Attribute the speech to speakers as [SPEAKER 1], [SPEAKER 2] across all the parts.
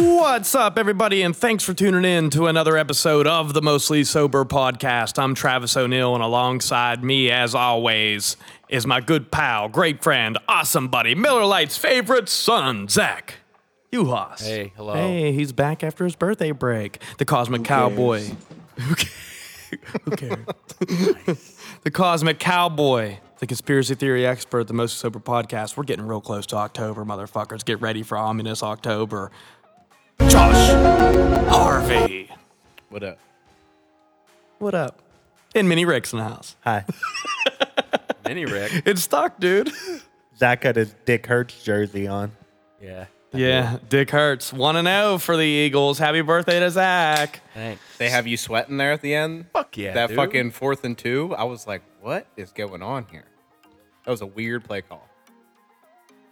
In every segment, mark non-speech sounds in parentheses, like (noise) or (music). [SPEAKER 1] What's up, everybody, and thanks for tuning in to another episode of the Mostly Sober Podcast. I'm Travis O'Neill, and alongside me, as always, is my good pal, great friend, awesome buddy, Miller Lite's favorite son, Zach Uhas. Hey, hello. Hey, he's back after his birthday break. The Cosmic Cowboy. Who ca- (laughs) Who cares? the Cosmic Cowboy, the conspiracy theory expert, the Mostly Sober Podcast. We're getting real close to October, motherfuckers. Get ready for ominous October. Josh Harvey.
[SPEAKER 2] What up?
[SPEAKER 1] What up? And Minnie Rick's in the house.
[SPEAKER 3] Hi.
[SPEAKER 4] (laughs)
[SPEAKER 2] Mini Rick.
[SPEAKER 1] It's stock, dude.
[SPEAKER 3] Zach got his Dick Hertz jersey on.
[SPEAKER 2] yeah.
[SPEAKER 1] (laughs) Yeah, Dick Hurts. 1 and 0 for the Eagles. Happy birthday to Zach.
[SPEAKER 2] Thanks.
[SPEAKER 4] They have you sweating there at the end.
[SPEAKER 2] Fuck yeah,
[SPEAKER 4] That
[SPEAKER 2] dude.
[SPEAKER 4] fucking fourth and two. I was like, what is going on here? That was a weird play call.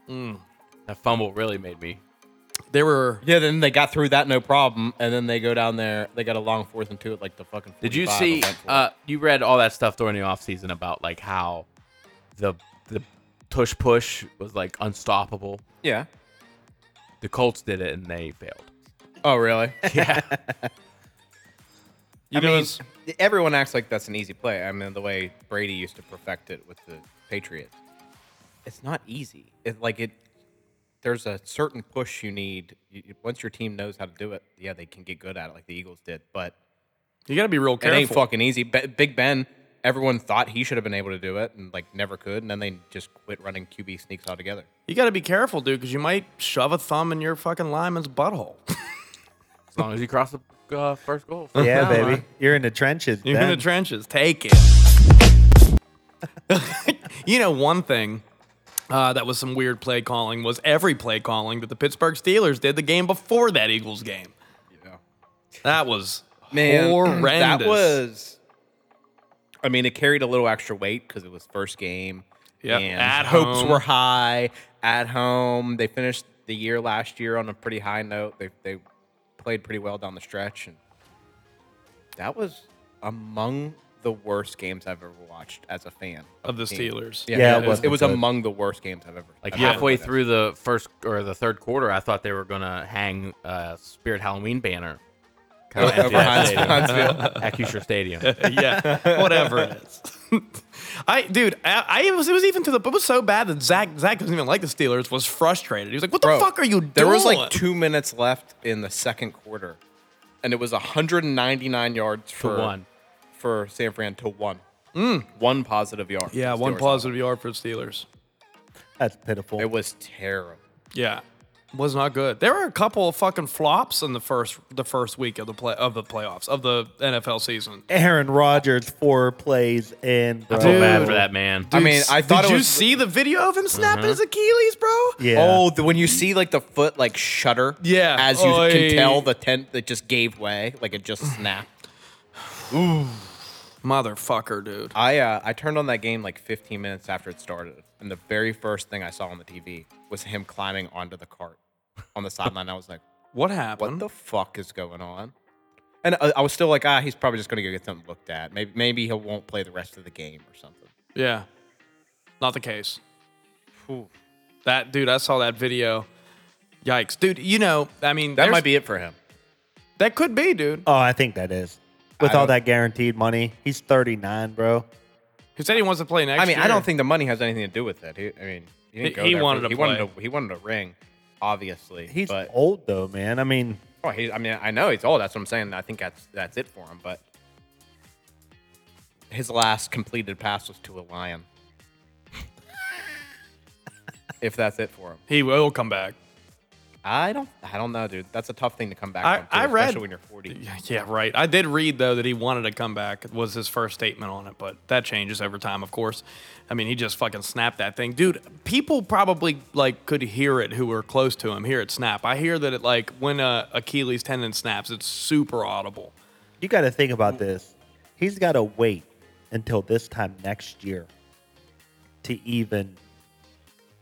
[SPEAKER 2] That fumble really made me.
[SPEAKER 1] They were.
[SPEAKER 4] Yeah, then they got through that no problem, and then they go down there. They got a long fourth and two at like the fucking.
[SPEAKER 2] Did you
[SPEAKER 4] 45
[SPEAKER 2] see?
[SPEAKER 4] or something.
[SPEAKER 2] Uh, you read all that stuff during the offseason about like how the the tush push was like unstoppable.
[SPEAKER 4] yeah.
[SPEAKER 2] The Colts did it and they failed.
[SPEAKER 4] Oh (laughs) really?
[SPEAKER 2] Yeah.
[SPEAKER 4] You
[SPEAKER 1] I
[SPEAKER 4] know,
[SPEAKER 1] mean-
[SPEAKER 4] it's- everyone acts like that's an easy play. I mean, the way Brady used to perfect it with the Patriots, it's not easy. It like it. There's a certain push you need. You- you- Once your team knows how to do it, yeah, they can get good at it, like the Eagles did. But
[SPEAKER 1] You got to be real
[SPEAKER 4] it ain't
[SPEAKER 1] careful.
[SPEAKER 4] fucking easy. Be- Big Ben, everyone thought he should have been able to do it, and like never could. And then they just quit running QB sneaks altogether.
[SPEAKER 1] You got to be careful, dude, because you might shove a thumb in your fucking lineman's butthole.
[SPEAKER 2] as long as you cross the uh, first goal.
[SPEAKER 3] Yeah,
[SPEAKER 1] Come
[SPEAKER 3] baby.
[SPEAKER 1] on.
[SPEAKER 3] You're in the trenches.
[SPEAKER 1] You're in the
[SPEAKER 3] then.
[SPEAKER 1] trenches. Take it. (laughs) you know, one thing uh, that was some weird play calling was every play calling that the Pittsburgh Steelers did the game before that Eagles game. That was horrendous.
[SPEAKER 4] (clears throat) that was. I mean, it carried a little extra weight because it was first game.
[SPEAKER 1] Yep.
[SPEAKER 4] and
[SPEAKER 1] At
[SPEAKER 4] hopes
[SPEAKER 1] home.
[SPEAKER 4] were high at home. They finished the year last year on a pretty high note. They they played pretty well down the stretch, and that was among the worst games I've ever watched as a fan
[SPEAKER 1] of the
[SPEAKER 4] team.
[SPEAKER 1] Steelers.
[SPEAKER 4] Yeah,
[SPEAKER 3] Yeah, it
[SPEAKER 4] it, was. It
[SPEAKER 3] wasn't
[SPEAKER 4] was
[SPEAKER 3] good.
[SPEAKER 4] among the worst games I've ever.
[SPEAKER 2] Like
[SPEAKER 4] I've ever
[SPEAKER 2] halfway
[SPEAKER 4] played.
[SPEAKER 2] through the first or the third quarter, I thought they were gonna hang uh, Spirit Halloween banner
[SPEAKER 4] (laughs) Over-
[SPEAKER 2] Kinda empty
[SPEAKER 4] over
[SPEAKER 2] that
[SPEAKER 4] Heinz-
[SPEAKER 2] stadium.
[SPEAKER 4] Hinesville.
[SPEAKER 2] at Kucher Stadium.
[SPEAKER 1] yeah, whatever it is. (laughs) I, dude, I, I was, it was even to the, it was so bad that Zach, Zach doesn't even like the Steelers, was frustrated. He was like, what the
[SPEAKER 4] Bro,
[SPEAKER 1] fuck are you doing?
[SPEAKER 4] There was like two minutes left in the second quarter, and it was 199 yards
[SPEAKER 2] For
[SPEAKER 4] for
[SPEAKER 2] one,
[SPEAKER 4] for San Fran to one. Mm. One positive yard.
[SPEAKER 1] Yeah,
[SPEAKER 4] The
[SPEAKER 1] one
[SPEAKER 4] Steelers.
[SPEAKER 1] positive yard for the Steelers.
[SPEAKER 3] That's pitiful.
[SPEAKER 4] It was terrible.
[SPEAKER 1] Yeah. Was not good. There were a couple of fucking flops in the first the first week of the play of the playoffs of the NFL season.
[SPEAKER 3] Aaron Rodgers four plays
[SPEAKER 2] I
[SPEAKER 3] in. bro.
[SPEAKER 2] feel bad
[SPEAKER 1] Dude.
[SPEAKER 2] for that man.
[SPEAKER 4] I mean, I thought
[SPEAKER 1] Did
[SPEAKER 4] it
[SPEAKER 1] you
[SPEAKER 4] was. Mm-hmm.
[SPEAKER 1] see the video of him snapping his Achilles, bro?
[SPEAKER 3] Yeah.
[SPEAKER 4] Oh, the, when you see like the foot like shudder.
[SPEAKER 1] Yeah.
[SPEAKER 4] As you
[SPEAKER 1] Oy.
[SPEAKER 4] can tell, the tent that just gave way, like it just
[SPEAKER 1] (sighs)
[SPEAKER 4] snapped.
[SPEAKER 1] Motherfucker, dude.
[SPEAKER 4] I uh, I turned on that game like 15 minutes after it started, and the very first thing I saw on the TV was him climbing onto the cart on the sideline. I was like,
[SPEAKER 1] What
[SPEAKER 4] what
[SPEAKER 1] happened?
[SPEAKER 4] the fuck is going on? And I, I was still like, ah, he's probably just gonna go get something looked at. Maybe maybe he won't play the rest of the game or something.
[SPEAKER 1] yeah. Not the case. That dude, I saw that video. Yikes. Dude, you know, I mean
[SPEAKER 4] That
[SPEAKER 1] there's-
[SPEAKER 4] might be it for him.
[SPEAKER 1] that could be, dude.
[SPEAKER 3] Oh, I think that is. With
[SPEAKER 4] I
[SPEAKER 3] all
[SPEAKER 4] don't-
[SPEAKER 3] that guaranteed money, he's 39, bro.
[SPEAKER 1] He said he wants to play next
[SPEAKER 4] I mean, I
[SPEAKER 1] year.
[SPEAKER 4] don't think the money has anything to do with it. He, I mean, he, didn't
[SPEAKER 1] He-
[SPEAKER 4] go
[SPEAKER 1] he
[SPEAKER 4] there
[SPEAKER 1] wanted
[SPEAKER 4] for,
[SPEAKER 1] to
[SPEAKER 4] he
[SPEAKER 1] play.
[SPEAKER 4] wanted a, he wanted a ring, obviously.
[SPEAKER 3] He's
[SPEAKER 4] but,
[SPEAKER 3] old though, man. I mean,
[SPEAKER 4] oh, he's, I mean, I know he's old. That's what I'm saying. I think that's that's it for him. But his last completed pass was to a lion. (laughs) if that's it for him,
[SPEAKER 1] he will come back.
[SPEAKER 4] I don't. I don't know, dude. That's a tough thing to come back
[SPEAKER 1] I-
[SPEAKER 4] from. Too,
[SPEAKER 1] I read-
[SPEAKER 4] especially when you're 40.
[SPEAKER 1] Yeah, yeah, right. I did read though that he wanted to come back was his first statement on it, but that changes over time, of course. I mean, he just fucking snapped that thing, dude. People probably like could hear it who were close uh, to him hear it snap. I hear that it like when a Achilles tendon snaps, it's super audible.
[SPEAKER 3] you got to think about this. He's got to wait until this time next year to even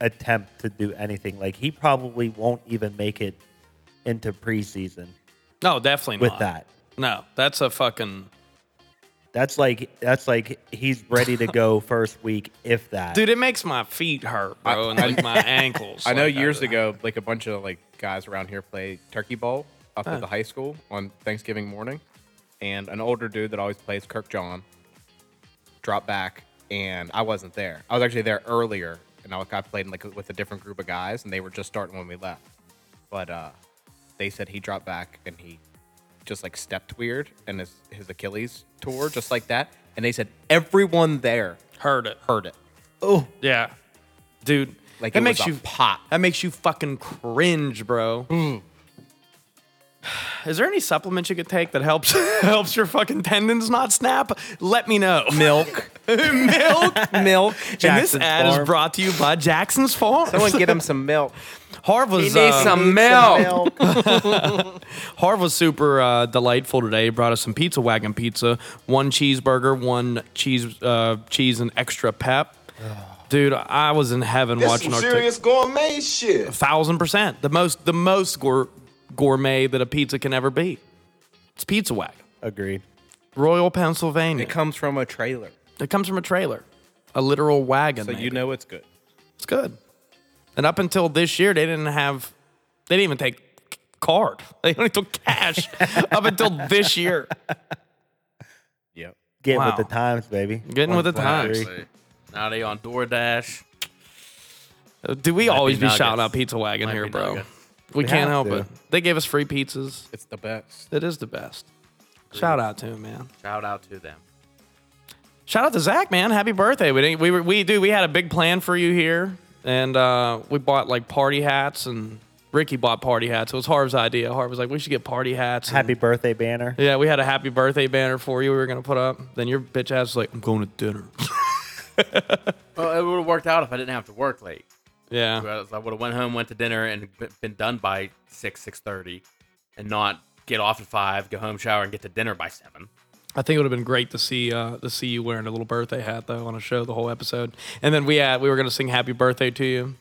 [SPEAKER 3] attempt to do anything. Like he probably won't even make it into preseason
[SPEAKER 1] No, definitely
[SPEAKER 3] with
[SPEAKER 1] not.
[SPEAKER 3] that.
[SPEAKER 1] No, that's a fucking
[SPEAKER 3] That's like that's like he's ready
[SPEAKER 1] (laughs)
[SPEAKER 3] to go first week if that.
[SPEAKER 1] dude. It makes my feet hurt, bro, and like
[SPEAKER 4] (laughs)
[SPEAKER 1] my ankles.
[SPEAKER 4] I know
[SPEAKER 1] Like,
[SPEAKER 4] years ago, like a bunch of like guys around here play turkey ball up at the high school on Thanksgiving morning, and an older dude that always plays Kirk John dropped back, and I wasn't there. I was actually there earlier, and I, I played like with a different group of guys, and they were just starting when we left. But uh, they said he dropped back and he just like stepped weird, and his his Achilles tore just like that. And they said everyone there
[SPEAKER 1] Heard it.
[SPEAKER 4] heard it.
[SPEAKER 1] Yeah, dude.
[SPEAKER 4] Like
[SPEAKER 1] that
[SPEAKER 4] it
[SPEAKER 1] makes
[SPEAKER 4] was a
[SPEAKER 1] you
[SPEAKER 4] pop.
[SPEAKER 1] That makes you fucking cringe, bro.
[SPEAKER 4] Mm.
[SPEAKER 1] Is there any supplement you could take that helps (laughs) helps your fucking tendons not snap? Let me know.
[SPEAKER 4] Milk.
[SPEAKER 1] (laughs)
[SPEAKER 4] (laughs)
[SPEAKER 1] milk, milk. and this
[SPEAKER 3] Jackson's
[SPEAKER 1] ad is
[SPEAKER 3] Farm.
[SPEAKER 1] brought to you by Jackson's
[SPEAKER 4] (laughs)
[SPEAKER 1] Farm.
[SPEAKER 4] Someone get him some milk.
[SPEAKER 1] Harv was uh, (laughs)
[SPEAKER 4] (laughs)
[SPEAKER 1] Harv was super uh, delightful today. He brought us some pizza wagon pizza, one cheeseburger, one cheese uh, cheese and extra pep. Dude, I was in heaven watching our serious gourmet shit. thousand percent, the most the most gour- gourmet that a pizza can ever be. It's pizza wagon,
[SPEAKER 3] Agreed.
[SPEAKER 1] Royal Pennsylvania.
[SPEAKER 4] It comes from a trailer,
[SPEAKER 1] it comes from a trailer, a literal wagon.
[SPEAKER 4] so you
[SPEAKER 1] maybe.
[SPEAKER 4] know it's good.
[SPEAKER 1] It's good. And up until this year, they didn't have, they didn't even take c- card. (laughs) They only took cash up until this year.
[SPEAKER 4] Yep.
[SPEAKER 3] Getting
[SPEAKER 1] Wow.
[SPEAKER 3] with the times, baby.
[SPEAKER 1] Getting with the times.
[SPEAKER 2] Now they on DoorDash.
[SPEAKER 1] Do we always be
[SPEAKER 2] nuggets.
[SPEAKER 1] shouting out Pizza Wagon
[SPEAKER 2] Might
[SPEAKER 1] here,
[SPEAKER 2] be
[SPEAKER 1] bro?
[SPEAKER 2] nuggets.
[SPEAKER 1] We, can't
[SPEAKER 3] have
[SPEAKER 1] help
[SPEAKER 3] to.
[SPEAKER 1] it. They gave us free pizzas.
[SPEAKER 4] It's the best.
[SPEAKER 1] It is the best. Shout out to him, man.
[SPEAKER 2] Shout out to them.
[SPEAKER 1] Shout out to Zach, man. Happy birthday. We didn't, we were, we do. We had a big plan for you here, and uh, we bought like party hats, and Ricky bought party hats. It was Harv's idea. Harv was like, we should get party hats. and-
[SPEAKER 3] Happy birthday banner.
[SPEAKER 1] Yeah, we had a happy birthday banner for you we were going to put up. Then your bitch ass was like, I'm going to dinner. (laughs)
[SPEAKER 2] Well, it would have worked out if I didn't have to work late.
[SPEAKER 1] yeah.
[SPEAKER 2] Whereas I would have went home, went to dinner, and b- been done by six, six thirty, and not get off at five, go home, shower, and get to dinner by seven.
[SPEAKER 1] I think it would have been great to see uh, to see you wearing a little birthday hat, though, on a show the whole episode. And then we had, we were going to sing happy birthday to you.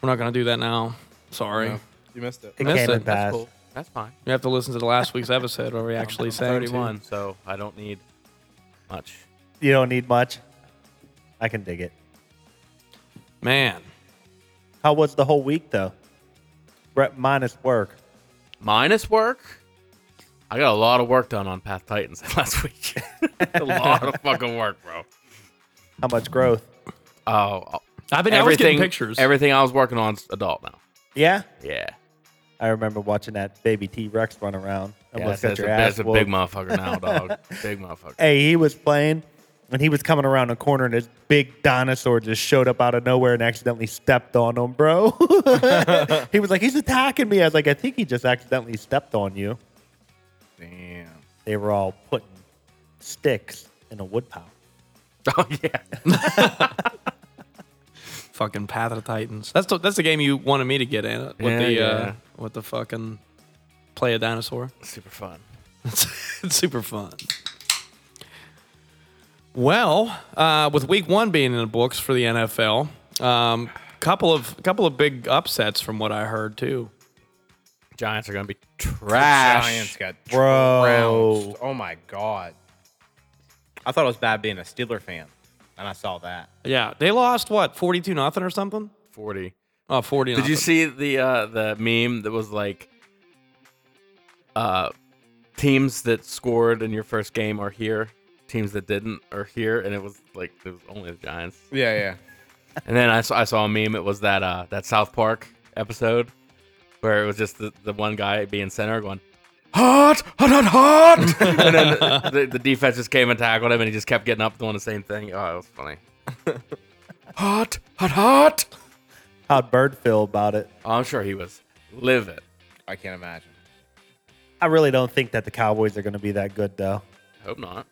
[SPEAKER 1] We're not going to do that now. Sorry.
[SPEAKER 4] You missed it.
[SPEAKER 3] It
[SPEAKER 1] Missed
[SPEAKER 3] came
[SPEAKER 1] it.
[SPEAKER 3] and passed.
[SPEAKER 2] That's fine.
[SPEAKER 1] You have to listen to the last week's episode (laughs) where we actually
[SPEAKER 2] I'm
[SPEAKER 1] sang. to you.
[SPEAKER 2] thirty-one, so I don't need much.
[SPEAKER 3] You don't need much. I can dig it.
[SPEAKER 1] Man.
[SPEAKER 3] How was the whole week though? Brett minus work.
[SPEAKER 2] Minus work. I got a lot of work done on Path Titans (laughs) last week. a lot of fucking work, bro.
[SPEAKER 3] How much growth?
[SPEAKER 2] Oh,
[SPEAKER 1] I've been I was
[SPEAKER 2] everything.
[SPEAKER 1] getting pictures.
[SPEAKER 2] Everything I was working on is adult now.
[SPEAKER 3] Yeah.
[SPEAKER 2] Yeah.
[SPEAKER 3] I remember watching that baby T Rex run around.
[SPEAKER 2] Yeah,
[SPEAKER 3] Almost
[SPEAKER 2] that's, that's a,
[SPEAKER 3] got your
[SPEAKER 2] that's
[SPEAKER 3] ass
[SPEAKER 2] a
[SPEAKER 3] whooped.
[SPEAKER 2] big motherfucker now, dog. big motherfucker.
[SPEAKER 3] Hey, he was playing and he was coming around the corner and this big dinosaur just showed up out of nowhere and accidentally stepped on him, bro. (laughs) he was like, He's attacking me. I was like, I think he just accidentally stepped on you.
[SPEAKER 4] Damn.
[SPEAKER 3] They were all putting sticks in a wood pile.
[SPEAKER 2] Oh yeah.
[SPEAKER 1] fucking Path of the Titans. That's the, that's the game you wanted me to get in it with
[SPEAKER 2] Yeah,
[SPEAKER 1] the
[SPEAKER 2] yeah.
[SPEAKER 1] Uh, with the fucking play a dinosaur.
[SPEAKER 2] Super fun.
[SPEAKER 1] It's, (laughs) it's super fun. Well, uh, with week one being in the books for the NFL, um, couple of couple of big upsets from what I heard too.
[SPEAKER 2] Giants are gonna be
[SPEAKER 4] Giants
[SPEAKER 2] trash.
[SPEAKER 4] got
[SPEAKER 3] Bro.
[SPEAKER 4] trounced. Oh my god. I thought it was bad being a Steeler fan, and I saw that.
[SPEAKER 1] Yeah, they lost what forty two nothing or something.
[SPEAKER 2] Forty.
[SPEAKER 1] Oh, 40
[SPEAKER 2] Did you see the uh, the meme that was like, uh, teams that scored in your first game are here, teams that didn't are here, and it was like there was only the Giants.
[SPEAKER 4] Yeah, yeah.
[SPEAKER 2] And then I saw I saw a meme. It was that uh that South Park episode where it was just the, the one guy being center going hot hot hot hot, (laughs) and then the, the, the defense just came and tackled him, and he just kept getting up doing the same thing. Oh, it was funny. hot hot hot.
[SPEAKER 3] How'd Bird feel about it?
[SPEAKER 2] Oh, I'm sure he was livid.
[SPEAKER 4] I can't imagine.
[SPEAKER 3] I really don't think that the Cowboys are going to be that good, though.
[SPEAKER 2] Hope not.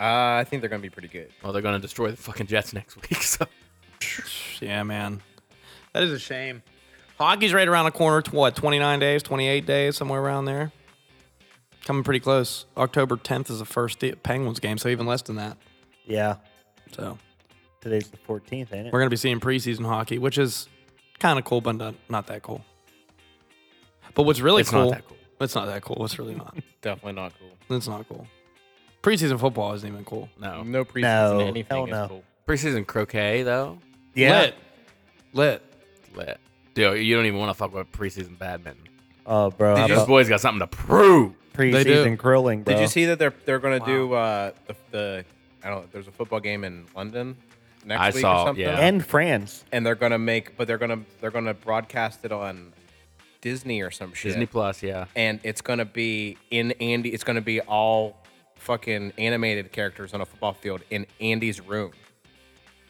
[SPEAKER 4] Uh, I think they're gonna be pretty good.
[SPEAKER 2] Well, they're gonna destroy the fucking Jets next week. (laughs) So
[SPEAKER 1] Yeah, man, that is a shame. Hockey's right around the corner. Tw- what twenty nine days, twenty eight days, somewhere around there. Coming pretty close. October 10th is the first D- Penguins game, so even less than that.
[SPEAKER 3] Yeah.
[SPEAKER 1] So
[SPEAKER 3] Today's the 14th, ain't it?
[SPEAKER 1] we're going to be seeing preseason hockey, which is kind of cool, but not, not that cool. But what's really
[SPEAKER 2] It's not
[SPEAKER 1] cool,
[SPEAKER 2] that cool.
[SPEAKER 1] It's not that cool. It's really not. (laughs)
[SPEAKER 4] Definitely not cool.
[SPEAKER 1] it's not cool. Preseason football isn't even cool.
[SPEAKER 2] No.
[SPEAKER 4] No preseason
[SPEAKER 3] No, hell
[SPEAKER 4] anything
[SPEAKER 3] no.
[SPEAKER 4] is cool.
[SPEAKER 2] Preseason croquet though.
[SPEAKER 3] yeah.
[SPEAKER 1] Lit. Lit.
[SPEAKER 2] Lit. Dude, you don't even want to fuck with preseason badminton.
[SPEAKER 3] Oh, bro. How
[SPEAKER 2] These
[SPEAKER 3] about
[SPEAKER 2] boys got something to prove.
[SPEAKER 1] do.
[SPEAKER 3] preseason grilling, bro?
[SPEAKER 4] Did you see that they're they're gonna do uh, the, the I don't know, there's a football game in London next
[SPEAKER 2] I
[SPEAKER 4] week
[SPEAKER 2] saw,
[SPEAKER 4] or something.
[SPEAKER 2] yeah.
[SPEAKER 3] And France.
[SPEAKER 4] And they're gonna make but they're gonna they're gonna broadcast it on Disney or some shit.
[SPEAKER 2] Disney Plus, yeah.
[SPEAKER 4] and it's gonna be in Andy. It's gonna be all fucking animated characters on a football field in Andy's room.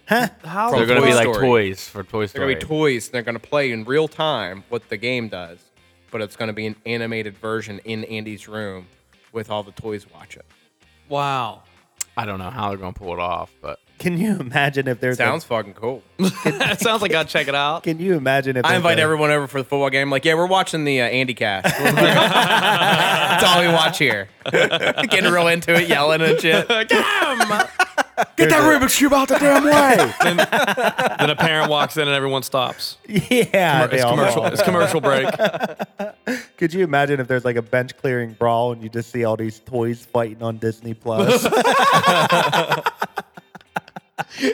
[SPEAKER 1] How?
[SPEAKER 4] From
[SPEAKER 2] They're gonna
[SPEAKER 4] Toy
[SPEAKER 2] be like
[SPEAKER 4] Story.
[SPEAKER 2] toys for Toy
[SPEAKER 4] They're
[SPEAKER 2] Story.
[SPEAKER 4] gonna be toys. And they're gonna play in real time what the game does, but it's gonna be an animated version in Andy's room with all the toys watching.
[SPEAKER 1] wow.
[SPEAKER 2] I don't know how they're gonna pull it off, but
[SPEAKER 3] Can you imagine if there's a-
[SPEAKER 4] Sounds fucking cool.
[SPEAKER 1] that sounds like I'll check it out.
[SPEAKER 3] (laughs) can you imagine if
[SPEAKER 4] I
[SPEAKER 3] there's
[SPEAKER 4] invite
[SPEAKER 3] a-
[SPEAKER 4] everyone over for the football game. Like, yeah, we're watching the uh, Andy Cash. (laughs) That's all we watch here. (laughs) Getting real into it, yelling and shit.
[SPEAKER 2] get that Rubik's cube out the damn way.
[SPEAKER 4] (laughs)
[SPEAKER 1] then a parent walks in and everyone stops.
[SPEAKER 3] Yeah. they
[SPEAKER 1] It's
[SPEAKER 3] all
[SPEAKER 1] commercial.
[SPEAKER 3] fall.
[SPEAKER 1] It's commercial break.
[SPEAKER 3] Could you imagine if there's like a bench clearing brawl and you just see all these toys fighting on Disney Plus?
[SPEAKER 4] (laughs)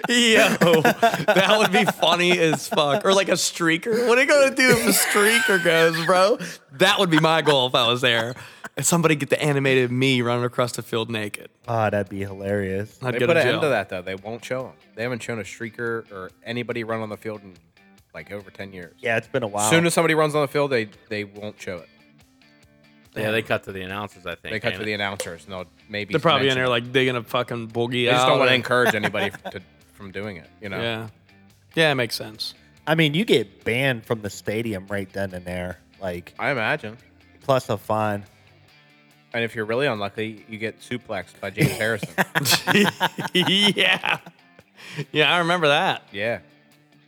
[SPEAKER 1] Yo, (laughs) that would be funny as fuck. Or like a streaker. What are you gonna do if a streaker goes, bro? That would be my goal if I was there. If somebody get the animated me running across the field naked,
[SPEAKER 3] oh, that'd be hilarious.
[SPEAKER 1] I'd
[SPEAKER 4] They
[SPEAKER 1] go
[SPEAKER 4] put
[SPEAKER 1] to
[SPEAKER 4] an
[SPEAKER 1] jail.
[SPEAKER 4] end to that though. They won't show them. They haven't shown a streaker or anybody run on the field in like over ten years.
[SPEAKER 3] Yeah, it's been a while.
[SPEAKER 4] As soon as somebody runs on the field, they they won't show it.
[SPEAKER 2] yeah, they cut to the announcers, I think.
[SPEAKER 4] They cut
[SPEAKER 2] ain't
[SPEAKER 4] to the
[SPEAKER 2] it?
[SPEAKER 4] announcers and they'll maybe
[SPEAKER 1] They're probably in
[SPEAKER 4] mention
[SPEAKER 1] there
[SPEAKER 4] it.
[SPEAKER 1] like digging a fucking boogie
[SPEAKER 4] They just
[SPEAKER 1] out.
[SPEAKER 4] don't want to
[SPEAKER 1] or- (laughs)
[SPEAKER 4] encourage anybody f- to, from doing it. You know.
[SPEAKER 1] Yeah, yeah, it makes sense. (laughs)
[SPEAKER 3] I mean, you get banned from the stadium right then and there, like
[SPEAKER 4] I imagine.
[SPEAKER 3] plus a fine.
[SPEAKER 4] And if you're really unlucky, you get suplexed by James Harrison. (laughs)
[SPEAKER 1] yeah, yeah, I remember that.
[SPEAKER 4] Yeah.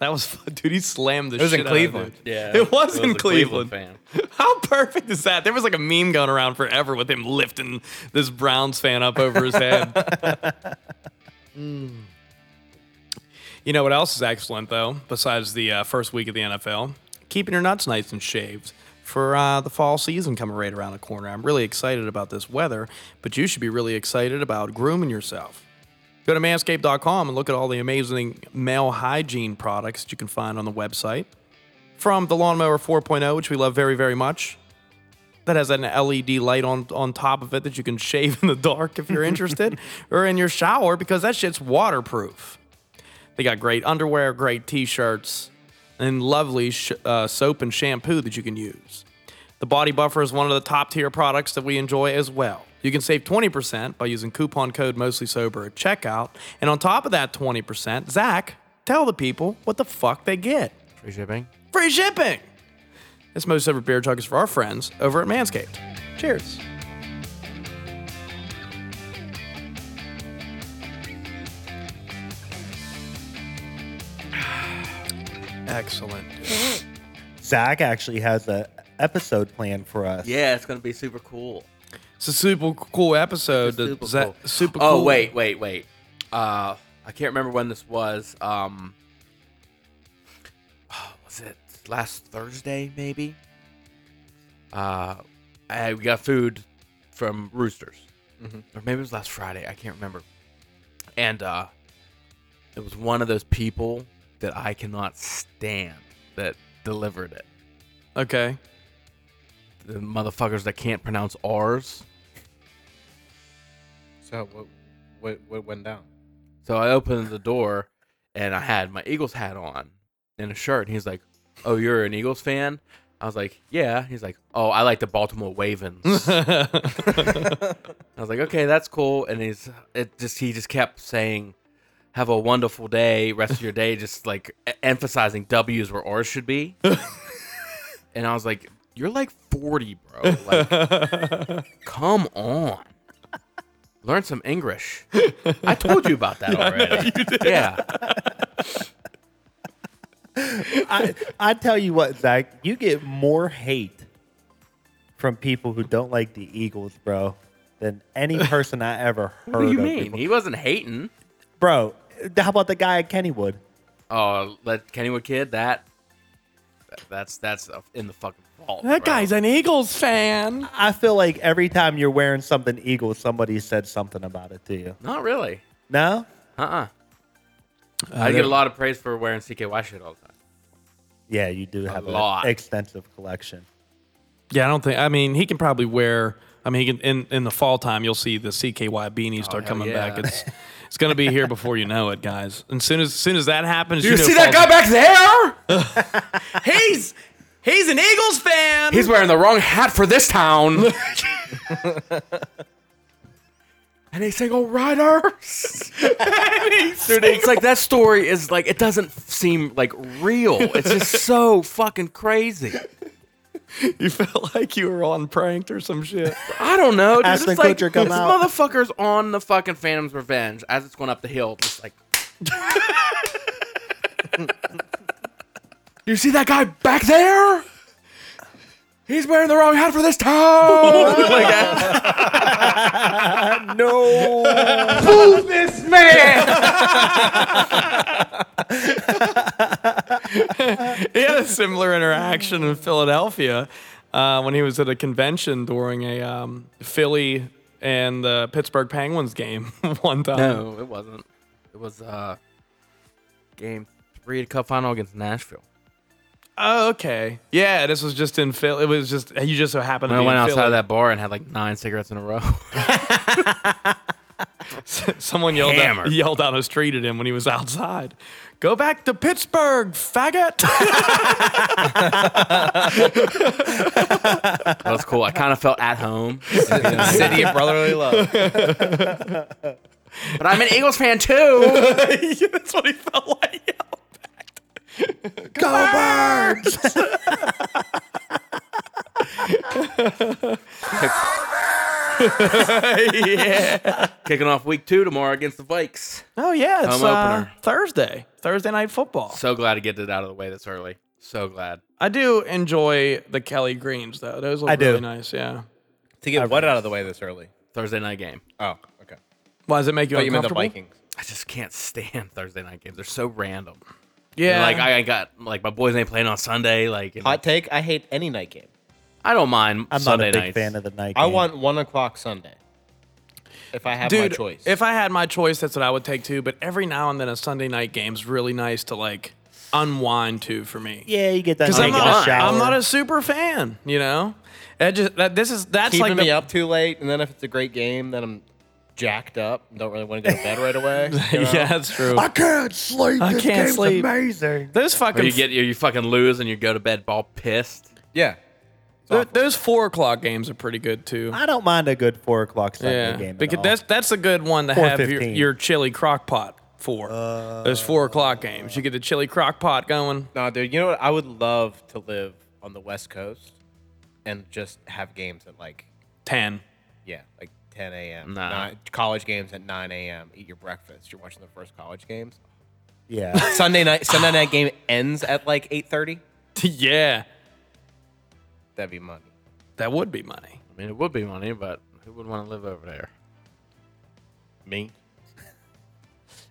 [SPEAKER 1] That was fun. dude. He slammed the.
[SPEAKER 4] It was in
[SPEAKER 1] shit out of
[SPEAKER 4] Cleveland.
[SPEAKER 1] dude.
[SPEAKER 2] Yeah.
[SPEAKER 1] it was
[SPEAKER 2] It
[SPEAKER 1] in
[SPEAKER 2] a
[SPEAKER 1] Cleveland.
[SPEAKER 2] fan.
[SPEAKER 1] (laughs) How perfect is that? There was like a meme going around forever with him lifting this Browns fan up over his head. Mm. You know what else is excellent though, besides the uh, first week of the NFL? Keeping your nuts nice and shaved for uh, the fall season coming right around the corner. I'm really excited about this weather, but you should be really excited about grooming yourself. Go to manscaped.com and look at all the amazing male hygiene products that you can find on the website from the lawnmower 4.0, which we love very, very much. That has an LED light on on top of it that you can shave in the dark if you're interested, or in your shower because that shit's waterproof. They got great underwear, great t-shirts, and lovely sh- uh, soap and shampoo that you can use. The Body Buffer is one of the top tier products that we enjoy as well. You can save 20% by using coupon code Mostly Sober at checkout, and on top of that 20%, Zach, tell the people what the fuck they get
[SPEAKER 2] Free shipping.
[SPEAKER 1] free shipping. This most ever beer talk is for our friends over at Manscaped. Cheers. (sighs) Excellent.
[SPEAKER 3] Zach actually has a episode plan for us.
[SPEAKER 2] Yeah, it's gonna be super cool.
[SPEAKER 1] It's a super cool episode.
[SPEAKER 2] It's super
[SPEAKER 1] Is that-
[SPEAKER 2] cool.
[SPEAKER 1] super
[SPEAKER 2] Oh
[SPEAKER 1] cool.
[SPEAKER 2] wait, wait, wait. Uh, I can't remember when this was. Um, (sighs) oh, was it last Thursday? Maybe. Uh, I we got food from Roosters, or maybe it was last Friday. I can't remember. And uh, it was one of those people that I cannot stand that delivered it.
[SPEAKER 1] Okay.
[SPEAKER 2] The motherfuckers that can't pronounce R's.
[SPEAKER 4] So what, what what went down?
[SPEAKER 2] So I opened the door and I had my Eagles hat on and a shirt. And he's like, Oh, you're an Eagles fan? I was like, Yeah. He's like, Oh, I like the Baltimore Ravens. I was like, Okay, that's cool. And he's it just he just kept saying, Have a wonderful day, rest of your day, just like e- emphasizing W's where R's should be. and I was like, You're like forty, bro. Like come on. Learn some English. I told you about (laughs) that already. Yeah.
[SPEAKER 3] I, I tell you what, Zach, you get more hate from people who don't like the Eagles, bro, than
[SPEAKER 2] (laughs)
[SPEAKER 3] any person I ever heard
[SPEAKER 2] What do you
[SPEAKER 3] of
[SPEAKER 2] mean?
[SPEAKER 3] before.
[SPEAKER 2] He wasn't hating.
[SPEAKER 3] Bro, how about the guy at Kennywood?
[SPEAKER 2] Oh, that Kennywood kid. That that's that's in the fucking vault.
[SPEAKER 5] That
[SPEAKER 2] bro.
[SPEAKER 5] guy's an Eagles fan.
[SPEAKER 3] I feel like every time you're wearing something Eagles, somebody said something about it to you.
[SPEAKER 2] not really.
[SPEAKER 3] No?
[SPEAKER 2] Uh uh I get a lot of praise for wearing CKY shit all the time.
[SPEAKER 3] Yeah, you do have
[SPEAKER 2] lot.
[SPEAKER 3] an extensive collection.
[SPEAKER 1] Yeah, I don't think. I mean, he can probably wear. I mean, he can in in the fall time. You'll see the CKY beanies start
[SPEAKER 2] Oh, hell
[SPEAKER 1] coming
[SPEAKER 2] yeah.
[SPEAKER 1] back. It's it's gonna be here before you know it, guys. And soon as soon as that happens,
[SPEAKER 2] Do you
[SPEAKER 1] know
[SPEAKER 2] see that
[SPEAKER 1] fall's-
[SPEAKER 2] guy back there?
[SPEAKER 5] (laughs) He's he's an Eagles fan.
[SPEAKER 2] He's wearing the wrong hat for this town.
[SPEAKER 5] (laughs)
[SPEAKER 2] and they say, "Oh, riders." (laughs) Dude, it's like that story is like it doesn't seem like real. It's just
[SPEAKER 5] (laughs)
[SPEAKER 2] so fucking crazy.
[SPEAKER 1] You felt (laughs) like you were on pranked or some shit.
[SPEAKER 2] I don't know. Dude,
[SPEAKER 3] Ashton
[SPEAKER 2] it's like,
[SPEAKER 3] Kutcher come
[SPEAKER 2] this
[SPEAKER 3] out.
[SPEAKER 2] motherfucker's on the fucking Phantom's Revenge as it's going up the hill. Just like. (laughs) you see that guy back there? He's wearing the wrong hat for this town. no. Move this man.
[SPEAKER 1] he had a similar interaction in Philadelphia uh, when he was at a convention during a um, Philly and the Pittsburgh Penguins game (laughs) one time.
[SPEAKER 2] No, it wasn't. It was uh, game three of the cup final against Nashville.
[SPEAKER 1] Oh, okay. Yeah, this was just in Philly. It was just you just so happened to
[SPEAKER 2] I
[SPEAKER 1] be
[SPEAKER 2] went
[SPEAKER 1] in
[SPEAKER 2] outside
[SPEAKER 1] Philly.
[SPEAKER 2] of that bar and had like nine cigarettes in a row. (laughs)
[SPEAKER 1] Someone yelled
[SPEAKER 2] Hammered.
[SPEAKER 1] out, (laughs) yelled out a street at him when he was outside. Go back to Pittsburgh, faggot. (laughs)
[SPEAKER 2] That was cool. I kind of felt at (laughs) home.
[SPEAKER 4] City of brotherly love.
[SPEAKER 2] But I'm an Eagles fan too.
[SPEAKER 1] That's what he felt like.
[SPEAKER 2] Kicking off week two tomorrow against the Vikes.
[SPEAKER 1] Oh yeah, it's
[SPEAKER 2] Home opener.
[SPEAKER 1] uh, Thursday. Thursday night football.
[SPEAKER 2] So glad to get it out of the way this early. So glad.
[SPEAKER 1] I do enjoy the Kelly greens though. Those look
[SPEAKER 3] I do.
[SPEAKER 1] really nice. Yeah.
[SPEAKER 4] To get what out of the way this early?
[SPEAKER 2] Thursday night game.
[SPEAKER 4] Oh, okay.
[SPEAKER 1] Why does it make you
[SPEAKER 4] But you meant the
[SPEAKER 1] uncomfortable?
[SPEAKER 4] Vikings.
[SPEAKER 2] I just can't stand (laughs) Thursday night games. They're so random.
[SPEAKER 1] Yeah.
[SPEAKER 2] Like I I got like my boys ain't playing on Sunday. Like and
[SPEAKER 4] Hot take: I hate any night game.
[SPEAKER 2] I don't mind
[SPEAKER 3] I'm
[SPEAKER 2] Sunday
[SPEAKER 3] not a big
[SPEAKER 2] nights.
[SPEAKER 3] fan of the night.
[SPEAKER 4] I
[SPEAKER 3] game.
[SPEAKER 4] want one o'clock Sunday. If I have
[SPEAKER 1] Dude,
[SPEAKER 4] my choice,
[SPEAKER 1] if I had my choice, that's what I would take too. But every now and then, a Sunday night game's really nice to like unwind to for me.
[SPEAKER 3] Yeah, you get that.
[SPEAKER 1] Because I'm,
[SPEAKER 3] taking
[SPEAKER 1] not-
[SPEAKER 3] a shower.
[SPEAKER 1] I'm not a super fan, you know. That just that this is that's
[SPEAKER 4] keeping
[SPEAKER 1] like
[SPEAKER 4] me
[SPEAKER 1] the,
[SPEAKER 4] up too late, and then if it's a great game, then I'm jacked up. and Don't really want to go to bed
[SPEAKER 1] (laughs)
[SPEAKER 4] right away. you know?
[SPEAKER 1] yeah, that's true.
[SPEAKER 3] I can't sleep.
[SPEAKER 1] I
[SPEAKER 3] this
[SPEAKER 1] can't
[SPEAKER 3] game's
[SPEAKER 1] sleep.
[SPEAKER 3] amazing.
[SPEAKER 1] Those
[SPEAKER 2] Or
[SPEAKER 1] fucking
[SPEAKER 2] you get you, you fucking lose and you go to bed all pissed.
[SPEAKER 4] yeah.
[SPEAKER 1] th- those four o'clock games are pretty good too.
[SPEAKER 3] I don't mind a good four o'clock Sunday
[SPEAKER 1] yeah,
[SPEAKER 3] game. at
[SPEAKER 1] because
[SPEAKER 3] all.
[SPEAKER 1] that's that's a good one to have your,
[SPEAKER 3] 4:15.
[SPEAKER 1] your chili crock pot for. those four o'clock games, you get the chili crock pot going.
[SPEAKER 4] No, dude. You know what? I would love to live on the West Coast and just have games at like
[SPEAKER 1] Ten. (laughs)
[SPEAKER 4] yeah, like 10 a.m.
[SPEAKER 2] Nah.
[SPEAKER 4] Nine- college games at 9 a.m. Eat your breakfast. You're watching the first college games.
[SPEAKER 3] yeah.
[SPEAKER 4] (laughs) Sunday night.
[SPEAKER 1] (sighs)
[SPEAKER 4] Sunday night game ends at like 8:30.
[SPEAKER 1] yeah,
[SPEAKER 4] That'd be money.
[SPEAKER 1] that would be money.
[SPEAKER 2] I mean, it would be money, but who would want to live over there?
[SPEAKER 4] Me.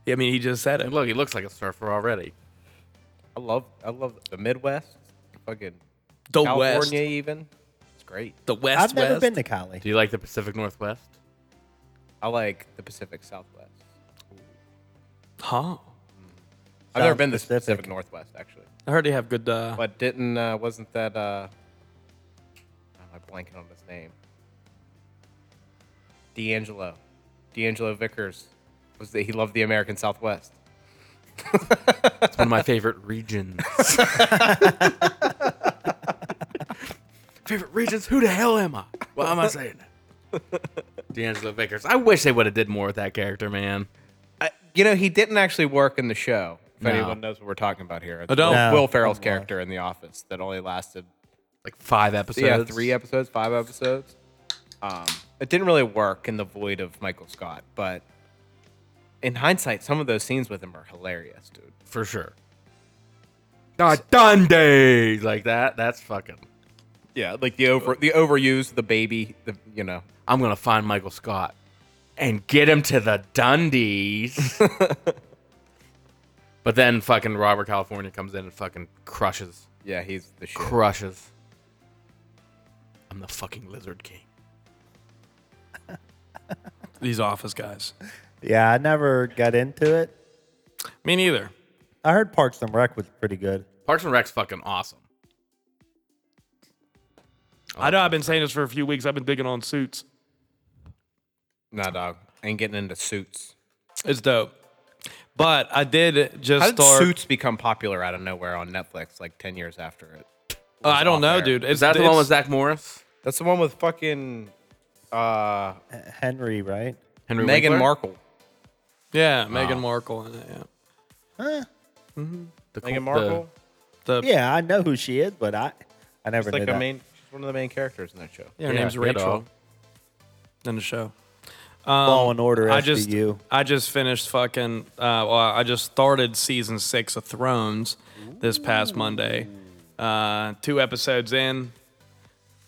[SPEAKER 1] Yeah, I mean, he just said it.
[SPEAKER 2] And look, he looks like a surfer already.
[SPEAKER 4] I love. I love the Midwest. Fucking
[SPEAKER 1] The
[SPEAKER 4] California.
[SPEAKER 1] West,
[SPEAKER 4] Even. It's great.
[SPEAKER 1] the West,
[SPEAKER 3] I've never
[SPEAKER 1] West.
[SPEAKER 3] been to Cali.
[SPEAKER 2] Do you like the Pacific Northwest?
[SPEAKER 4] I like the Pacific Southwest.
[SPEAKER 1] huh?
[SPEAKER 4] I've never been to the
[SPEAKER 3] Pacific.
[SPEAKER 4] Pacific Northwest actually,
[SPEAKER 1] I heard they have good. Uh,
[SPEAKER 4] but didn't uh, wasn't that? Uh, I'm blanking on his name. D'Angelo, D'Angelo Vickers was that he loved the American Southwest.
[SPEAKER 2] It's one of my favorite regions. favorite regions? Who the hell am I? Why am I saying that? (laughs) D'Angelo Vickers. I wish they would have did more with that character, man.
[SPEAKER 4] I, you know, he didn't actually work in the show. If
[SPEAKER 2] No.
[SPEAKER 4] anyone knows what we're talking about here, it's
[SPEAKER 1] I don't.
[SPEAKER 4] Will,
[SPEAKER 3] No.
[SPEAKER 4] Will Ferrell's character in The Office that only lasted
[SPEAKER 2] Like five episodes.
[SPEAKER 4] yeah three episodes, five episodes. Um, it didn't really work in the void of Michael Scott, but in hindsight, some of those scenes with him are hilarious, dude.
[SPEAKER 2] for sure. Ah, Dundee like that. That's fucking
[SPEAKER 4] Yeah, like the over the overuse, the baby, the you know.
[SPEAKER 2] I'm gonna find Michael Scott and get him to the (laughs) Dundies. but then fucking Robert California comes in and fucking crushes,
[SPEAKER 4] Yeah, he's the shit.
[SPEAKER 2] crushes. I'm the fucking Lizard King.
[SPEAKER 1] These office guys.
[SPEAKER 3] Yeah, I never got into it.
[SPEAKER 1] Me neither.
[SPEAKER 3] I heard Parks and Rec was pretty good.
[SPEAKER 2] Parks and Rec's fucking awesome.
[SPEAKER 1] I know I've been saying this for a few weeks. I've been digging on suits.
[SPEAKER 4] nah, dog. Ain't getting into suits.
[SPEAKER 1] It's dope. But I did just
[SPEAKER 4] How did
[SPEAKER 1] start.
[SPEAKER 4] suits become popular out of nowhere on Netflix like ten years after it?
[SPEAKER 1] Uh, I don't
[SPEAKER 4] off
[SPEAKER 1] know,
[SPEAKER 4] there.
[SPEAKER 1] dude. It's,
[SPEAKER 2] Is that the one
[SPEAKER 1] it's-
[SPEAKER 2] with Zach Morris?
[SPEAKER 4] That's the one with fucking uh
[SPEAKER 3] Henry, right?
[SPEAKER 2] Henry
[SPEAKER 4] Meghan
[SPEAKER 2] Winkler?
[SPEAKER 4] Markle.
[SPEAKER 1] Yeah, Meghan Markle in it. Yeah.
[SPEAKER 2] The,
[SPEAKER 4] Meghan
[SPEAKER 2] the-
[SPEAKER 4] Markle.
[SPEAKER 1] The,
[SPEAKER 3] Yeah, I know who she is, but I, I never
[SPEAKER 4] It's
[SPEAKER 3] knew
[SPEAKER 4] like
[SPEAKER 3] that.
[SPEAKER 4] a main she's one of the main characters in that show.
[SPEAKER 1] yeah, her
[SPEAKER 2] yeah,
[SPEAKER 1] name's
[SPEAKER 2] yeah,
[SPEAKER 1] Rachel
[SPEAKER 2] dog.
[SPEAKER 1] in the show.
[SPEAKER 3] Law and Order
[SPEAKER 1] Um, I
[SPEAKER 3] I
[SPEAKER 1] just
[SPEAKER 3] SVU.
[SPEAKER 1] I just finished fucking. Uh, well, I just started season six of Thrones this past Monday. Uh, two episodes in,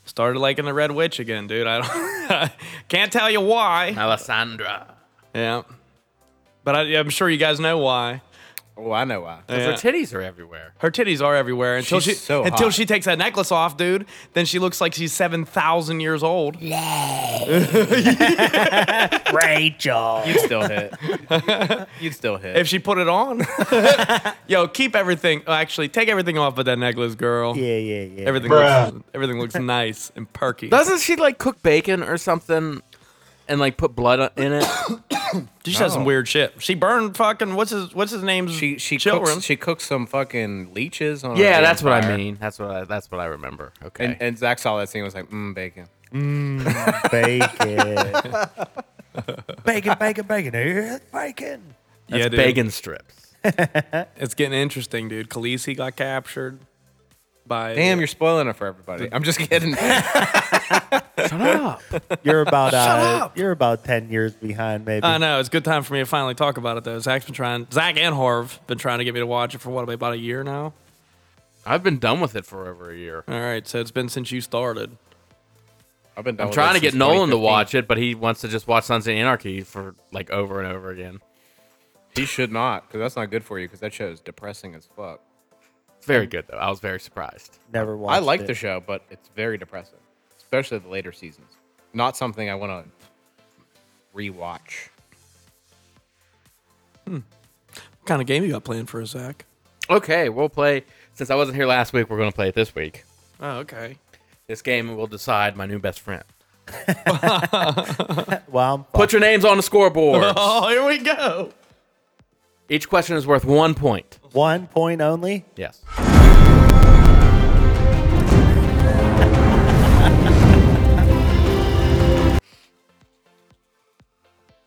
[SPEAKER 1] started liking the Red Witch again, dude. I don't, (laughs) can't tell you why.
[SPEAKER 2] Alessandra.
[SPEAKER 1] Yeah, but I, I'm sure you guys know why.
[SPEAKER 4] Oh, I know
[SPEAKER 2] (laughs)
[SPEAKER 4] why.
[SPEAKER 1] Yeah.
[SPEAKER 2] Her titties are everywhere.
[SPEAKER 1] Her titties are everywhere until
[SPEAKER 4] She's
[SPEAKER 1] she
[SPEAKER 4] so hot.
[SPEAKER 1] until she takes that necklace off, dude. Then she looks like she's seven thousand years old.
[SPEAKER 3] Rachel.
[SPEAKER 4] You'd still hit. (laughs) You'd still hit.
[SPEAKER 1] If she put it on, (laughs) yo, keep everything. oh, Actually, take everything off but that necklace, girl.
[SPEAKER 3] yeah, yeah, yeah.
[SPEAKER 1] Everything looks, everything looks nice and perky.
[SPEAKER 2] Doesn't she like cook bacon or something and like put blood in it?
[SPEAKER 1] she said some weird shit. She burned fucking what's his what's his name's
[SPEAKER 4] she she
[SPEAKER 1] children.
[SPEAKER 4] cooks, she cooks some fucking leeches on.
[SPEAKER 2] yeah,
[SPEAKER 4] a
[SPEAKER 2] that's what I
[SPEAKER 4] vampire.
[SPEAKER 2] mean. That's what I, that's what I remember. Okay.
[SPEAKER 4] And and Zach saw that scene and was like, mmm, bacon.
[SPEAKER 1] (laughs)
[SPEAKER 3] Bacon. (laughs) bacon, bacon, bacon. Here's bacon.
[SPEAKER 1] yeah, dude.
[SPEAKER 2] bacon strips.
[SPEAKER 1] It's getting interesting, dude. Khaleesi got captured by
[SPEAKER 4] Damn, you're spoiling it for everybody. I'm just
[SPEAKER 2] (laughs)
[SPEAKER 4] kidding.
[SPEAKER 2] Shut up.
[SPEAKER 3] You're about uh, you're about ten years behind,
[SPEAKER 1] (laughs)
[SPEAKER 3] maybe.
[SPEAKER 1] I know it's a good time for me to finally talk about it though. Zach's been trying. Zach and Harv been trying to get me to watch it for what about a year now.
[SPEAKER 2] I've been done with it for over a year.
[SPEAKER 4] Oh,
[SPEAKER 1] All right, so it's been since you started.
[SPEAKER 4] I've been.
[SPEAKER 2] I'm trying to get Nolan to watch it, but he wants to just watch Sons of Anarchy for like over and over again.
[SPEAKER 4] He should not, because that's not good for you. Because that show is depressing as fuck.
[SPEAKER 2] It's very good though. I was very surprised.
[SPEAKER 3] Never watched.
[SPEAKER 4] I like
[SPEAKER 3] it.
[SPEAKER 4] the show, but it's very depressing, especially the later seasons. Not something I want to rewatch.
[SPEAKER 1] What kind of game you got planned for us, Zach?
[SPEAKER 2] Okay, we'll play. Since I wasn't here last week, we're gonna play it this week.
[SPEAKER 1] Oh, okay.
[SPEAKER 2] This game will decide my new best friend.
[SPEAKER 3] Well, I'm
[SPEAKER 2] Put your names on the scoreboard.
[SPEAKER 4] (laughs)
[SPEAKER 1] Oh, here we go.
[SPEAKER 2] Each question is worth one point.
[SPEAKER 3] fucked. one point only.
[SPEAKER 2] Yes.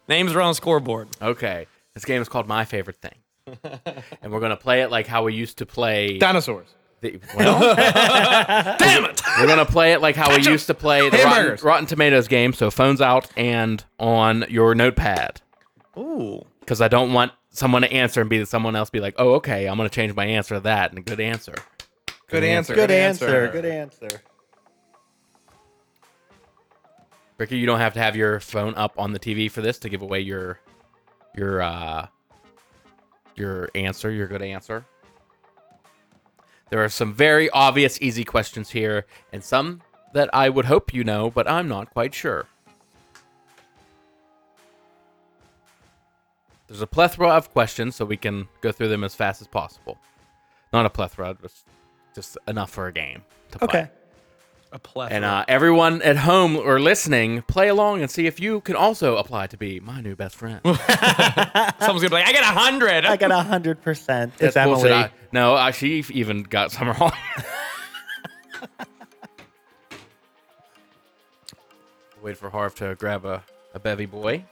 [SPEAKER 1] Names are on the scoreboard.
[SPEAKER 2] Okay. This game is called My Favorite Thing. and we're gonna play it like how we used to play.
[SPEAKER 4] Dinosaurs.
[SPEAKER 2] The, well,
[SPEAKER 1] Damn it!
[SPEAKER 2] we're gonna play it like how we used to play the Rotten,
[SPEAKER 4] Hamburgers.
[SPEAKER 2] Rotten Tomatoes game. So phones out and on your notepad,
[SPEAKER 1] Ooh.
[SPEAKER 2] because I don't want someone to answer and be someone else be like, oh, okay, I'm gonna change my answer to that and a good answer.
[SPEAKER 4] Good answer.
[SPEAKER 3] Good answer. Good answer.
[SPEAKER 2] Ricky, you don't have to have your phone up on the TV for this to give away your your uh your answer, your good answer. There are some very obvious easy questions here and some that I would hope you know, but I'm not quite sure. There's a plethora of questions so we can go through them as fast as possible. Not a plethora, just just enough for a game to play.
[SPEAKER 3] Okay.
[SPEAKER 1] A plethora.
[SPEAKER 2] And uh, everyone at home or listening, play along and see if you can also apply to be my new best (laughs) friend.
[SPEAKER 1] Someone's gonna be like, I got a hundred.
[SPEAKER 3] I got hundred percent. It's
[SPEAKER 2] bullshit.
[SPEAKER 3] Emily.
[SPEAKER 2] I- no, I, she even got some (laughs) wrong. Wait for Harv to grab a, a bevy boy.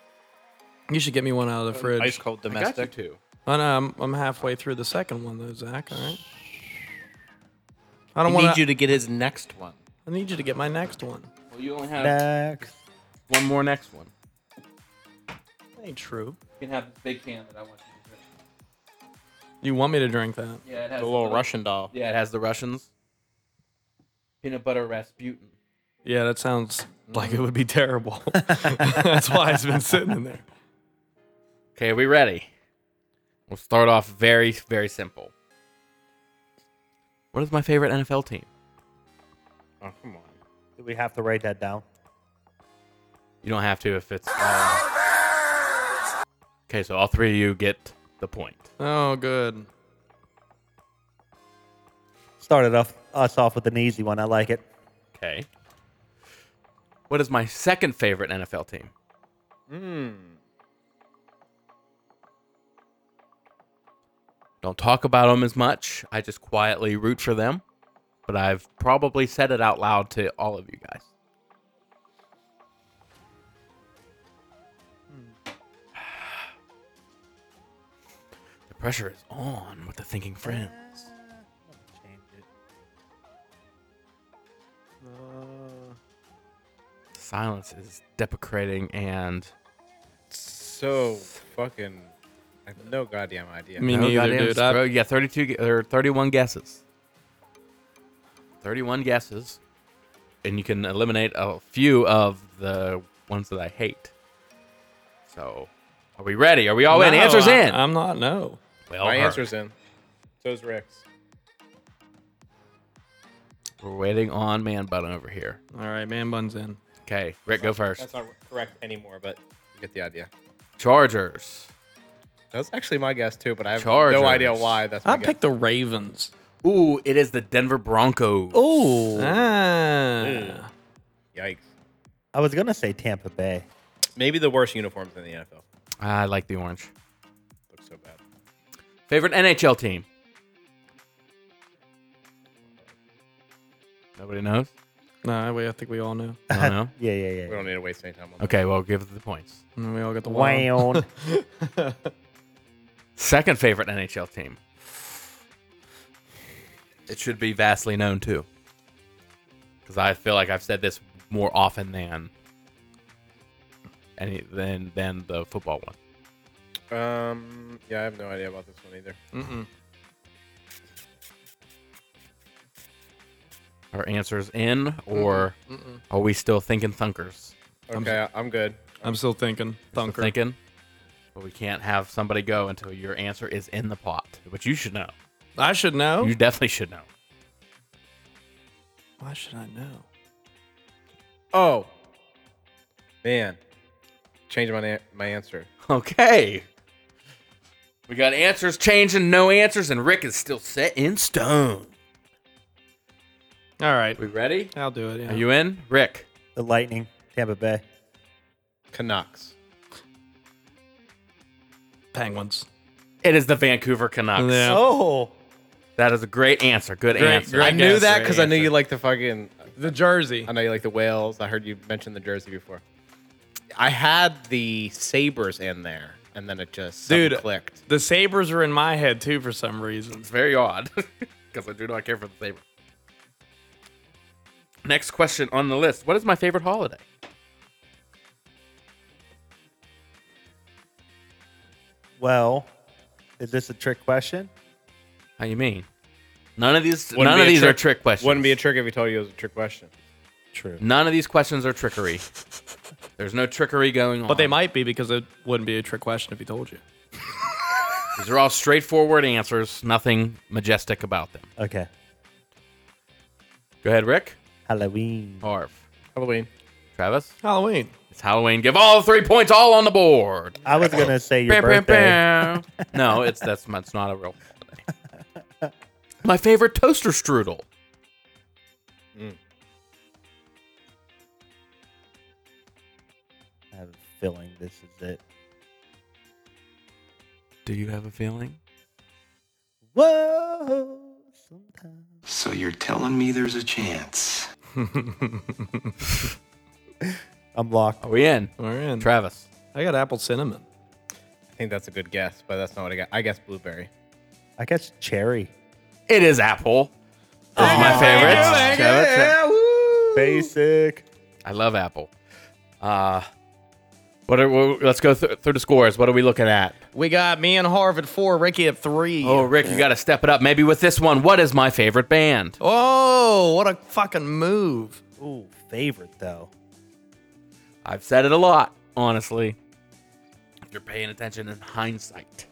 [SPEAKER 1] You should get me one out of the fridge.
[SPEAKER 4] Ice cold domestic.
[SPEAKER 2] too.
[SPEAKER 1] I know. I'm, I'm halfway through the second one though, Zach. All right. I
[SPEAKER 4] I
[SPEAKER 1] don't want
[SPEAKER 4] need you to get his next one.
[SPEAKER 1] I need you to get my next one.
[SPEAKER 2] Well, you only have
[SPEAKER 3] Next.
[SPEAKER 2] one more next one.
[SPEAKER 1] That ain't true.
[SPEAKER 2] You can have this big can that I want you to drink.
[SPEAKER 1] You want me to drink that?
[SPEAKER 2] Yeah, it has
[SPEAKER 4] The little Russian doll.
[SPEAKER 2] Yeah, it has the Russians. Peanut butter Rasputin.
[SPEAKER 1] Yeah, that sounds (laughs) like it would be terrible. (laughs) That's why it's been sitting in there.
[SPEAKER 2] Okay, are we ready? We'll start off very, very simple. What is my favorite NFL team?
[SPEAKER 4] Oh, come on.
[SPEAKER 3] Do we have to write that down?
[SPEAKER 2] You don't have to if it's. uh, Okay, so all three of you get the point.
[SPEAKER 1] Oh, good.
[SPEAKER 3] Started off us off with an easy one. I like it.
[SPEAKER 2] Okay. What is my second favorite NFL team? Hmm. Don't talk about them as much. I just quietly root for them, but I've probably said it out loud to all of you guys. The pressure is on with the thinking friends. Silence is deprecating and
[SPEAKER 4] So fucking. I have no goddamn idea.
[SPEAKER 1] Me
[SPEAKER 2] No
[SPEAKER 1] neither,
[SPEAKER 2] goddamn
[SPEAKER 1] dude.
[SPEAKER 2] bro.
[SPEAKER 1] I,
[SPEAKER 2] You got 32 gu- or 31 guesses. 31 guesses. And you can eliminate a few of the ones that I hate. So, are we ready? Are we all in?
[SPEAKER 1] No,
[SPEAKER 2] Answers
[SPEAKER 1] I-
[SPEAKER 2] in.
[SPEAKER 1] I'm not. No.
[SPEAKER 2] well,
[SPEAKER 4] My
[SPEAKER 2] her.
[SPEAKER 4] answer's in. So's Rick's.
[SPEAKER 2] We're waiting on man button over here.
[SPEAKER 1] All right, man, buns in.
[SPEAKER 2] Okay, Rick, go first.
[SPEAKER 4] That's not correct anymore, but you get the idea.
[SPEAKER 2] Chargers.
[SPEAKER 4] That's actually my guess too, but I have
[SPEAKER 2] Chargers.
[SPEAKER 4] no idea why. That's my
[SPEAKER 1] I
[SPEAKER 4] guess.
[SPEAKER 1] picked the Ravens.
[SPEAKER 2] Ooh, it is the Denver Broncos.
[SPEAKER 3] Oh,
[SPEAKER 1] Ah.
[SPEAKER 4] Yikes!
[SPEAKER 3] I was gonna say Tampa Bay.
[SPEAKER 4] Maybe the worst uniforms in the NFL.
[SPEAKER 2] I like the orange.
[SPEAKER 4] Looks so bad.
[SPEAKER 2] Favorite NHL team? Nobody knows?
[SPEAKER 1] No, we, I think we all know.
[SPEAKER 2] I don't know.
[SPEAKER 3] Yeah, yeah, yeah.
[SPEAKER 4] We don't need to waste any time on that.
[SPEAKER 2] Okay, well, give the points.
[SPEAKER 1] And we all got the wild.
[SPEAKER 2] (laughs)
[SPEAKER 3] Wow.
[SPEAKER 2] Second favorite NHL team. It should be vastly known too, because I feel like I've said this more often than any than than the football one.
[SPEAKER 4] Um. Yeah, I have no idea about this one either.
[SPEAKER 2] Are answers in, or are we still thinking thunkers?
[SPEAKER 4] Okay, I'm, good.
[SPEAKER 1] I'm still thinking.
[SPEAKER 2] Still
[SPEAKER 1] Thunker.
[SPEAKER 2] Thinking, but we can't have somebody go until your answer is in the pot, which you should know.
[SPEAKER 1] I should know.
[SPEAKER 2] You definitely should know.
[SPEAKER 1] Why should I know?
[SPEAKER 4] Oh, man, change my na- my answer.
[SPEAKER 2] Okay. We got answers changing, no answers, and Rick is still set in stone.
[SPEAKER 1] All right.
[SPEAKER 2] We ready?
[SPEAKER 1] I'll do it. Yeah.
[SPEAKER 2] Are you in? Rick.
[SPEAKER 3] the Lightning, Tampa Bay.
[SPEAKER 4] Canucks.
[SPEAKER 1] Penguins?
[SPEAKER 2] It is the Vancouver Canucks.
[SPEAKER 1] Yeah.
[SPEAKER 3] Oh,
[SPEAKER 2] That is a great answer. Good answer.
[SPEAKER 1] great
[SPEAKER 4] I knew
[SPEAKER 1] guess,
[SPEAKER 4] that
[SPEAKER 1] right
[SPEAKER 4] because I knew
[SPEAKER 1] answer.
[SPEAKER 4] you like the fucking.
[SPEAKER 1] The jersey.
[SPEAKER 4] I know you like the whales. I heard you mention the jersey before. I had the sabers in there, and then it just something
[SPEAKER 1] Dude.
[SPEAKER 4] clicked.
[SPEAKER 1] The Sabres are in my head too for some reason.
[SPEAKER 2] It's very odd (laughs) because I do not care for the Sabres. Next question on the list What is my favorite holiday?
[SPEAKER 3] well, is this a trick question?
[SPEAKER 2] How you mean? None of these
[SPEAKER 4] Wouldn't
[SPEAKER 2] none
[SPEAKER 4] be
[SPEAKER 2] of
[SPEAKER 4] a
[SPEAKER 2] these are trick questions.
[SPEAKER 4] Wouldn't be a trick if you told you it was a trick question.
[SPEAKER 3] True.
[SPEAKER 2] none of these questions are trickery. There's no trickery going on.
[SPEAKER 1] But they might be because it wouldn't be a trick question if he told you.
[SPEAKER 2] These are all straightforward answers, nothing majestic about them.
[SPEAKER 3] Okay.
[SPEAKER 2] Go ahead, Rick.
[SPEAKER 3] Halloween.
[SPEAKER 2] Harv.
[SPEAKER 4] Halloween.
[SPEAKER 2] Travis.
[SPEAKER 1] Halloween.
[SPEAKER 2] It's Halloween. Give all three points all on the board.
[SPEAKER 3] I
[SPEAKER 2] (laughs)
[SPEAKER 3] was gonna say your
[SPEAKER 2] Bam, bam,
[SPEAKER 3] birthday.
[SPEAKER 2] bam. (laughs) no, it's that's that's not a real holiday. My favorite toaster strudel.
[SPEAKER 3] I have a feeling this is it.
[SPEAKER 2] Do you have a feeling?
[SPEAKER 3] Whoa. Sometimes.
[SPEAKER 6] So you're telling me there's a chance?
[SPEAKER 3] I'm locked.
[SPEAKER 2] Are we in?
[SPEAKER 1] We're in.
[SPEAKER 2] Travis.
[SPEAKER 1] I got apple cinnamon.
[SPEAKER 4] I think that's a good guess, but that's not what I got. I guess blueberry.
[SPEAKER 3] I guess cherry.
[SPEAKER 2] It is apple. It's my favorite. Travis,
[SPEAKER 3] Basic.
[SPEAKER 2] I love apple. Uh what are, well, let's go th- through the scores. What are we looking at?
[SPEAKER 1] We got me and Harv at four, Ricky at three.
[SPEAKER 2] Oh,
[SPEAKER 1] Oh,
[SPEAKER 2] Rick, you got to step it up. Maybe with this one, what is my favorite band?
[SPEAKER 1] Oh, what a fucking move.
[SPEAKER 3] Ooh, favorite though.
[SPEAKER 2] I've said it a lot, honestly. If you're paying attention in hindsight.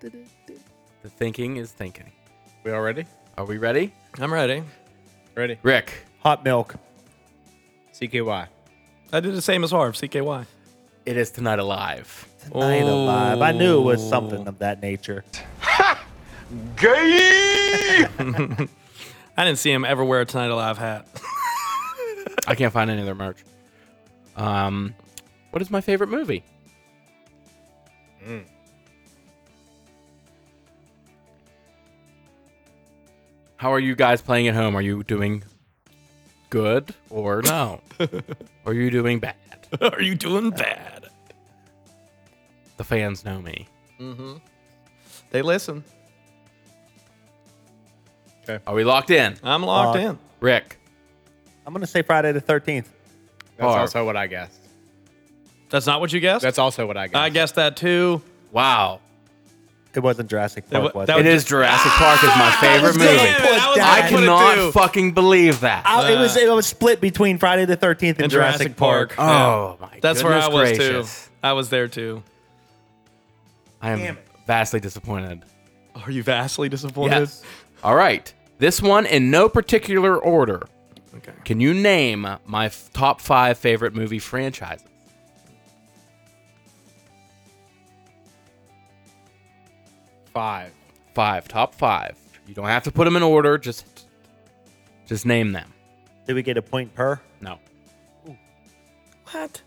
[SPEAKER 2] The thinking is thinking.
[SPEAKER 4] We all ready?
[SPEAKER 2] Are we ready?
[SPEAKER 1] I'm ready.
[SPEAKER 4] Ready.
[SPEAKER 2] Rick,
[SPEAKER 3] Hot milk.
[SPEAKER 4] CKY.
[SPEAKER 1] I did the same as Harv, CKY.
[SPEAKER 2] it is Tonight Alive.
[SPEAKER 3] Tonight alive. I knew it was something of that nature.
[SPEAKER 1] I didn't see him ever wear a Tonight Alive hat. (laughs)
[SPEAKER 2] I can't find any of their merch. Um, what is my favorite movie?
[SPEAKER 4] Hmm.
[SPEAKER 2] How are you guys playing at home? Are you doing good or
[SPEAKER 4] (laughs)
[SPEAKER 2] no? are you doing bad?
[SPEAKER 1] Are you doing bad?
[SPEAKER 2] The fans know me.
[SPEAKER 1] They listen.
[SPEAKER 2] Are we locked in?
[SPEAKER 1] I'm locked in.
[SPEAKER 2] Rick,
[SPEAKER 3] I'm gonna say Friday the thirteenth.
[SPEAKER 4] That's
[SPEAKER 2] Barb.
[SPEAKER 4] also what I guessed.
[SPEAKER 1] That's not what you guessed?
[SPEAKER 4] That's also what I guessed.
[SPEAKER 1] I guessed that too.
[SPEAKER 2] wow.
[SPEAKER 3] It wasn't Jurassic
[SPEAKER 1] wa-
[SPEAKER 3] Park, was
[SPEAKER 1] that
[SPEAKER 3] it?
[SPEAKER 2] It is Jurassic Park is my
[SPEAKER 4] (laughs)
[SPEAKER 2] favorite
[SPEAKER 1] Damn
[SPEAKER 2] movie.
[SPEAKER 1] it, I was gonna
[SPEAKER 2] I
[SPEAKER 1] put it too.
[SPEAKER 2] cannot fucking believe that.
[SPEAKER 3] I- it was it was split between Friday the thirteenth and,
[SPEAKER 1] in Jurassic, Park.
[SPEAKER 2] oh my
[SPEAKER 1] That's where I
[SPEAKER 2] goodness
[SPEAKER 1] was
[SPEAKER 2] gracious.
[SPEAKER 1] too. I was there too.
[SPEAKER 2] I am vastly disappointed.
[SPEAKER 1] Are you vastly disappointed?
[SPEAKER 2] All right. This one in no particular order.
[SPEAKER 1] Okay.
[SPEAKER 2] Can you name my f- top five favorite movie franchises?
[SPEAKER 4] Five.
[SPEAKER 2] Five. Top five. You don't have to put them in order. Just, just name them.
[SPEAKER 3] Did we get a point per?
[SPEAKER 2] No.
[SPEAKER 1] What?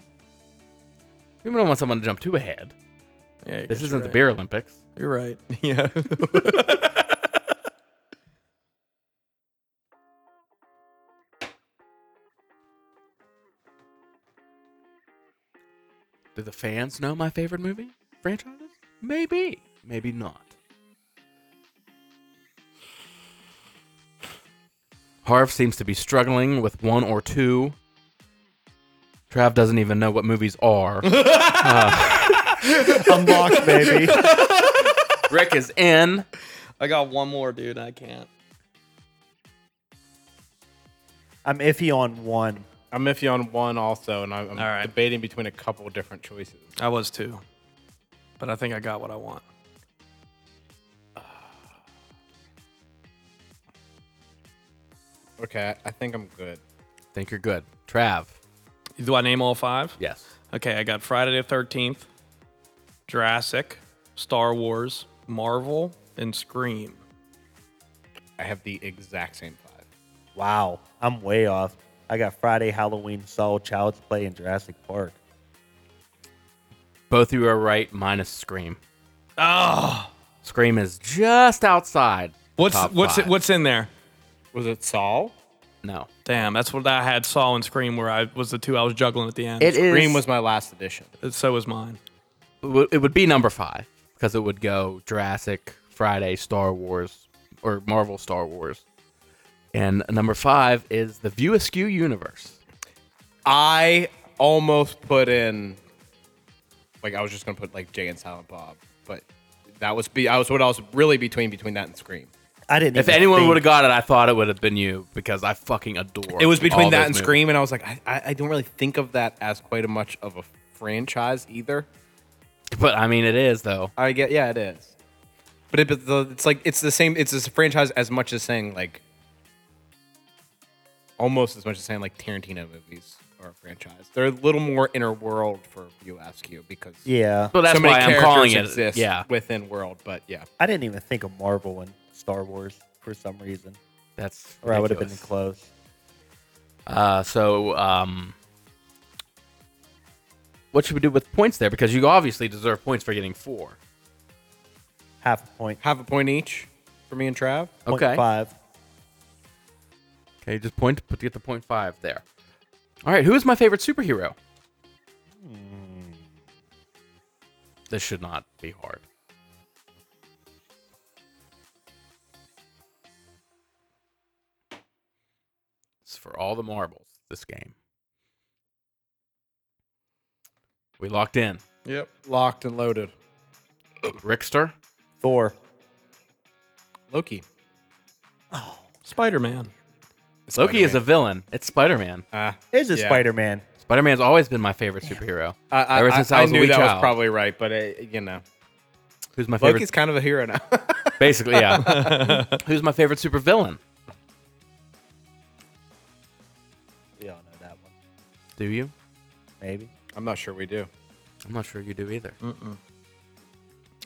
[SPEAKER 2] We don't want someone to jump too ahead.
[SPEAKER 1] Yeah, I guess
[SPEAKER 2] This
[SPEAKER 1] you're
[SPEAKER 2] isn't the
[SPEAKER 1] right.
[SPEAKER 2] Beer Olympics.
[SPEAKER 1] You're right. (laughs) Yeah.
[SPEAKER 2] (laughs) Do the fans know my favorite movie franchises? Maybe. Maybe not. Harv seems to be struggling with one or two. Trav doesn't even know what movies
[SPEAKER 1] (laughs)
[SPEAKER 2] are.
[SPEAKER 3] Unlocked, baby. (laughs)
[SPEAKER 2] Rick is in.
[SPEAKER 1] I got one more, dude. I can't.
[SPEAKER 3] I'm iffy on one.
[SPEAKER 4] I'm iffy on one also, and I'm, I'm
[SPEAKER 1] All right.
[SPEAKER 4] debating between a couple different choices.
[SPEAKER 1] I was too. But I think I got what I want.
[SPEAKER 4] Okay, I think I'm good.
[SPEAKER 2] Think you're good. Trav.
[SPEAKER 1] Do I name all five?
[SPEAKER 2] Yes.
[SPEAKER 1] Okay, I got Friday the 13th, Jurassic, Star Wars, Marvel, and Scream.
[SPEAKER 4] I have the exact same five.
[SPEAKER 3] Wow, I'm way off. I got Friday, Halloween, Soul, Child's Play, and Jurassic Park.
[SPEAKER 2] Both of you are right, minus Scream.
[SPEAKER 1] Oh,
[SPEAKER 2] Scream is just outside.
[SPEAKER 1] what's
[SPEAKER 2] top
[SPEAKER 1] what's
[SPEAKER 2] five.
[SPEAKER 1] it, what's in there?
[SPEAKER 4] Was it Saul?
[SPEAKER 2] No.
[SPEAKER 1] Damn, that's what I had Saw and Scream where I was the two I was juggling at the end.
[SPEAKER 2] It is.
[SPEAKER 4] Green was my last edition.
[SPEAKER 1] so was mine.
[SPEAKER 2] w- it would be number five because it would go Jurassic, Friday, Star Wars, or Marvel Star Wars. And number five is the View Askew universe.
[SPEAKER 4] I almost put in, like, I was just gonna put like Jay and Silent Bob, but that was be I was what I was really between between that and Scream.
[SPEAKER 3] I didn't.
[SPEAKER 2] If
[SPEAKER 3] even
[SPEAKER 2] anyone
[SPEAKER 3] think-
[SPEAKER 2] would have got it, I thought it would have been you because I fucking adore.
[SPEAKER 4] It was between
[SPEAKER 2] all
[SPEAKER 4] that
[SPEAKER 2] those
[SPEAKER 4] and
[SPEAKER 2] movies.
[SPEAKER 4] Scream, and I was like, I, I, I don't really think of that as quite a much of a franchise either.
[SPEAKER 2] but I mean, it is though.
[SPEAKER 4] I get, yeah, it is. But, it, but the, it's like it's the same. It's a franchise as much as saying like, almost as much as saying like Tarantino movies are a franchise. They're a little more inner world for USQ because
[SPEAKER 3] yeah,
[SPEAKER 2] So that's
[SPEAKER 4] so many
[SPEAKER 2] why I'm
[SPEAKER 4] characters
[SPEAKER 2] calling it.
[SPEAKER 4] exist
[SPEAKER 2] Yeah,
[SPEAKER 4] within world. But yeah,
[SPEAKER 3] I didn't even think of Marvel and Star Wars for some reason,
[SPEAKER 2] that's.
[SPEAKER 3] or I would have been
[SPEAKER 2] ridiculous.
[SPEAKER 3] close.
[SPEAKER 2] Uh, so, um, what should we do with points there? Because you obviously deserve points for getting four.
[SPEAKER 3] Half a point.
[SPEAKER 4] half a point each for me and Trav.
[SPEAKER 3] Point
[SPEAKER 2] Okay.
[SPEAKER 3] Five.
[SPEAKER 2] Okay, just point put to get the point five there. All right, who is my favorite superhero?
[SPEAKER 3] Hmm.
[SPEAKER 2] This should not be hard. points for all the marbles this game. We locked in.
[SPEAKER 7] Yep.
[SPEAKER 4] Locked and loaded.
[SPEAKER 2] Rickster,
[SPEAKER 3] Thor.
[SPEAKER 4] Loki.
[SPEAKER 1] Spider Man.
[SPEAKER 2] Loki is a villain. It's Spider Man.
[SPEAKER 4] Uh,
[SPEAKER 3] Is a
[SPEAKER 4] Yeah.
[SPEAKER 3] Spider Man.
[SPEAKER 2] Spider Man's always been my favorite superhero.
[SPEAKER 4] I, I,
[SPEAKER 2] Ever since I was a
[SPEAKER 4] knew
[SPEAKER 2] wee
[SPEAKER 4] that
[SPEAKER 2] child.
[SPEAKER 4] was probably right, but uh you know,
[SPEAKER 2] Who's my favorite?
[SPEAKER 4] Loki's kind of a hero now.
[SPEAKER 2] (laughs)
[SPEAKER 4] (laughs)
[SPEAKER 2] Basically, yeah. (laughs) Who's my favorite supervillain?
[SPEAKER 3] We all know that one.
[SPEAKER 2] Do you?
[SPEAKER 3] Maybe.
[SPEAKER 4] I'm not sure we do.
[SPEAKER 2] I'm not sure you do either.
[SPEAKER 4] Mm.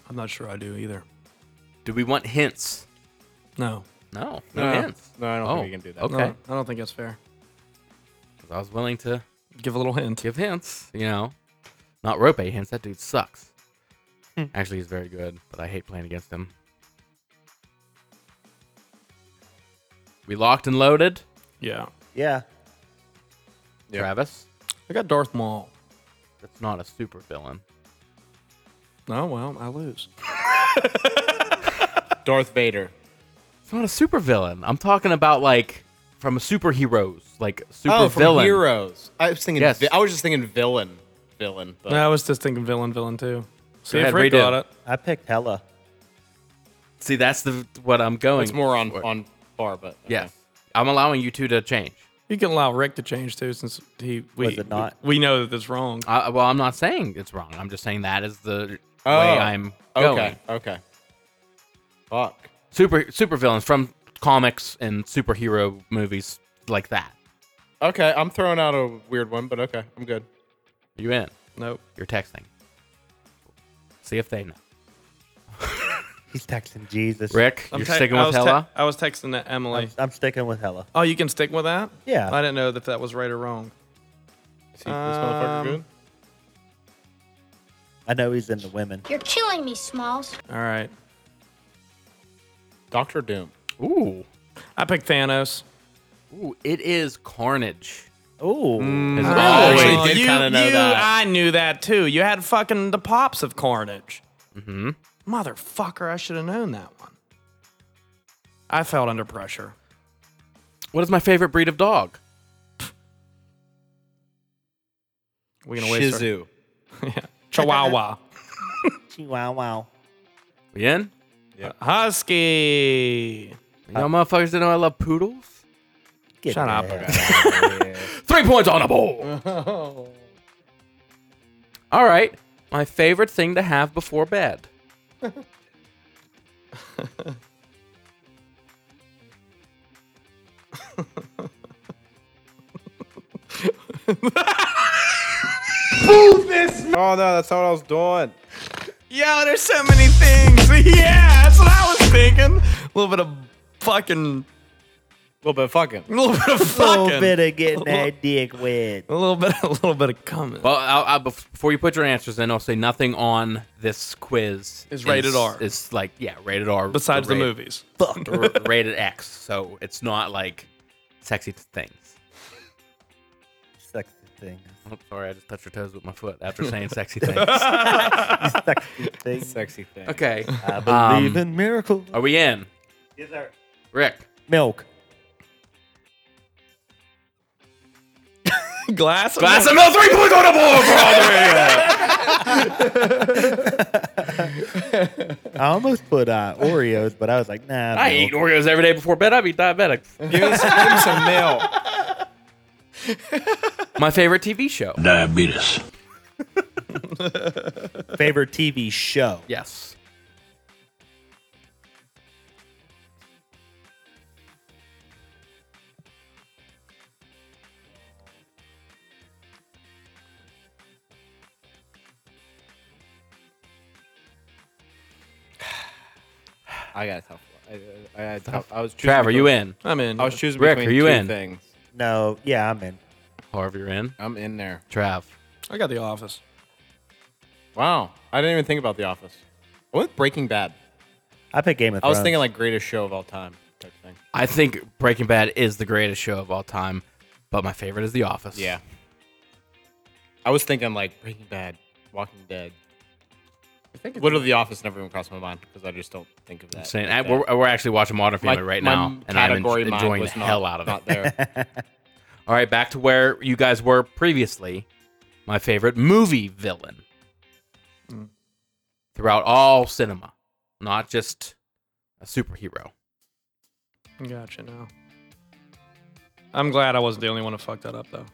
[SPEAKER 1] I'm not sure I do either.
[SPEAKER 2] Do we want hints?
[SPEAKER 1] No.
[SPEAKER 2] No, no,
[SPEAKER 4] No.
[SPEAKER 2] hints.
[SPEAKER 4] No, I don't think we can do that.
[SPEAKER 2] Okay,
[SPEAKER 1] No, I don't think that's fair.
[SPEAKER 2] 'Cause I was willing to
[SPEAKER 1] Give a little hint.
[SPEAKER 2] give hints. You know, not rope hints. That dude sucks.
[SPEAKER 4] Hmm.
[SPEAKER 2] Actually, he's very good, but I hate playing against him. We locked and loaded,
[SPEAKER 1] Yeah.
[SPEAKER 3] Yeah.
[SPEAKER 4] Yeah.
[SPEAKER 2] Travis.
[SPEAKER 1] I got Darth Maul.
[SPEAKER 2] That's not a super villain.
[SPEAKER 1] Oh, well, I lose.
[SPEAKER 4] Darth Vader.
[SPEAKER 2] It's not a super villain. I'm talking about like from superheroes, like super
[SPEAKER 4] oh, from
[SPEAKER 2] villain.
[SPEAKER 4] Heroes. I was thinking.
[SPEAKER 2] Yes.
[SPEAKER 4] vi- I was just thinking villain. Villain. But
[SPEAKER 1] I was just thinking villain, villain too. See
[SPEAKER 2] ahead,
[SPEAKER 1] if Rick
[SPEAKER 2] redo.
[SPEAKER 1] got it.
[SPEAKER 3] I picked Hella. (laughs)
[SPEAKER 2] See, that's the what I'm going.
[SPEAKER 4] it's more on on bar, but okay.
[SPEAKER 2] (laughs) Yes, I'm allowing you two to change.
[SPEAKER 1] You can allow Rick to change too, since he we
[SPEAKER 3] Was it not?
[SPEAKER 1] we know that it's wrong.
[SPEAKER 2] I, well, I'm not saying it's wrong. I'm just saying that is the
[SPEAKER 4] Oh,
[SPEAKER 2] way I'm going.
[SPEAKER 4] Okay. Okay. Fuck.
[SPEAKER 2] Super super villains from comics and superhero movies like that.
[SPEAKER 4] Okay, I'm throwing out a weird one, but okay, I'm good.
[SPEAKER 2] Are you in?
[SPEAKER 1] Nope.
[SPEAKER 2] You're texting. See if they know.
[SPEAKER 3] He's texting Jesus.
[SPEAKER 2] Rick,
[SPEAKER 1] I'm
[SPEAKER 2] you're
[SPEAKER 1] te-
[SPEAKER 2] sticking
[SPEAKER 1] I
[SPEAKER 2] with
[SPEAKER 1] was te-
[SPEAKER 2] Hella.
[SPEAKER 1] I was texting to Emily.
[SPEAKER 3] I'm, I'm sticking with Hella.
[SPEAKER 1] oh, you can stick with that?
[SPEAKER 3] Yeah.
[SPEAKER 1] I didn't know if that was right or wrong.
[SPEAKER 4] Is he, this motherfucker
[SPEAKER 1] Um,
[SPEAKER 4] good?
[SPEAKER 3] I know he's into women.
[SPEAKER 8] You're killing me, Smalls.
[SPEAKER 1] All right.
[SPEAKER 4] Doctor Doom.
[SPEAKER 2] Ooh,
[SPEAKER 1] I picked Thanos.
[SPEAKER 2] ooh, it is Carnage.
[SPEAKER 3] Ooh.
[SPEAKER 1] Oh,
[SPEAKER 2] 'Cause
[SPEAKER 4] I
[SPEAKER 2] always-
[SPEAKER 4] actually did
[SPEAKER 1] Mm. you-
[SPEAKER 4] kinda know
[SPEAKER 1] you-
[SPEAKER 4] that.
[SPEAKER 1] I knew that too. You had fucking the pops of Carnage. Mm-hmm. Motherfucker, I should have known that one. I felt under pressure.
[SPEAKER 2] what is my favorite breed of dog?
[SPEAKER 1] We're gonna waste our-
[SPEAKER 4] Shizu.
[SPEAKER 1] Chihuahua.
[SPEAKER 3] Wow, wow.
[SPEAKER 2] We in?
[SPEAKER 1] Husky.
[SPEAKER 2] Y'all motherfuckers didn't know I love poodles.
[SPEAKER 3] Get
[SPEAKER 1] Shut up.
[SPEAKER 3] that.
[SPEAKER 2] Three points on the board.
[SPEAKER 1] (laughs)
[SPEAKER 2] All right. My favorite thing to have before bed.
[SPEAKER 4] Oh no, that's not what I was doing.
[SPEAKER 1] Yeah, there's so many things. (laughs) Yeah, that's what I was thinking. A little bit of fucking. (laughs)
[SPEAKER 4] A little bit fucking. (laughs)
[SPEAKER 1] A little bit of
[SPEAKER 3] little
[SPEAKER 1] fucking.
[SPEAKER 3] bit of getting that dick wet.
[SPEAKER 1] A little bit. (laughs) A little bit of coming.
[SPEAKER 2] Well, I'll, I'll, bef- before you put your answers in, I'll say nothing on this quiz
[SPEAKER 1] Is rated R.
[SPEAKER 2] It's like yeah, rated R.
[SPEAKER 1] Besides the
[SPEAKER 2] ra-
[SPEAKER 1] movies.
[SPEAKER 2] r- rated X. So it's not like sexy things.
[SPEAKER 3] Sexy thing.
[SPEAKER 2] I'm sorry, I just touched your toes with my foot after
[SPEAKER 1] (laughs)
[SPEAKER 2] saying sexy things.
[SPEAKER 3] Sexy thing.
[SPEAKER 4] Sexy thing.
[SPEAKER 2] Okay,
[SPEAKER 3] I believe
[SPEAKER 2] Um,
[SPEAKER 3] in miracles.
[SPEAKER 2] are we in?
[SPEAKER 3] Yes, sir.
[SPEAKER 2] Rick,
[SPEAKER 3] Milk.
[SPEAKER 1] Glass. of
[SPEAKER 2] glass of milk, three points on the board for all three.
[SPEAKER 1] (laughs)
[SPEAKER 3] I almost put uh, Oreos, but I was like, nah.
[SPEAKER 2] I
[SPEAKER 3] milk.
[SPEAKER 2] eat Oreos every day before bed. I be diabetic.
[SPEAKER 4] Give him some, give him some milk.
[SPEAKER 2] My favorite TV show.
[SPEAKER 7] Diabetes.
[SPEAKER 3] Favorite TV show.
[SPEAKER 2] Yes.
[SPEAKER 4] I got a tough one. I, I, I, tough. I was choosing.
[SPEAKER 2] Trav, are you
[SPEAKER 4] between-
[SPEAKER 2] in?
[SPEAKER 1] I'm in.
[SPEAKER 4] I was choosing
[SPEAKER 2] Rick,
[SPEAKER 4] between
[SPEAKER 2] are you
[SPEAKER 4] two
[SPEAKER 2] in?
[SPEAKER 4] things.
[SPEAKER 3] No, yeah, I'm in.
[SPEAKER 2] Harv, you're in.
[SPEAKER 4] I'm in there.
[SPEAKER 2] Trav.
[SPEAKER 1] I got the office.
[SPEAKER 4] Wow, I didn't even think about The Office. I went with Breaking Bad.
[SPEAKER 3] I picked Game
[SPEAKER 4] I
[SPEAKER 3] of Thrones.
[SPEAKER 4] was thinking like greatest show of all time type thing.
[SPEAKER 2] I think Breaking Bad is the greatest show of all time, but my favorite is The Office.
[SPEAKER 4] Yeah. I was thinking like Breaking Bad, Walking Dead. I think literally The Office never even crossed my mind because I just don't think of that.
[SPEAKER 2] I'm saying
[SPEAKER 4] like
[SPEAKER 2] I,
[SPEAKER 4] that.
[SPEAKER 2] we're, we're actually watching Modern Family
[SPEAKER 4] My-
[SPEAKER 2] right
[SPEAKER 4] my
[SPEAKER 2] now, and I'm en-
[SPEAKER 4] category mind
[SPEAKER 2] enjoying the
[SPEAKER 4] was not-
[SPEAKER 2] (laughs) hell out of it.
[SPEAKER 4] Not there.
[SPEAKER 2] All right, back to where you guys were previously. My favorite movie villain Mm. throughout all cinema, not just a superhero.
[SPEAKER 1] Gotcha now. I'm glad I wasn't the only one to fuck that up though.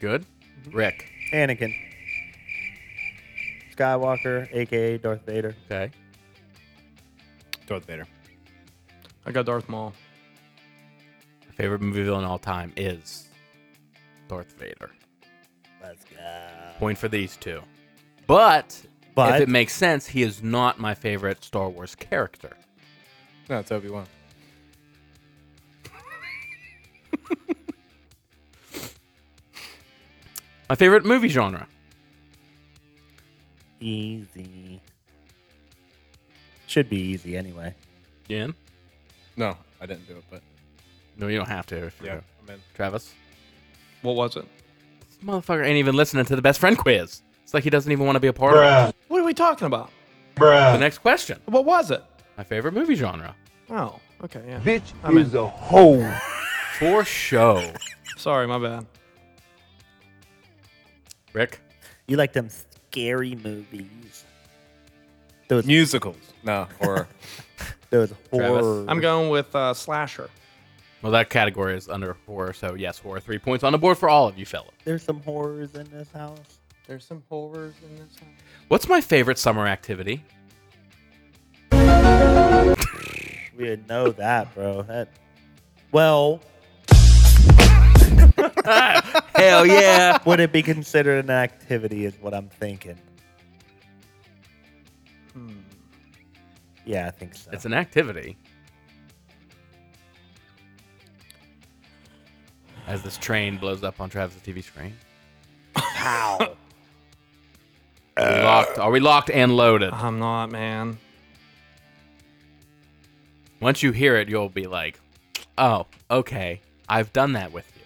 [SPEAKER 2] Good,
[SPEAKER 4] Mm-hmm.
[SPEAKER 2] Rick.
[SPEAKER 3] Anakin. Skywalker, aka Darth Vader.
[SPEAKER 2] Okay,
[SPEAKER 4] Darth Vader.
[SPEAKER 1] I got Darth Maul.
[SPEAKER 2] My favorite movie villain of all time is Darth Vader.
[SPEAKER 3] Let's go.
[SPEAKER 2] Point for these two. But,
[SPEAKER 3] But-
[SPEAKER 2] if it makes sense, he is not my favorite Star Wars character.
[SPEAKER 4] No, it's Obi Wan.
[SPEAKER 2] My favorite movie genre.
[SPEAKER 3] Easy. Should be easy anyway.
[SPEAKER 2] Jen?
[SPEAKER 4] No, I didn't do it, but
[SPEAKER 2] No, you don't have to. If
[SPEAKER 4] yeah,
[SPEAKER 2] you're-
[SPEAKER 4] I'm in.
[SPEAKER 2] Travis?
[SPEAKER 1] What was it?
[SPEAKER 2] This motherfucker ain't even listening to the best friend quiz. It's like he doesn't even want to be a part of it.
[SPEAKER 1] What are we talking about?
[SPEAKER 2] The next question.
[SPEAKER 1] What was it?
[SPEAKER 2] My favorite movie genre.
[SPEAKER 1] Oh, okay, yeah.
[SPEAKER 2] For show.
[SPEAKER 1] Sorry, my bad.
[SPEAKER 2] Rick?
[SPEAKER 3] You like them scary movies. Those,
[SPEAKER 4] Musicals.
[SPEAKER 2] (laughs)
[SPEAKER 4] No, horror.
[SPEAKER 3] those
[SPEAKER 2] Travis?
[SPEAKER 3] horror.
[SPEAKER 1] I'm going with uh, slasher.
[SPEAKER 2] Well, that category is under horror, so yes, horror. Three points on the board for all of you fellas.
[SPEAKER 3] There's some horrors in this house.
[SPEAKER 4] There's some horrors in this one.
[SPEAKER 2] What's my favorite summer activity?
[SPEAKER 3] We would know that, bro. That, well,
[SPEAKER 2] Hell yeah!
[SPEAKER 3] would it be considered an activity? Is what I'm thinking. Yeah, I think so.
[SPEAKER 2] it's an activity. As this train blows up on Travis's TV screen.
[SPEAKER 3] How?
[SPEAKER 2] (laughs) Are we locked? Are we locked and loaded?
[SPEAKER 1] I'm not, man.
[SPEAKER 2] Once you hear it, you'll be like, "Oh, okay, I've done that with you."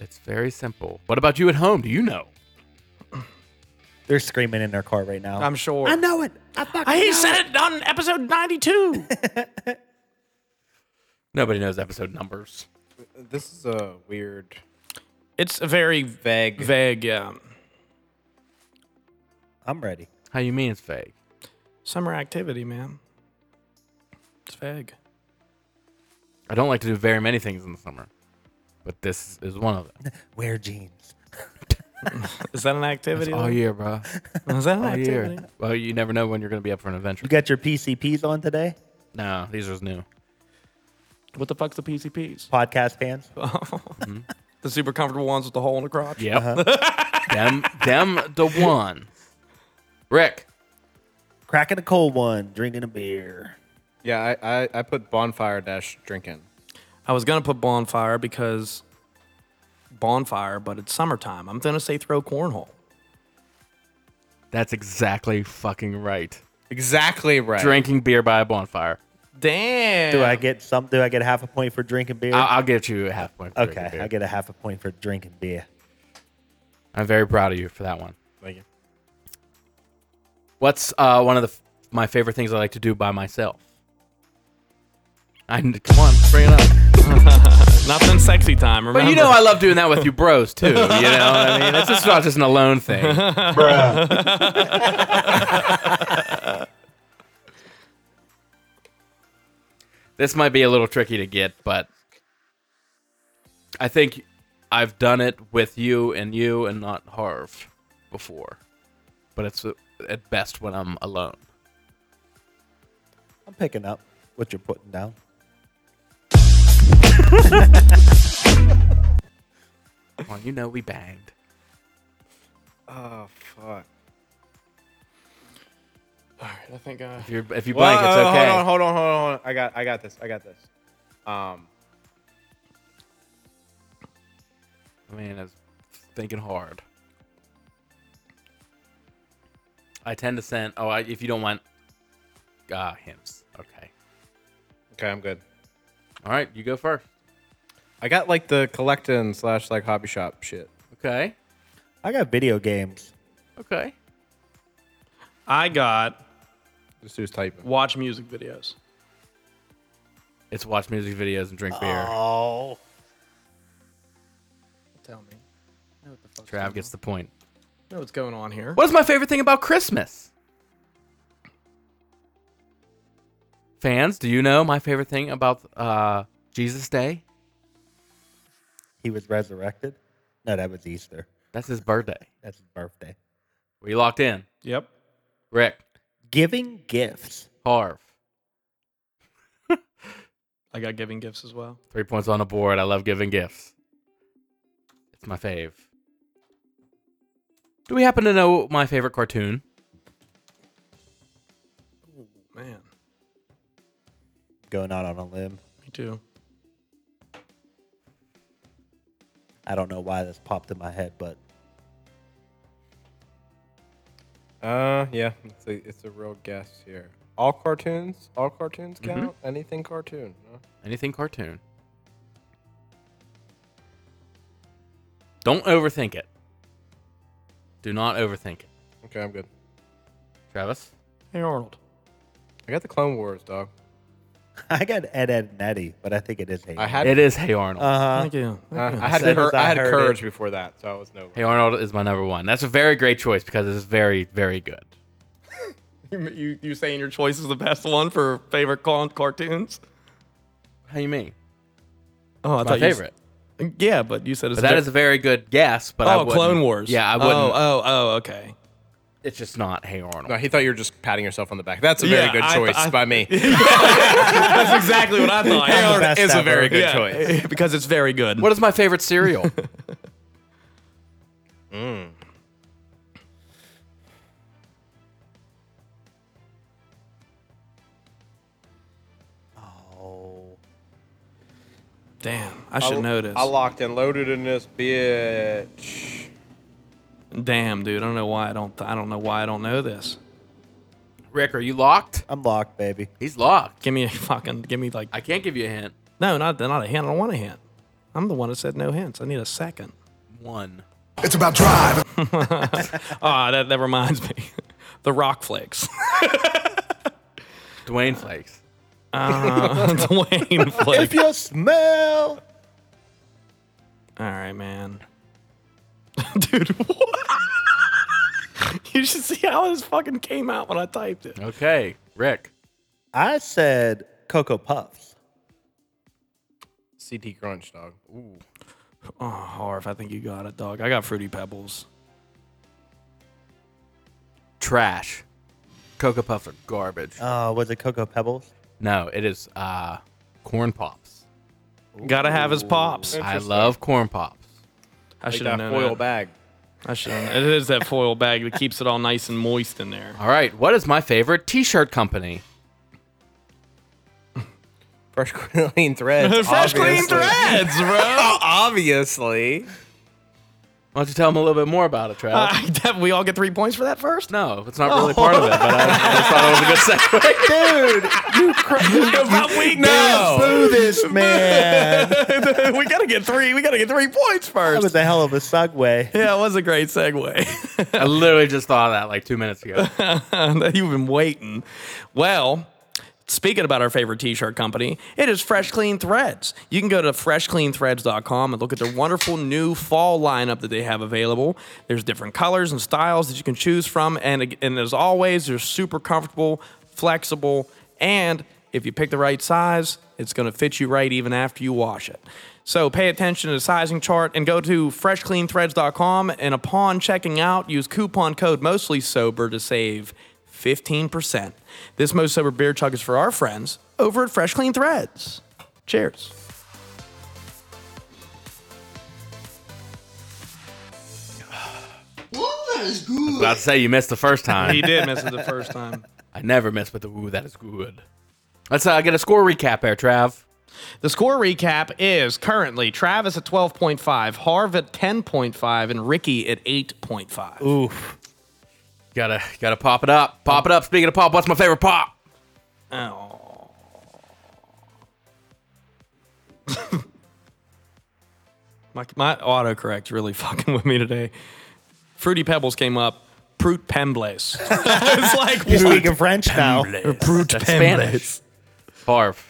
[SPEAKER 2] It's very simple. What about you at home? Do you know?
[SPEAKER 3] They're screaming in their car right now.
[SPEAKER 1] Oh. I'm sure.
[SPEAKER 3] I know it. I fucking
[SPEAKER 1] he
[SPEAKER 3] know
[SPEAKER 1] said it on episode 92.
[SPEAKER 2] Nobody knows episode numbers.
[SPEAKER 4] This is a weird,
[SPEAKER 1] it's very
[SPEAKER 4] vague.
[SPEAKER 1] vague, yeah.
[SPEAKER 3] I'm ready.
[SPEAKER 2] How you mean it's fake?
[SPEAKER 1] Summer activity, man. It's vague.
[SPEAKER 2] I don't like to do very many things in the summer, but this is one of them.
[SPEAKER 3] Wear jeans.
[SPEAKER 1] Is that an activity?
[SPEAKER 2] It's all
[SPEAKER 1] though?
[SPEAKER 2] year,
[SPEAKER 3] (laughs)
[SPEAKER 2] bro.
[SPEAKER 1] Is that an
[SPEAKER 2] All
[SPEAKER 1] activity?
[SPEAKER 2] year. Well, you never know when you're going to be up for an adventure.
[SPEAKER 3] You got your PCPs on today,
[SPEAKER 2] No, these are new.
[SPEAKER 1] What the fuck's the PCPs?
[SPEAKER 3] podcast fans.
[SPEAKER 1] The super comfortable ones with the hole in the crotch.
[SPEAKER 2] Yep.
[SPEAKER 3] Uh-huh.
[SPEAKER 2] (laughs) them, them, the one. Rick.
[SPEAKER 3] Cracking a cold one, drinking a beer.
[SPEAKER 4] Yeah, I, I, I put bonfire dash drinking.
[SPEAKER 1] I was gonna put bonfire because bonfire, but it's summertime. I'm gonna say throw cornhole.
[SPEAKER 2] That's exactly fucking right.
[SPEAKER 4] Exactly right.
[SPEAKER 2] Drinking beer by a bonfire.
[SPEAKER 1] Damn.
[SPEAKER 3] Do I get some? Do I get half a point for drinking beer?
[SPEAKER 2] I'll, I'll get you a half point. for drinking
[SPEAKER 3] okay,
[SPEAKER 2] beer.
[SPEAKER 3] I get a half a point for drinking beer.
[SPEAKER 2] I'm very proud of you for that one. Thank you. What's uh, one of the f- my favorite things I like to do by myself? I come on, bring it up.
[SPEAKER 1] Nothing sexy time. Remember?
[SPEAKER 2] But you know, I love doing that with you bros too. You know, what I mean, it's just not just an alone thing. (laughs) this might be a little tricky to get, but I think I've done it with you and you and not Harv before. But it's uh, at best when I'm alone.
[SPEAKER 3] I'm picking up what you're putting down.
[SPEAKER 2] Well, you know, we banged.
[SPEAKER 4] Oh fuck.
[SPEAKER 1] I think I.
[SPEAKER 2] If, you're, if you
[SPEAKER 4] Well,
[SPEAKER 2] blank, it's
[SPEAKER 4] uh,
[SPEAKER 2] okay.
[SPEAKER 4] Hold on, hold on, hold on, hold on. I got, I got this. I got this. Um,
[SPEAKER 2] Man, I was thinking hard. I tend to send. Oh, I, if you don't want, ah, hymns. Okay.
[SPEAKER 4] Okay, I'm good.
[SPEAKER 2] All right, you go first.
[SPEAKER 4] I got like the collecting slash like hobby shop shit.
[SPEAKER 2] Okay.
[SPEAKER 3] I got video games.
[SPEAKER 2] Okay.
[SPEAKER 1] I got
[SPEAKER 4] This dude's typing.
[SPEAKER 1] watch music videos.
[SPEAKER 2] It's watch music videos and drink beer.
[SPEAKER 3] Oh,
[SPEAKER 1] Tell me. Know what the fuck?
[SPEAKER 2] Trav gets the point.
[SPEAKER 1] Know what's going on here?
[SPEAKER 2] What is my favorite thing about Christmas? Fans, do you know my favorite thing about uh, Jesus Day?
[SPEAKER 3] he was resurrected. No, that was Easter.
[SPEAKER 2] That's his birthday.
[SPEAKER 3] That's his birthday.
[SPEAKER 2] We locked in.
[SPEAKER 1] Yep.
[SPEAKER 2] Rick,
[SPEAKER 3] Giving gifts.
[SPEAKER 2] Harv,
[SPEAKER 1] I got giving gifts as well.
[SPEAKER 2] three points on the board. I love giving gifts. It's my fave. Do we happen to know my favorite cartoon?
[SPEAKER 1] Man,
[SPEAKER 3] Going out on a limb.
[SPEAKER 1] me too.
[SPEAKER 3] I don't know why this popped in my head, but (laughs)
[SPEAKER 4] Uh, yeah, it's a it's a real guess here. All cartoons, all cartoons count. Anything cartoon? huh?
[SPEAKER 2] Anything cartoon? Don't overthink it. Do not overthink it.
[SPEAKER 4] Okay, I'm good.
[SPEAKER 2] Travis?
[SPEAKER 1] Hey Arnold.
[SPEAKER 4] I got the Clone Wars, dog.
[SPEAKER 3] I got Ed, Ed, and Eddie, but I think it is Hayden.
[SPEAKER 4] I had
[SPEAKER 2] It is Hey Arnold.
[SPEAKER 1] Thank you.
[SPEAKER 4] uh, I had
[SPEAKER 3] As soon
[SPEAKER 4] cur-
[SPEAKER 3] as
[SPEAKER 4] I
[SPEAKER 3] I
[SPEAKER 4] had
[SPEAKER 3] heard
[SPEAKER 4] courage before that, so I was no.
[SPEAKER 2] Hey Arnold is my number one. That's a very great choice because it's very, very good.
[SPEAKER 1] You, you, you saying your choice is the best one for favorite con- cartoons?
[SPEAKER 2] How you mean?
[SPEAKER 1] Oh, I
[SPEAKER 2] My
[SPEAKER 1] thought you s-
[SPEAKER 2] favorite.
[SPEAKER 1] yeah, but you said it's
[SPEAKER 2] But that is a very good guess. But I
[SPEAKER 1] Oh,
[SPEAKER 2] wouldn't-
[SPEAKER 1] Clone Wars.
[SPEAKER 2] Yeah, I wouldn't.
[SPEAKER 1] Oh, oh, oh, okay.
[SPEAKER 2] It's just not Hey Arnold.
[SPEAKER 4] No, he thought you were just patting yourself on the back. That's a very
[SPEAKER 1] Yeah,
[SPEAKER 4] good
[SPEAKER 1] I-
[SPEAKER 4] choice
[SPEAKER 1] I-
[SPEAKER 4] by me.
[SPEAKER 1] That's exactly what I thought.
[SPEAKER 3] Hey, Arnold.
[SPEAKER 4] It's a
[SPEAKER 3] ever.
[SPEAKER 4] very good
[SPEAKER 1] Yeah,
[SPEAKER 4] choice.
[SPEAKER 1] (laughs) because it's very good.
[SPEAKER 2] What is my favorite cereal?
[SPEAKER 1] Damn, I should notice.
[SPEAKER 4] (laughs) I locked and loaded in this bitch.
[SPEAKER 1] Damn, dude, I don't know why I don't. I don't know why I don't know this.
[SPEAKER 2] Rick, are you locked?
[SPEAKER 3] I'm locked, baby.
[SPEAKER 2] He's locked.
[SPEAKER 1] Give me a (laughs) fucking. Give me like.
[SPEAKER 2] I can't give you a hint.
[SPEAKER 1] No, not not a hint. I don't want a hint. I'm the one that said no hints. I need a second.
[SPEAKER 2] One.
[SPEAKER 9] It's about drive.
[SPEAKER 1] Ah, that that reminds me. (laughs) The rock (laughs) flakes.
[SPEAKER 2] Dwayne Flakes.
[SPEAKER 1] (laughs) Dwayne flakes.
[SPEAKER 3] If you smell,
[SPEAKER 1] All right, man. (laughs) Dude, what? (laughs) you should see how this fucking came out when I typed it.
[SPEAKER 2] Okay, Rick.
[SPEAKER 3] I said Cocoa Puffs.
[SPEAKER 4] CT Crunch, dog. Ooh.
[SPEAKER 1] Oh, Harv, I think you got it, dog. I got Fruity Pebbles.
[SPEAKER 2] Trash. Cocoa Puffs are garbage.
[SPEAKER 3] Uh, was it Cocoa Pebbles?
[SPEAKER 2] no, it is uh, corn pops.
[SPEAKER 1] Gotta have his pops.
[SPEAKER 2] I love corn pops.
[SPEAKER 1] I
[SPEAKER 4] Like
[SPEAKER 1] should
[SPEAKER 4] that
[SPEAKER 1] have known
[SPEAKER 4] foil
[SPEAKER 1] that.
[SPEAKER 4] bag.
[SPEAKER 1] I should have. It is that foil bag that keeps it all nice and moist in there.
[SPEAKER 2] All right, what is my favorite T-shirt company?
[SPEAKER 4] Fresh (laughs) clean threads.
[SPEAKER 1] Fresh clean
[SPEAKER 4] obviously.
[SPEAKER 1] threads, bro.
[SPEAKER 4] obviously.
[SPEAKER 2] Why don't you tell him a little bit more about it, Travis?
[SPEAKER 3] Uh, (laughs)
[SPEAKER 1] we all get three points for that first.
[SPEAKER 2] No, it's not really part of it, but I, I just thought it was a good segue.
[SPEAKER 3] Dude, you blew Oh. (laughs) this, man.
[SPEAKER 1] we gotta get three. We gotta get three points
[SPEAKER 3] that
[SPEAKER 1] first.
[SPEAKER 3] was a hell of a (laughs) segue.
[SPEAKER 1] yeah, it was a great segue. (laughs)
[SPEAKER 2] (laughs) I literally just thought of that like two minutes ago.
[SPEAKER 1] (laughs) that you've been waiting. Well, speaking about our favorite t-shirt company, it is Fresh Clean Threads. You can go to freshcleanthreads.com and look at their wonderful new fall lineup that they have available. There's different colors and styles that you can choose from and and as always, they're super comfortable, flexible, and if you pick the right size, it's going to fit you right even after you wash it. So pay attention to the sizing chart and go to freshcleanthreads.com and upon checking out, use coupon code mostly sober to save 15%. This Most Sober Beer Chug is for our friends over at Fresh Clean Threads. Cheers.
[SPEAKER 2] I was about to say you missed the first time.
[SPEAKER 1] did miss it the first time.
[SPEAKER 2] I never miss with the woo. That is good. Let's uh, get a score recap there, Trav.
[SPEAKER 1] (laughs) The score recap is currently Travis at 12.5, Harv at 10.5, and Ricky at 8.5.
[SPEAKER 2] Gotta gotta pop it up, pop it up. Speaking of pop, what's my favorite pop?
[SPEAKER 1] Oh. (laughs) My, my autocorrect's really (laughs) fucking with me today. Fruity Pebbles came up. Prut (laughs) Pembles. it's like,
[SPEAKER 3] You're
[SPEAKER 1] what?
[SPEAKER 3] speaking French now.
[SPEAKER 1] Prut
[SPEAKER 2] That's
[SPEAKER 1] Pembles.
[SPEAKER 2] Spanish. Barf.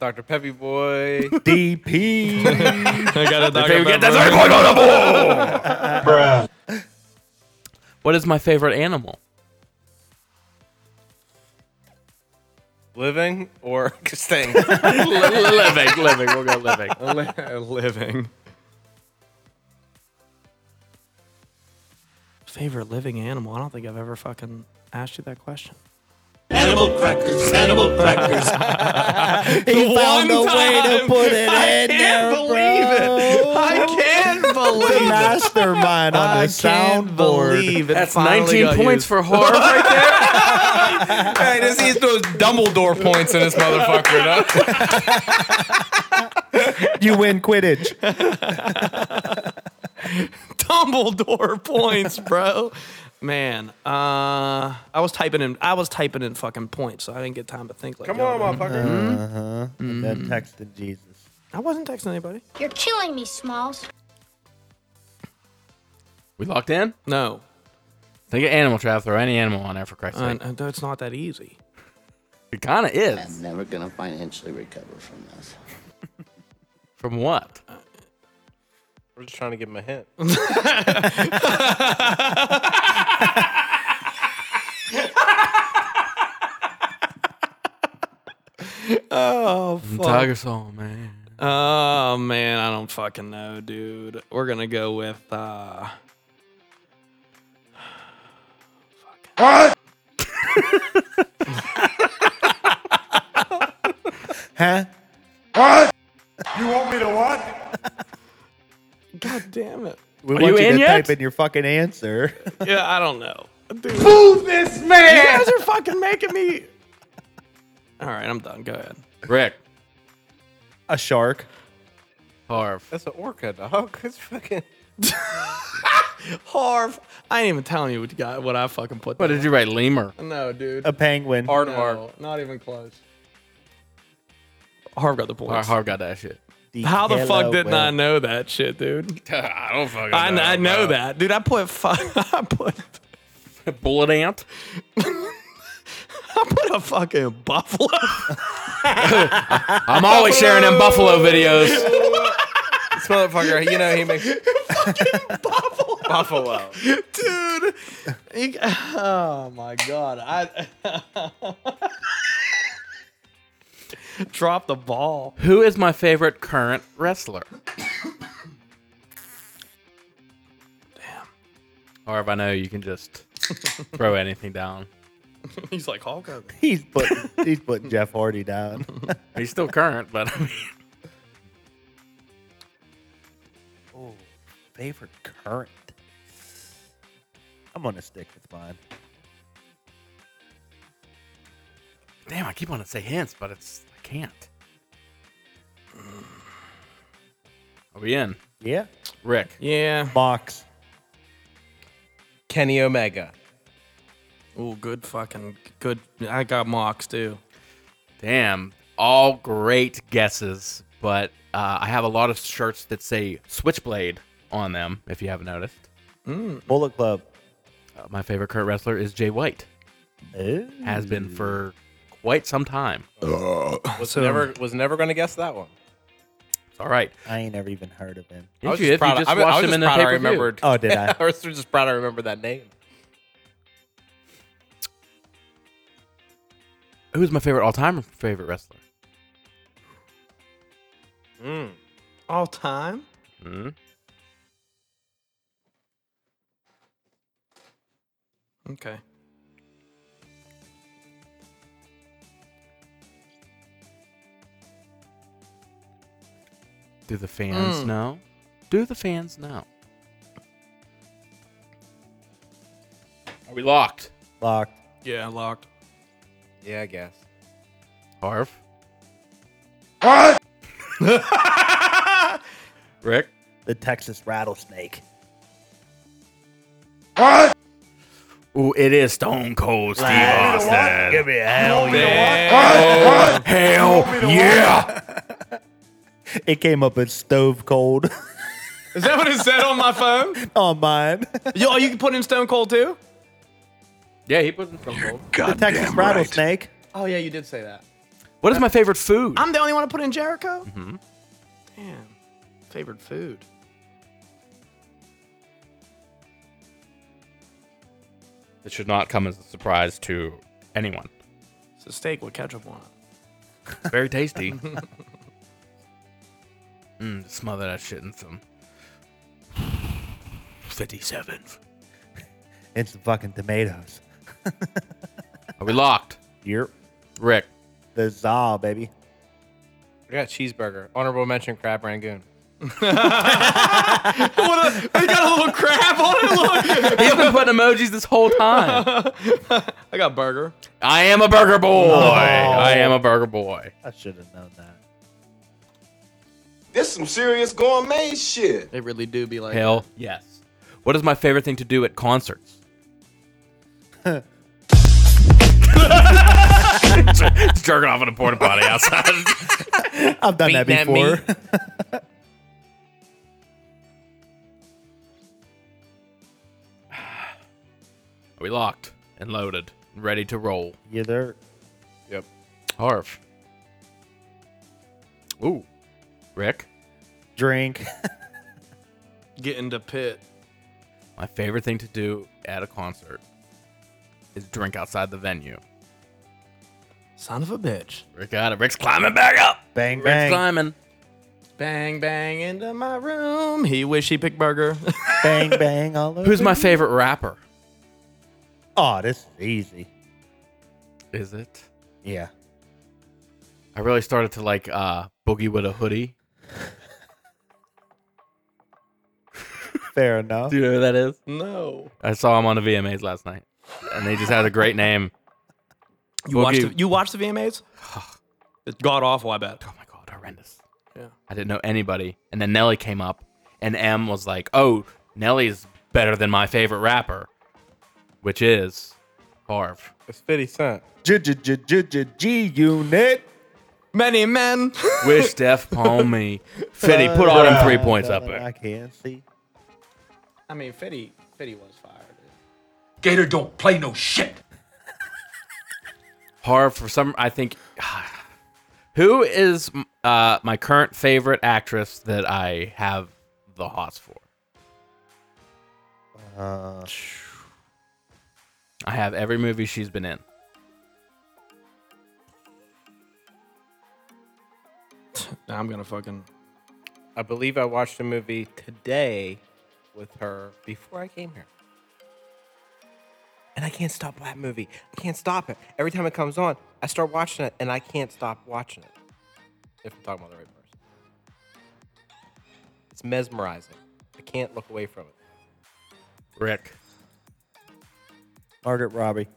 [SPEAKER 4] Dr. Peppy (laughs) Boy.
[SPEAKER 3] (laughs) DP.
[SPEAKER 1] I got a Dr.
[SPEAKER 2] Favorite- that's
[SPEAKER 1] Pepper.
[SPEAKER 2] our point on the ball! (laughs) What is my favorite animal?
[SPEAKER 4] Living or (laughs) staying?
[SPEAKER 2] living, living. We'll go (laughs) living.
[SPEAKER 1] living. Favorite living animal? I don't think I've ever fucking asked you that question. (laughs)
[SPEAKER 3] he found a way to
[SPEAKER 1] time.
[SPEAKER 3] put it in there, bro.
[SPEAKER 1] I can't
[SPEAKER 3] The
[SPEAKER 1] believe
[SPEAKER 3] mastermind on the soundboard.
[SPEAKER 1] it.
[SPEAKER 2] That's 19 points for horror (laughs) right there.
[SPEAKER 4] hey, this, he's those Dumbledore points in this motherfucker. Huh?
[SPEAKER 3] You win (laughs) Quidditch.
[SPEAKER 1] Dumbledore points, bro. Man, uh, I was typing in. I was typing in fucking points, so I didn't get time to think. Like,
[SPEAKER 4] Come
[SPEAKER 1] y'all
[SPEAKER 4] on,
[SPEAKER 1] did.
[SPEAKER 4] motherfucker.
[SPEAKER 3] And then texting Jesus.
[SPEAKER 1] I wasn't texting anybody.
[SPEAKER 7] You're killing me, Smalls.
[SPEAKER 2] We locked in?
[SPEAKER 1] No,
[SPEAKER 2] Think of animal trap. Throw any animal on there for Christ's
[SPEAKER 1] uh,
[SPEAKER 2] sake.
[SPEAKER 1] uh, it's not that easy.
[SPEAKER 2] It kind of is.
[SPEAKER 8] Never gonna financially recover from this.
[SPEAKER 2] From what?
[SPEAKER 4] We're just trying to give him a hint.
[SPEAKER 2] Tiger Soul, man.
[SPEAKER 1] Oh man, I don't fucking know, dude. We're gonna go with uh
[SPEAKER 3] Huh?
[SPEAKER 1] God damn it.
[SPEAKER 3] We
[SPEAKER 2] Are
[SPEAKER 3] want
[SPEAKER 2] you
[SPEAKER 3] you
[SPEAKER 2] in
[SPEAKER 3] to
[SPEAKER 2] yet?
[SPEAKER 3] type in your fucking answer. (laughs)
[SPEAKER 1] Yeah, I don't know. Dude. Boo this man! You guys are fucking making me Alright, I'm done. Go ahead.
[SPEAKER 2] Rick.
[SPEAKER 3] A shark.
[SPEAKER 2] Harv.
[SPEAKER 4] That's an orca, dog. (laughs) It's fucking.
[SPEAKER 1] Harv, I ain't even telling you what you got what I fucking put
[SPEAKER 2] What did you write? Lemur.
[SPEAKER 1] down. No, dude.
[SPEAKER 3] A penguin.
[SPEAKER 4] Hard
[SPEAKER 1] No,
[SPEAKER 4] no.
[SPEAKER 1] Not even close. Harv got the points.
[SPEAKER 2] Harv got
[SPEAKER 4] (laughs)
[SPEAKER 2] that shit.
[SPEAKER 1] How the fuck
[SPEAKER 3] Hello,
[SPEAKER 1] didn't I
[SPEAKER 3] Will.
[SPEAKER 1] know that shit, dude?
[SPEAKER 2] I don't fucking
[SPEAKER 1] I, I know that. Dude, I put fu- (laughs) I put
[SPEAKER 4] (laughs)
[SPEAKER 2] that. Bullet ant.
[SPEAKER 1] I put a fucking buffalo. (laughs)
[SPEAKER 2] I'm always sharing them buffalo videos.
[SPEAKER 4] (laughs) This motherfucker, you know, he makes. buffalo. Buffalo.
[SPEAKER 1] Dude. You- oh my god. I dropped the ball.
[SPEAKER 2] Who is my favorite current wrestler? Damn. Harv, I know you
[SPEAKER 4] (laughs)
[SPEAKER 2] can just throw anything down.
[SPEAKER 1] (laughs) He's like Hulk Hogan.
[SPEAKER 3] (laughs) He's putting, he's putting Jeff Hardy (laughs) down.
[SPEAKER 2] He's still current, but I mean, (laughs)
[SPEAKER 3] Favorite current. I'm gonna stick with mine.
[SPEAKER 2] damn, I keep wanting to say hints, but it's I can't. Are we in?
[SPEAKER 3] Yeah.
[SPEAKER 2] Rick.
[SPEAKER 1] Yeah.
[SPEAKER 3] Box.
[SPEAKER 4] Kenny Omega.
[SPEAKER 1] Oh, good fucking good. I got mocks too.
[SPEAKER 2] Damn. All great guesses, but uh, I have a lot of shirts that say Switchblade on them, if you haven't noticed.
[SPEAKER 3] Bullet Club.
[SPEAKER 2] Uh, my favorite current wrestler is Jay White.
[SPEAKER 3] Ooh.
[SPEAKER 2] Has been for quite some time.
[SPEAKER 4] Was never was never gonna guess that one.
[SPEAKER 2] It's all right.
[SPEAKER 3] I ain't never even heard of him.
[SPEAKER 4] I was
[SPEAKER 2] If you-
[SPEAKER 4] just
[SPEAKER 2] if you
[SPEAKER 4] proud. I, was- I
[SPEAKER 2] watched
[SPEAKER 4] was
[SPEAKER 2] him
[SPEAKER 4] just
[SPEAKER 2] in the
[SPEAKER 4] proud I
[SPEAKER 2] pay-per-view.
[SPEAKER 4] remembered.
[SPEAKER 3] Oh, did (laughs) I?
[SPEAKER 4] I was just proud I remembered that name.
[SPEAKER 2] Who's my favorite all-time favorite wrestler?
[SPEAKER 1] All time?
[SPEAKER 2] Hmm?
[SPEAKER 1] Okay.
[SPEAKER 2] Do the fans
[SPEAKER 1] Mm.
[SPEAKER 2] know? Do the fans know? Are we locked?
[SPEAKER 3] Locked.
[SPEAKER 1] Yeah, locked.
[SPEAKER 4] Yeah, I guess.
[SPEAKER 2] Harv. Rick.
[SPEAKER 3] The Texas rattlesnake.
[SPEAKER 2] Ooh, it is Stone Cold Steve Austin.
[SPEAKER 3] Give me a hell yeah.
[SPEAKER 2] Oh, hell yeah!
[SPEAKER 3] It came up as stove cold (laughs)
[SPEAKER 1] Is that what it said on my phone?
[SPEAKER 3] on mine.
[SPEAKER 1] Yo, oh, you can put in Stone Cold too?
[SPEAKER 2] (laughs) Yeah, he put in some gold.
[SPEAKER 3] the Texas rattlesnake.
[SPEAKER 5] Oh yeah, you did say that.
[SPEAKER 2] What is my favorite food?
[SPEAKER 1] I'm the only one to put in Jericho? Mm-hmm. Damn. Favorite food.
[SPEAKER 2] It should not come as a surprise to anyone.
[SPEAKER 1] It's a steak with ketchup on it.
[SPEAKER 2] Very (laughs) tasty. mm, smother that shit in some. 57.
[SPEAKER 3] And some fucking tomatoes.
[SPEAKER 2] Are we locked?
[SPEAKER 3] Yep.
[SPEAKER 2] Rick.
[SPEAKER 3] The za baby.
[SPEAKER 4] I got cheeseburger. Honorable mention, crab rangoon.
[SPEAKER 1] I got a little crab on it. Look.
[SPEAKER 2] (laughs) He's been putting emojis this whole time.
[SPEAKER 1] I got burger.
[SPEAKER 2] (laughs) I am a burger boy. I am a burger boy.
[SPEAKER 3] I should have known that.
[SPEAKER 7] This some serious gourmet shit.
[SPEAKER 5] They really do be like
[SPEAKER 2] Hell yes. What is my favorite thing to do at concerts? Just jerking off in a porta potty outside.
[SPEAKER 3] I've done that
[SPEAKER 2] Beating
[SPEAKER 3] before.
[SPEAKER 2] that
[SPEAKER 3] (laughs)
[SPEAKER 2] Are we locked and loaded and ready to roll?
[SPEAKER 3] yeah, they're
[SPEAKER 4] Yep.
[SPEAKER 2] Harv. Ooh. Rick.
[SPEAKER 3] drink.
[SPEAKER 1] Get into pit.
[SPEAKER 2] My favorite thing to do at a concert is drink outside the venue.
[SPEAKER 1] Son of a bitch.
[SPEAKER 2] Rick got it. Rick's climbing back up.
[SPEAKER 3] Bang
[SPEAKER 2] Rick's
[SPEAKER 3] bang.
[SPEAKER 2] climbing.
[SPEAKER 1] Bang, bang into my room. He wish he picked burger. (laughs)
[SPEAKER 3] bang bang all over.
[SPEAKER 2] Who's my favorite rapper?
[SPEAKER 3] Oh, this is easy.
[SPEAKER 2] Is it?
[SPEAKER 3] Yeah.
[SPEAKER 2] I really started to like uh, Boogie with a Hoodie.
[SPEAKER 3] Fair enough.
[SPEAKER 2] you know who that is?
[SPEAKER 1] no.
[SPEAKER 2] I saw him on the VMAs last night, and they just had a great name.
[SPEAKER 1] You watched,
[SPEAKER 2] Boogie-
[SPEAKER 1] the, you watched the VMAs? (sighs) it's god awful, I bet.
[SPEAKER 2] oh my god, horrendous.
[SPEAKER 1] Yeah.
[SPEAKER 2] I didn't know anybody, and then Nelly came up, and M was like, "Oh, Nelly's better than my favorite rapper, which is Harv."
[SPEAKER 4] It's 50 Cent.
[SPEAKER 3] G G G G G G unit.
[SPEAKER 1] Many (laughs) men.
[SPEAKER 2] Wish Def Homie, Fitty, put all them three points up there.
[SPEAKER 3] I can't see.
[SPEAKER 5] I mean Fitty Fitty was fired.
[SPEAKER 10] Gator don't play no shit.
[SPEAKER 2] Harv, for some, I think. (sighs) Who is uh, my current favorite actress that I have the hots for?
[SPEAKER 3] Uh,
[SPEAKER 2] I have every movie she's been in.
[SPEAKER 1] Nah, I'm gonna fucking
[SPEAKER 4] I believe I watched a movie today with her before I came here. And I can't stop that movie. I can't stop it. Every time it comes on, I start watching it and I can't stop watching it. If I'm talking about the right person, it's mesmerizing. I can't look away from it.
[SPEAKER 2] Rick.
[SPEAKER 3] Margaret Robbie.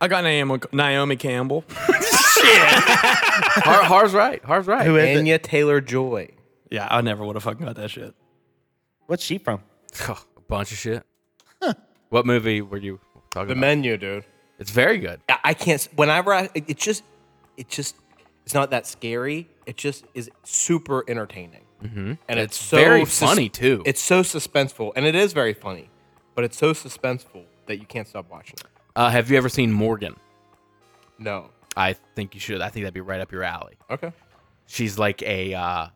[SPEAKER 1] I got Naomi, Naomi Campbell.
[SPEAKER 2] Har- Harv's right. Harv's right.
[SPEAKER 3] Who is it?
[SPEAKER 4] Anya Taylor Joy.
[SPEAKER 1] yeah, I never would have fucking got that shit.
[SPEAKER 3] What's she from?
[SPEAKER 2] (laughs) a bunch of shit. What movie were you talking
[SPEAKER 4] The
[SPEAKER 2] about?
[SPEAKER 4] menu, dude.
[SPEAKER 2] It's very good.
[SPEAKER 4] I, I can't. s- Whenever I, it, it just, it just, it's not that scary. It just is super entertaining, mm-hmm. and it's, so
[SPEAKER 2] very funny, too.
[SPEAKER 4] It's so suspenseful, and it is very funny, but it's so suspenseful that you can't stop watching. it.
[SPEAKER 2] Uh, have you ever seen Morgan?
[SPEAKER 4] No.
[SPEAKER 2] I think you should. I think that'd be right up your alley.
[SPEAKER 4] Okay.
[SPEAKER 2] She's like a. Uh,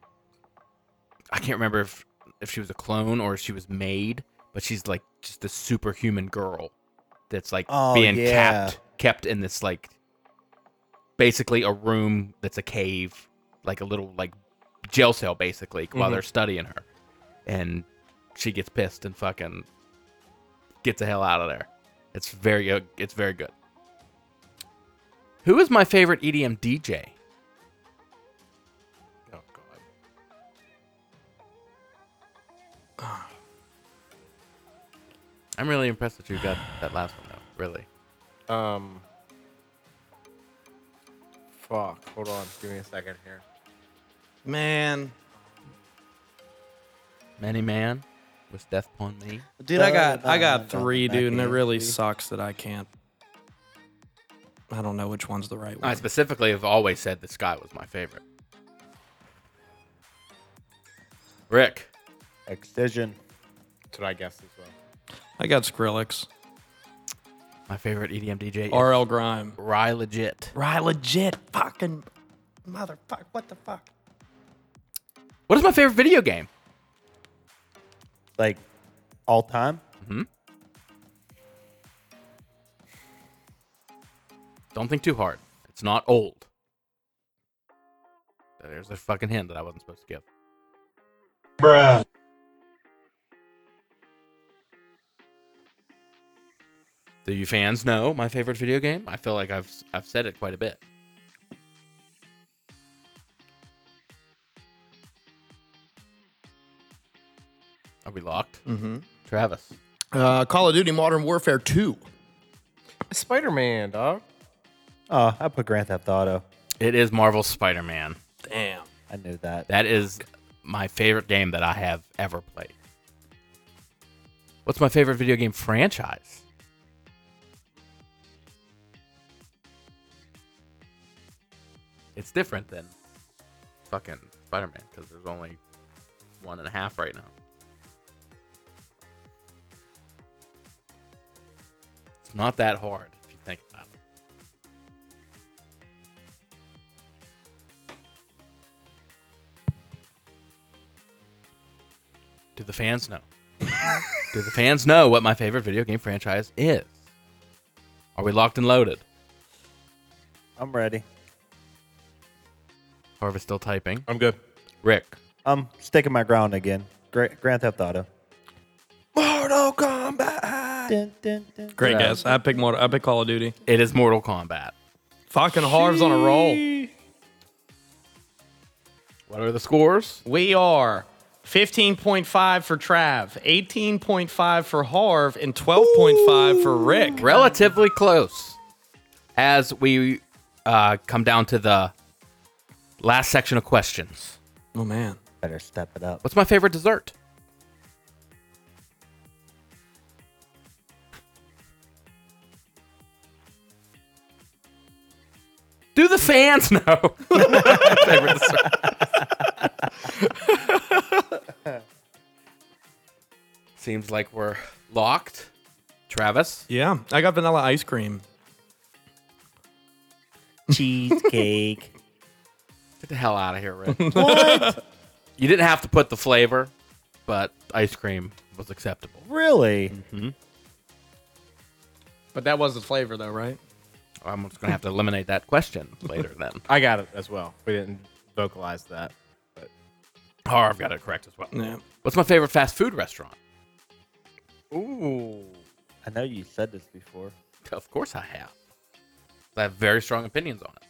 [SPEAKER 2] I can't remember if if she was a clone or if she was made, but she's like just a superhuman girl that's like
[SPEAKER 3] Oh,
[SPEAKER 2] being
[SPEAKER 3] yeah.
[SPEAKER 2] kept kept in this like basically a room that's a cave, like a little like jail cell basically
[SPEAKER 3] Mm-hmm.
[SPEAKER 2] while they're studying her, and she gets pissed and fucking gets the hell out of there. It's very good. It's very good. Who is my favorite E EDM DJ?
[SPEAKER 4] Oh God.
[SPEAKER 2] I'm really impressed that you got that last one though. Really,
[SPEAKER 4] Um. Fuck. Hold on. Give me a second here.
[SPEAKER 5] Man.
[SPEAKER 2] many man was death upon me.
[SPEAKER 3] Uh,
[SPEAKER 5] Dude, I got I
[SPEAKER 1] I got
[SPEAKER 3] Back
[SPEAKER 1] three, dude, and it
[SPEAKER 3] in.
[SPEAKER 1] really sucks that I can't. I don't know which one's the right one.
[SPEAKER 2] I specifically have always said that Sky was my favorite. Rick,
[SPEAKER 3] Excision.
[SPEAKER 4] That's what I guessed as well.
[SPEAKER 1] I got Skrillex.
[SPEAKER 2] my favorite E EDM DJ, is
[SPEAKER 1] RL Grime.
[SPEAKER 2] Rye Legit.
[SPEAKER 1] Right, legit. Fucking motherfucker. What the fuck?
[SPEAKER 2] What is my favorite video game?
[SPEAKER 3] Like all time.
[SPEAKER 2] Don't think too hard. It's not old. There's a fucking hint that I wasn't supposed to give. Bruh. Do you fans know my favorite video game? I feel like I've I've said it quite a bit. Are we locked? Mm-hmm. Travis.
[SPEAKER 1] Uh, Call of Duty Modern Warfare 2.
[SPEAKER 4] Spider Man, dog.
[SPEAKER 3] Oh, I put Grand Theft Auto.
[SPEAKER 2] It is Marvel's Spider-Man.
[SPEAKER 1] Damn.
[SPEAKER 3] I knew that.
[SPEAKER 2] That is my favorite game that I have ever played. What's my favorite video game franchise? It's different than fucking Spider Man because there's only one and a half right now. It's not that hard if you think about it. Do the fans know? Do the fans know what my favorite video game franchise is? Are we locked and loaded?
[SPEAKER 3] I'm ready.
[SPEAKER 2] Harvest still typing.
[SPEAKER 4] I'm good.
[SPEAKER 2] Rick.
[SPEAKER 3] I'm sticking my ground again. Gra- Grand Theft Auto.
[SPEAKER 2] Mortal Kombat.
[SPEAKER 3] Dun, dun, dun.
[SPEAKER 1] Great guess. I pick Mortal, I pick Call of Duty.
[SPEAKER 2] It is Mortal Kombat.
[SPEAKER 1] Fucking Harv's on a roll.
[SPEAKER 2] What are the scores?
[SPEAKER 1] We are 15.5 for Trav, 18.5 for Harv, and 12.5 for Rick.
[SPEAKER 2] Relatively close. As we uh, come down to the last section of questions.
[SPEAKER 1] Oh, man.
[SPEAKER 3] Better step it
[SPEAKER 2] (laughs)
[SPEAKER 3] up.
[SPEAKER 2] What's my favorite dessert? Do the fans know? (laughs) My favorite dessert. (laughs) Seems like we're locked. Travis,
[SPEAKER 1] Yeah, I got vanilla ice cream.
[SPEAKER 3] Cheesecake.
[SPEAKER 2] get the hell out of here, (laughs) Rick. You didn't have to put the flavor, but ice cream was acceptable.
[SPEAKER 3] really?
[SPEAKER 1] But that was the flavor, though, right?
[SPEAKER 2] I'm just gonna have to eliminate that question later then.
[SPEAKER 4] I got it as well. We didn't vocalize that.
[SPEAKER 2] Harv Oh, got it correct as well.
[SPEAKER 1] Yeah.
[SPEAKER 2] What's my favorite fast food restaurant?
[SPEAKER 4] Ooh.
[SPEAKER 3] I know you said this before.
[SPEAKER 2] Of course I have. I have very strong opinions on it.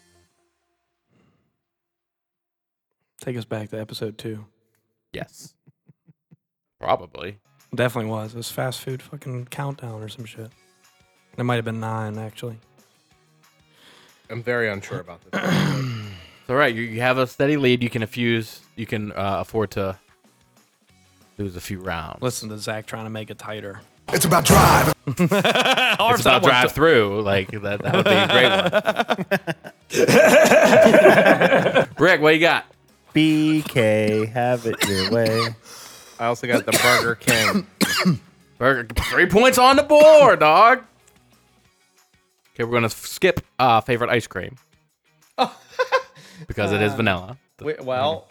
[SPEAKER 1] Take us back to episode two.
[SPEAKER 2] Yes. Probably.
[SPEAKER 1] Definitely was. It was fast food fucking countdown or some shit. It might have been nine, actually.
[SPEAKER 4] I'm very unsure about this.
[SPEAKER 2] So right, you, you have a steady lead. You can infuse. You can uh, afford to lose a few rounds.
[SPEAKER 1] Listen to Zach trying to make it tighter.
[SPEAKER 9] It's about drive.
[SPEAKER 2] it's about drive through. Like that. That would be a great one. (laughs) Rick, what you got?
[SPEAKER 3] BK, have it your
[SPEAKER 2] (laughs)
[SPEAKER 3] way.
[SPEAKER 4] (coughs) I also got the Burger (coughs) King.
[SPEAKER 2] Burger. Three points on the board, dog. Okay, we're gonna skip uh, favorite ice cream
[SPEAKER 4] Oh.
[SPEAKER 2] (laughs) because it is
[SPEAKER 4] Uh.
[SPEAKER 2] vanilla.
[SPEAKER 4] Wait, well,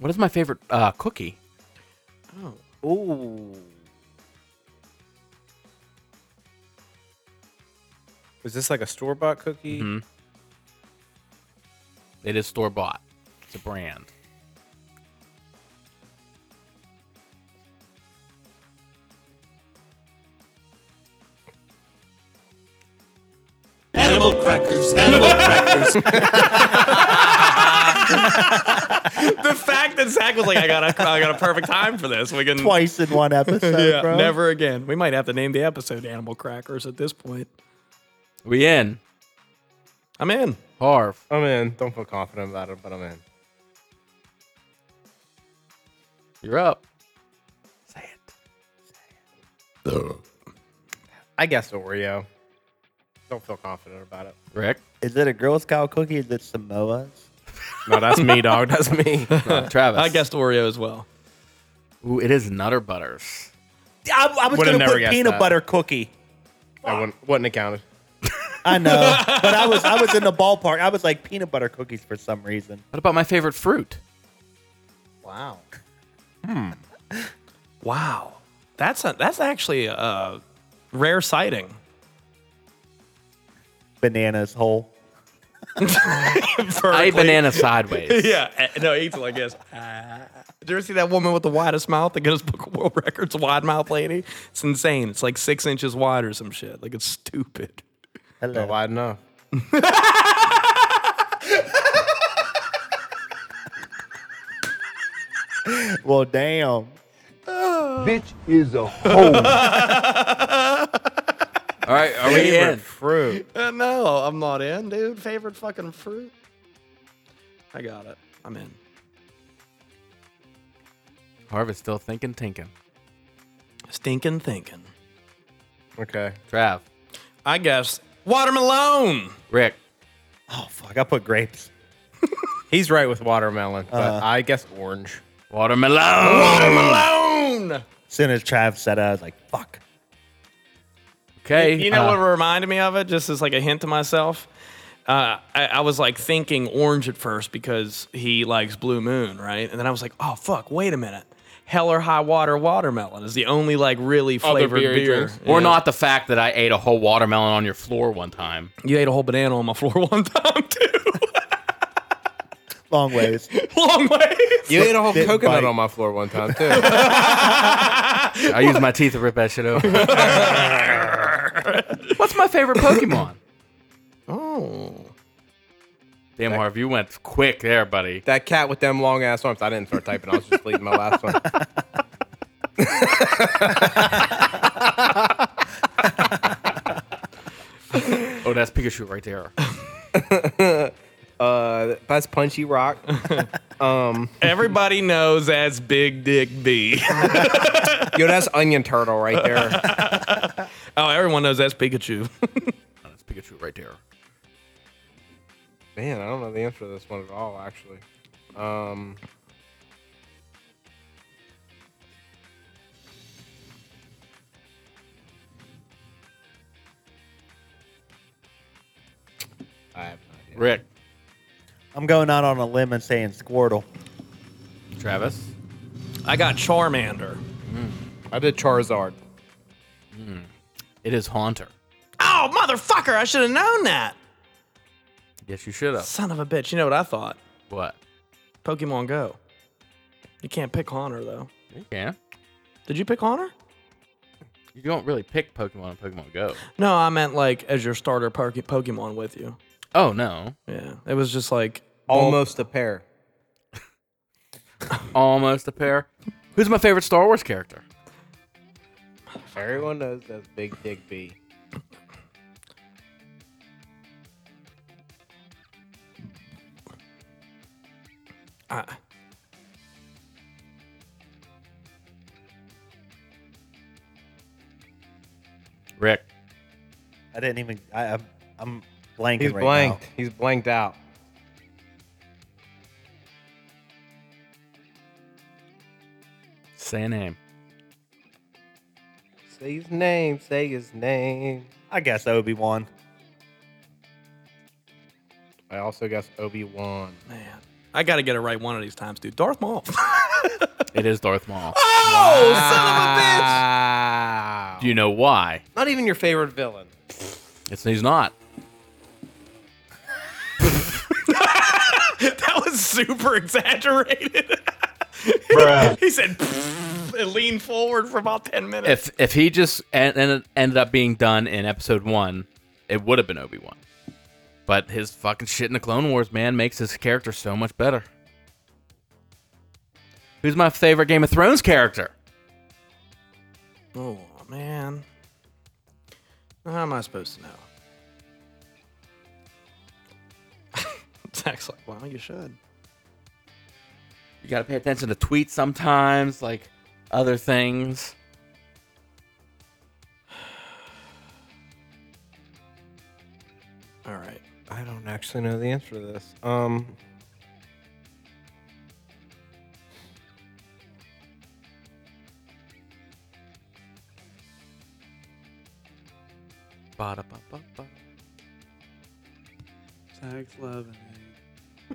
[SPEAKER 2] What is my favorite uh, cookie?
[SPEAKER 4] Oh.
[SPEAKER 3] Ooh.
[SPEAKER 4] is this like a store bought cookie?
[SPEAKER 2] Mm-hmm. It is store bought. It's a brand.
[SPEAKER 1] the fact that Zach was like, I got a, I got a perfect time for this. We can.
[SPEAKER 3] Twice in one episode,
[SPEAKER 1] Yeah,
[SPEAKER 3] bro.
[SPEAKER 1] never again. We might have to name the episode Animal Crackers at this point.
[SPEAKER 2] We in
[SPEAKER 1] I'm in.
[SPEAKER 2] Harv.
[SPEAKER 4] I'm in. Oh, Don't feel confident about it, but oh, I'm in.
[SPEAKER 2] You're up. Say it.
[SPEAKER 4] I guess Oreo. don't feel confident about it. (laughs)
[SPEAKER 2] Rick?
[SPEAKER 3] Is it a Girl Scout cookie? Is it Samoa's?
[SPEAKER 4] No, that's me, dog. That's me.
[SPEAKER 2] Uh, Travis.
[SPEAKER 1] I guessed Oreo as well.
[SPEAKER 2] Ooh, it is Nutter Butters.
[SPEAKER 3] I, I was
[SPEAKER 4] Would've
[SPEAKER 3] going to
[SPEAKER 4] never
[SPEAKER 3] put
[SPEAKER 4] guessed
[SPEAKER 3] peanut
[SPEAKER 4] that.
[SPEAKER 3] butter cookie.
[SPEAKER 4] I wouldn't, wouldn't have counted.
[SPEAKER 3] I (laughs) know, but I was I was in the ballpark. I was like peanut butter cookies for some reason.
[SPEAKER 2] What about my favorite fruit?
[SPEAKER 4] Wow.
[SPEAKER 1] Wow, that's a, that's actually a rare sighting.
[SPEAKER 3] Bananas whole.
[SPEAKER 2] I eat banana sideways.
[SPEAKER 1] Yeah, eh, no, eats like this. Ah. (laughs) Did you ever see that woman with the widest mouth, the Guinness Book (laughs) of World Records wide mouth lady? It's insane. It's like six inches wide or some shit. Like it's stupid.
[SPEAKER 3] Hello.
[SPEAKER 4] But why no?
[SPEAKER 3] Well, damn.
[SPEAKER 2] All right, are we in?
[SPEAKER 4] Fruit.
[SPEAKER 1] Uh, no, I'm not in, dude. Favorite fucking fruit? I got it. I'm in.
[SPEAKER 2] Harvest still thinking, tinkin.
[SPEAKER 1] Stinking thinking.
[SPEAKER 4] Okay.
[SPEAKER 2] Trav,
[SPEAKER 1] I guess watermelon.
[SPEAKER 2] Rick,
[SPEAKER 3] Oh fuck! I put grapes.
[SPEAKER 4] He's right with watermelon, but
[SPEAKER 3] Uh-huh.
[SPEAKER 4] I guess orange.
[SPEAKER 2] watermelon.
[SPEAKER 1] Watermelon.
[SPEAKER 3] As soon as Trav said it, I was like, fuck.
[SPEAKER 2] Okay,
[SPEAKER 1] You know
[SPEAKER 2] uh,
[SPEAKER 1] what reminded me of it? Just as like a hint to myself. Uh, I, I was like thinking orange at first because he likes Blue Moon, right? And then I was like, oh fuck, wait a minute. Hell or High Water watermelon is the only like really flavored
[SPEAKER 2] beer
[SPEAKER 1] beer.
[SPEAKER 2] he drinks? Or not the fact that I ate a whole watermelon on your floor one time.
[SPEAKER 1] You ate a whole banana on my floor (laughs) one time too.
[SPEAKER 3] Long (laughs) ways.
[SPEAKER 1] Long ways.
[SPEAKER 4] You ate a whole
[SPEAKER 3] Didn't
[SPEAKER 4] coconut
[SPEAKER 3] bite.
[SPEAKER 4] on my floor one time (laughs) too.
[SPEAKER 2] (laughs) I use my teeth to rip that shit over. (laughs) What's my favorite (coughs) Pokemon?
[SPEAKER 1] Oh.
[SPEAKER 2] Damn, Harv, you went quick there, buddy.
[SPEAKER 4] that cat with them long ass arms. I didn't start typing. I was just deleting my last one.
[SPEAKER 2] Oh, that's Pikachu right there. (coughs)
[SPEAKER 4] Uh, that's Punchy Rock.
[SPEAKER 1] Everybody knows as Big Dick B. (laughs)
[SPEAKER 4] Yo, that's Onion Turtle right there.
[SPEAKER 1] oh, everyone knows that's Pikachu. (laughs)
[SPEAKER 2] That's Pikachu right there.
[SPEAKER 4] Man, I don't know the answer to this one at all. Actually, um, I have no idea.
[SPEAKER 2] Rick,
[SPEAKER 3] I'm going out on a limb and saying Squirtle.
[SPEAKER 2] Travis,
[SPEAKER 1] I got Charmander.
[SPEAKER 4] I did Charizard.
[SPEAKER 2] it is Haunter.
[SPEAKER 1] Oh, motherfucker, I should have known that.
[SPEAKER 2] Yes, you should have.
[SPEAKER 1] Son of a bitch. You know what I thought?
[SPEAKER 2] What?
[SPEAKER 1] Pokemon Go. You can't pick Honor, though.
[SPEAKER 2] You can.
[SPEAKER 1] Did you pick Honor?
[SPEAKER 2] You don't really pick Pokemon in Pokemon Go.
[SPEAKER 1] No, I meant like as your starter poke- Pokemon with you.
[SPEAKER 2] Oh no,
[SPEAKER 1] Yeah. It was just like,
[SPEAKER 4] Almost a pair.
[SPEAKER 2] almost a pair. Who's my favorite Star Wars character?
[SPEAKER 4] Everyone knows that's Big Dick B.
[SPEAKER 2] Rick.
[SPEAKER 3] I didn't even. I, I'm, I'm blanking
[SPEAKER 4] He's
[SPEAKER 3] right
[SPEAKER 4] blanked.
[SPEAKER 3] now.
[SPEAKER 4] He's blanked out.
[SPEAKER 2] Say a name.
[SPEAKER 4] Say his name. Say his name.
[SPEAKER 3] I guess Obi Wan.
[SPEAKER 4] I also guess Obi Wan.
[SPEAKER 1] man, I got to get it right one of these times, dude. Darth Maul. (laughs)
[SPEAKER 2] It is Darth Maul.
[SPEAKER 1] Ah.
[SPEAKER 4] Wow.
[SPEAKER 2] (laughs) Do you know why?
[SPEAKER 4] Not even your favorite villain.
[SPEAKER 2] It's he's not.
[SPEAKER 1] that was super (laughs) exaggerated. (laughs) he said, and leaned forward for about 10 minutes.
[SPEAKER 2] If if he just en- en- ended up being done in Episode One, it would have been Obi Wan. But his fucking shit in the Clone Wars, man, makes his character so much better. Who's my favorite Game of Thrones character?
[SPEAKER 1] Oh man, how am I supposed to know? (laughs) Zach's like, well, you should.
[SPEAKER 2] You gotta pay attention to tweets sometimes, like other things.
[SPEAKER 4] I don't actually know the answer to this. Um,
[SPEAKER 2] Ba-da-ba-ba-ba.
[SPEAKER 5] Sex, love,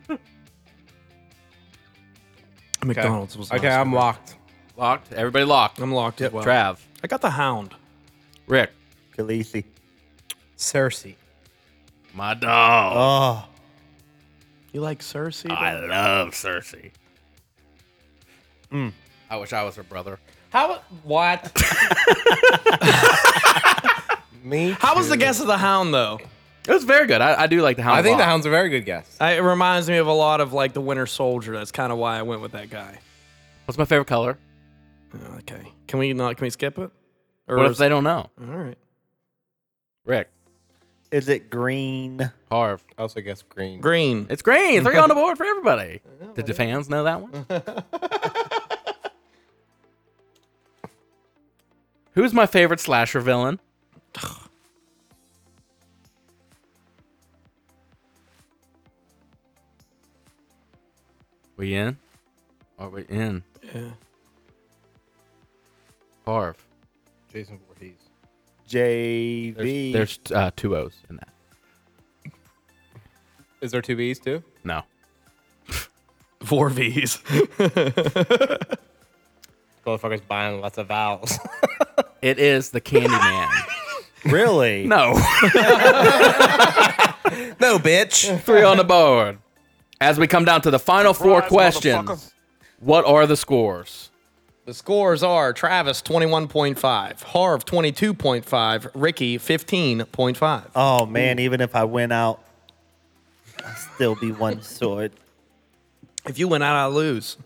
[SPEAKER 5] and
[SPEAKER 1] McDonald's was
[SPEAKER 4] okay.
[SPEAKER 1] nice.
[SPEAKER 4] I'm locked.
[SPEAKER 2] Locked. Everybody locked.
[SPEAKER 1] I'm locked as well.
[SPEAKER 2] Trav.
[SPEAKER 1] I got the hound.
[SPEAKER 2] Rick.
[SPEAKER 3] Khaleesi.
[SPEAKER 4] Cersei.
[SPEAKER 2] My dog.
[SPEAKER 3] Oh,
[SPEAKER 1] You like Cersei?
[SPEAKER 2] I love Cersei. Mm. I wish I was her brother.
[SPEAKER 4] How?
[SPEAKER 1] (laughs)
[SPEAKER 4] What? (laughs) Me?
[SPEAKER 1] How was the
[SPEAKER 4] too.
[SPEAKER 1] guess of the hound though?
[SPEAKER 2] It was very good. I, I do like the hound.
[SPEAKER 4] I think
[SPEAKER 2] a lot.
[SPEAKER 4] the hound's a very good guess.
[SPEAKER 1] I, it reminds me of a lot of like the Winter Soldier. That's kind of why I went with that guy.
[SPEAKER 2] What's my favorite color?
[SPEAKER 1] Oh, Okay, can we not? Can we skip it? Or
[SPEAKER 2] What if
[SPEAKER 1] is-
[SPEAKER 2] they don't know?
[SPEAKER 1] All right.
[SPEAKER 2] Rick.
[SPEAKER 3] is it green?
[SPEAKER 2] Harv.
[SPEAKER 4] I also guess green.
[SPEAKER 1] Green.
[SPEAKER 2] It's green. Three on the board for (laughs) everybody. Did the fans know that (laughs) one? Who's my favorite slasher villain? We in? Are we in? Yeah. Harv.
[SPEAKER 4] Jason Voorhees.
[SPEAKER 3] JV.
[SPEAKER 2] There's uh, two O's in that.
[SPEAKER 4] Is there two B's too?
[SPEAKER 2] No.
[SPEAKER 1] Four V's.
[SPEAKER 4] Motherfuckers buying lots of vowels. (laughs)
[SPEAKER 2] It is the Candyman.
[SPEAKER 3] (laughs)
[SPEAKER 2] (laughs)
[SPEAKER 3] really?
[SPEAKER 2] no.
[SPEAKER 4] no, bitch.
[SPEAKER 2] Three on the board. As we come down to the final four questions, what are the scores?
[SPEAKER 1] (laughs) The scores are Travis 21.5, Harv 22.5, Ricky 15.5.
[SPEAKER 3] Oh man, even if I went out, I'd still be one sword.
[SPEAKER 1] If you win out, I lose.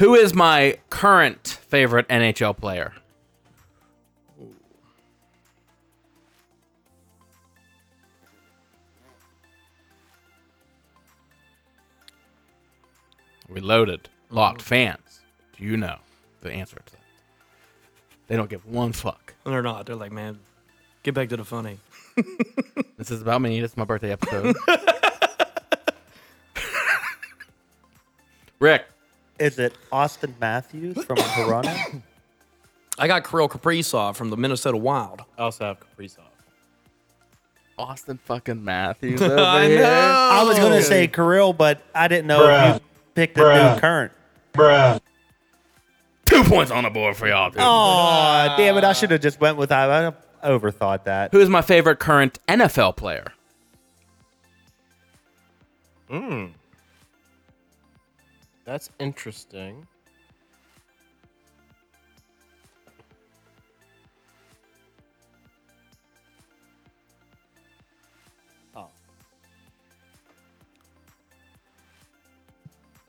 [SPEAKER 2] Who is my current favorite NHL player? Reloaded. Locked fans. Do you know the answer to that? They don't give one fuck.
[SPEAKER 1] They're not. They're like, man, get back to the funny.
[SPEAKER 2] This is about me. This is my birthday (laughs) episode. Rick.
[SPEAKER 3] Is it Austin Matthews from Toronto?
[SPEAKER 1] I got Kirill Kaprizov from the Minnesota Wild.
[SPEAKER 4] I also have Kaprizov.
[SPEAKER 2] Austin fucking (laughs) Matthews. over here.
[SPEAKER 3] I was gonna say Oh. Kirill, but I didn't know if you picked a new current.
[SPEAKER 2] Two points on the board for y'all, dude.
[SPEAKER 3] Oh damn it! I should have just went with I, I overthought that.
[SPEAKER 2] Who is my favorite current NFL player?
[SPEAKER 4] That's interesting.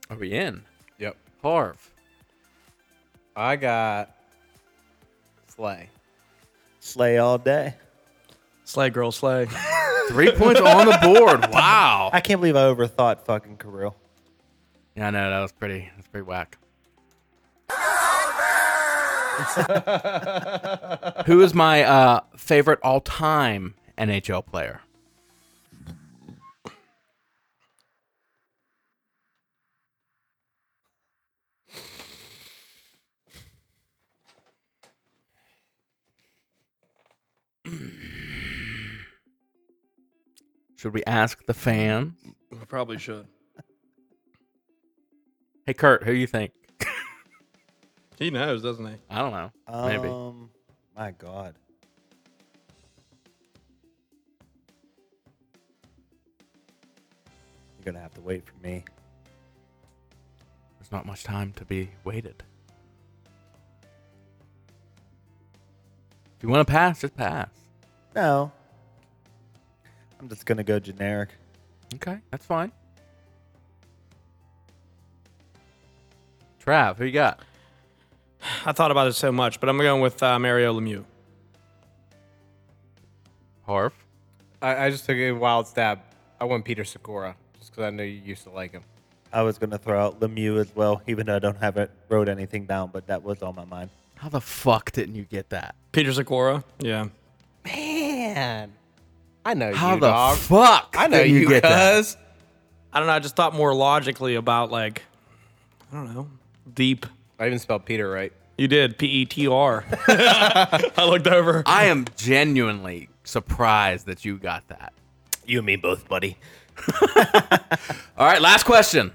[SPEAKER 2] Are we in?
[SPEAKER 4] Yep.
[SPEAKER 2] Harv.
[SPEAKER 4] I got Slay.
[SPEAKER 3] Slay all day.
[SPEAKER 1] Slay, girl, slay.
[SPEAKER 2] Three points on the board. (laughs) Wow.
[SPEAKER 3] I can't believe I overthought fucking Kirill.
[SPEAKER 2] Yeah, I know that was pretty. That's pretty whack. Who is my uh, favorite all-time NHL player? Should we ask the fans?
[SPEAKER 5] Probably should.
[SPEAKER 2] Hey, Kurt, who you think?
[SPEAKER 1] he knows, doesn't he?
[SPEAKER 2] I don't know.
[SPEAKER 3] Um,
[SPEAKER 2] Maybe.
[SPEAKER 3] My God. You're gonna have to wait for me.
[SPEAKER 2] There's not much time to be waited. If you want to pass, just pass.
[SPEAKER 3] No. I'm just gonna go generic.
[SPEAKER 2] Okay, that's fine. Trav, who you got?
[SPEAKER 1] I thought about it so much, but I'm going with uh, Mario Lemieux.
[SPEAKER 2] Harv.
[SPEAKER 4] I, I just took a wild stab. I went Peter Sakura just because I know you used to like him.
[SPEAKER 3] I was gonna throw out Lemieux as well, even though I don't have it wrote anything down, but that was on my mind.
[SPEAKER 2] How the fuck didn't you get that?
[SPEAKER 1] Peter Zakora. Yeah.
[SPEAKER 4] Man. I know
[SPEAKER 2] How
[SPEAKER 4] you,
[SPEAKER 2] the
[SPEAKER 4] dog.
[SPEAKER 2] fuck?
[SPEAKER 4] I know
[SPEAKER 2] did
[SPEAKER 4] you,
[SPEAKER 2] get that?
[SPEAKER 4] cuz.
[SPEAKER 1] I don't know. I just thought more logically about like, I don't know, deep.
[SPEAKER 4] I even spelled Peter right.
[SPEAKER 1] You did P E T R. (laughs) I looked over.
[SPEAKER 2] I am genuinely surprised that you got that.
[SPEAKER 4] You and me both, buddy.
[SPEAKER 2] All right, last question.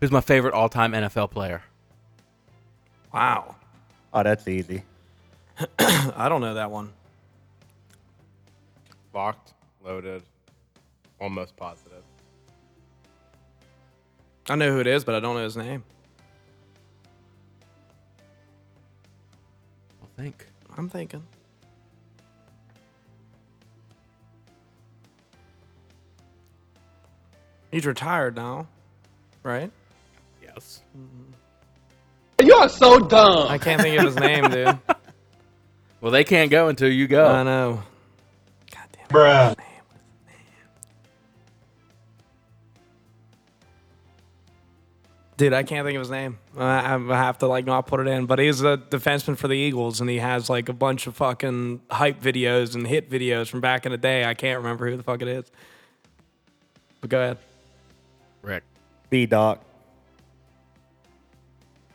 [SPEAKER 2] Who's my favorite all-time NFL player?
[SPEAKER 1] Wow,
[SPEAKER 3] Oh, that's easy.
[SPEAKER 1] I don't know that one.
[SPEAKER 4] Locked, loaded, almost positive.
[SPEAKER 1] I know who it is, but I don't know his name.
[SPEAKER 2] I think.
[SPEAKER 1] I'm thinking. He's retired now, right?
[SPEAKER 2] Yes.
[SPEAKER 10] You're so dumb.
[SPEAKER 1] I can't think of his name,
[SPEAKER 10] (laughs)
[SPEAKER 1] dude.
[SPEAKER 2] Well, they can't go until you
[SPEAKER 10] Oh.
[SPEAKER 2] go.
[SPEAKER 1] I know. God damn. it.
[SPEAKER 10] Bruh.
[SPEAKER 1] Dude, I can't think of his name. I, I have to like not put it in. But he's a defenseman for the Eagles, and he has like a bunch of fucking hype videos and hit videos from back in the day. I can't remember who the fuck it is. But go ahead.
[SPEAKER 2] Rick.
[SPEAKER 3] B Doc.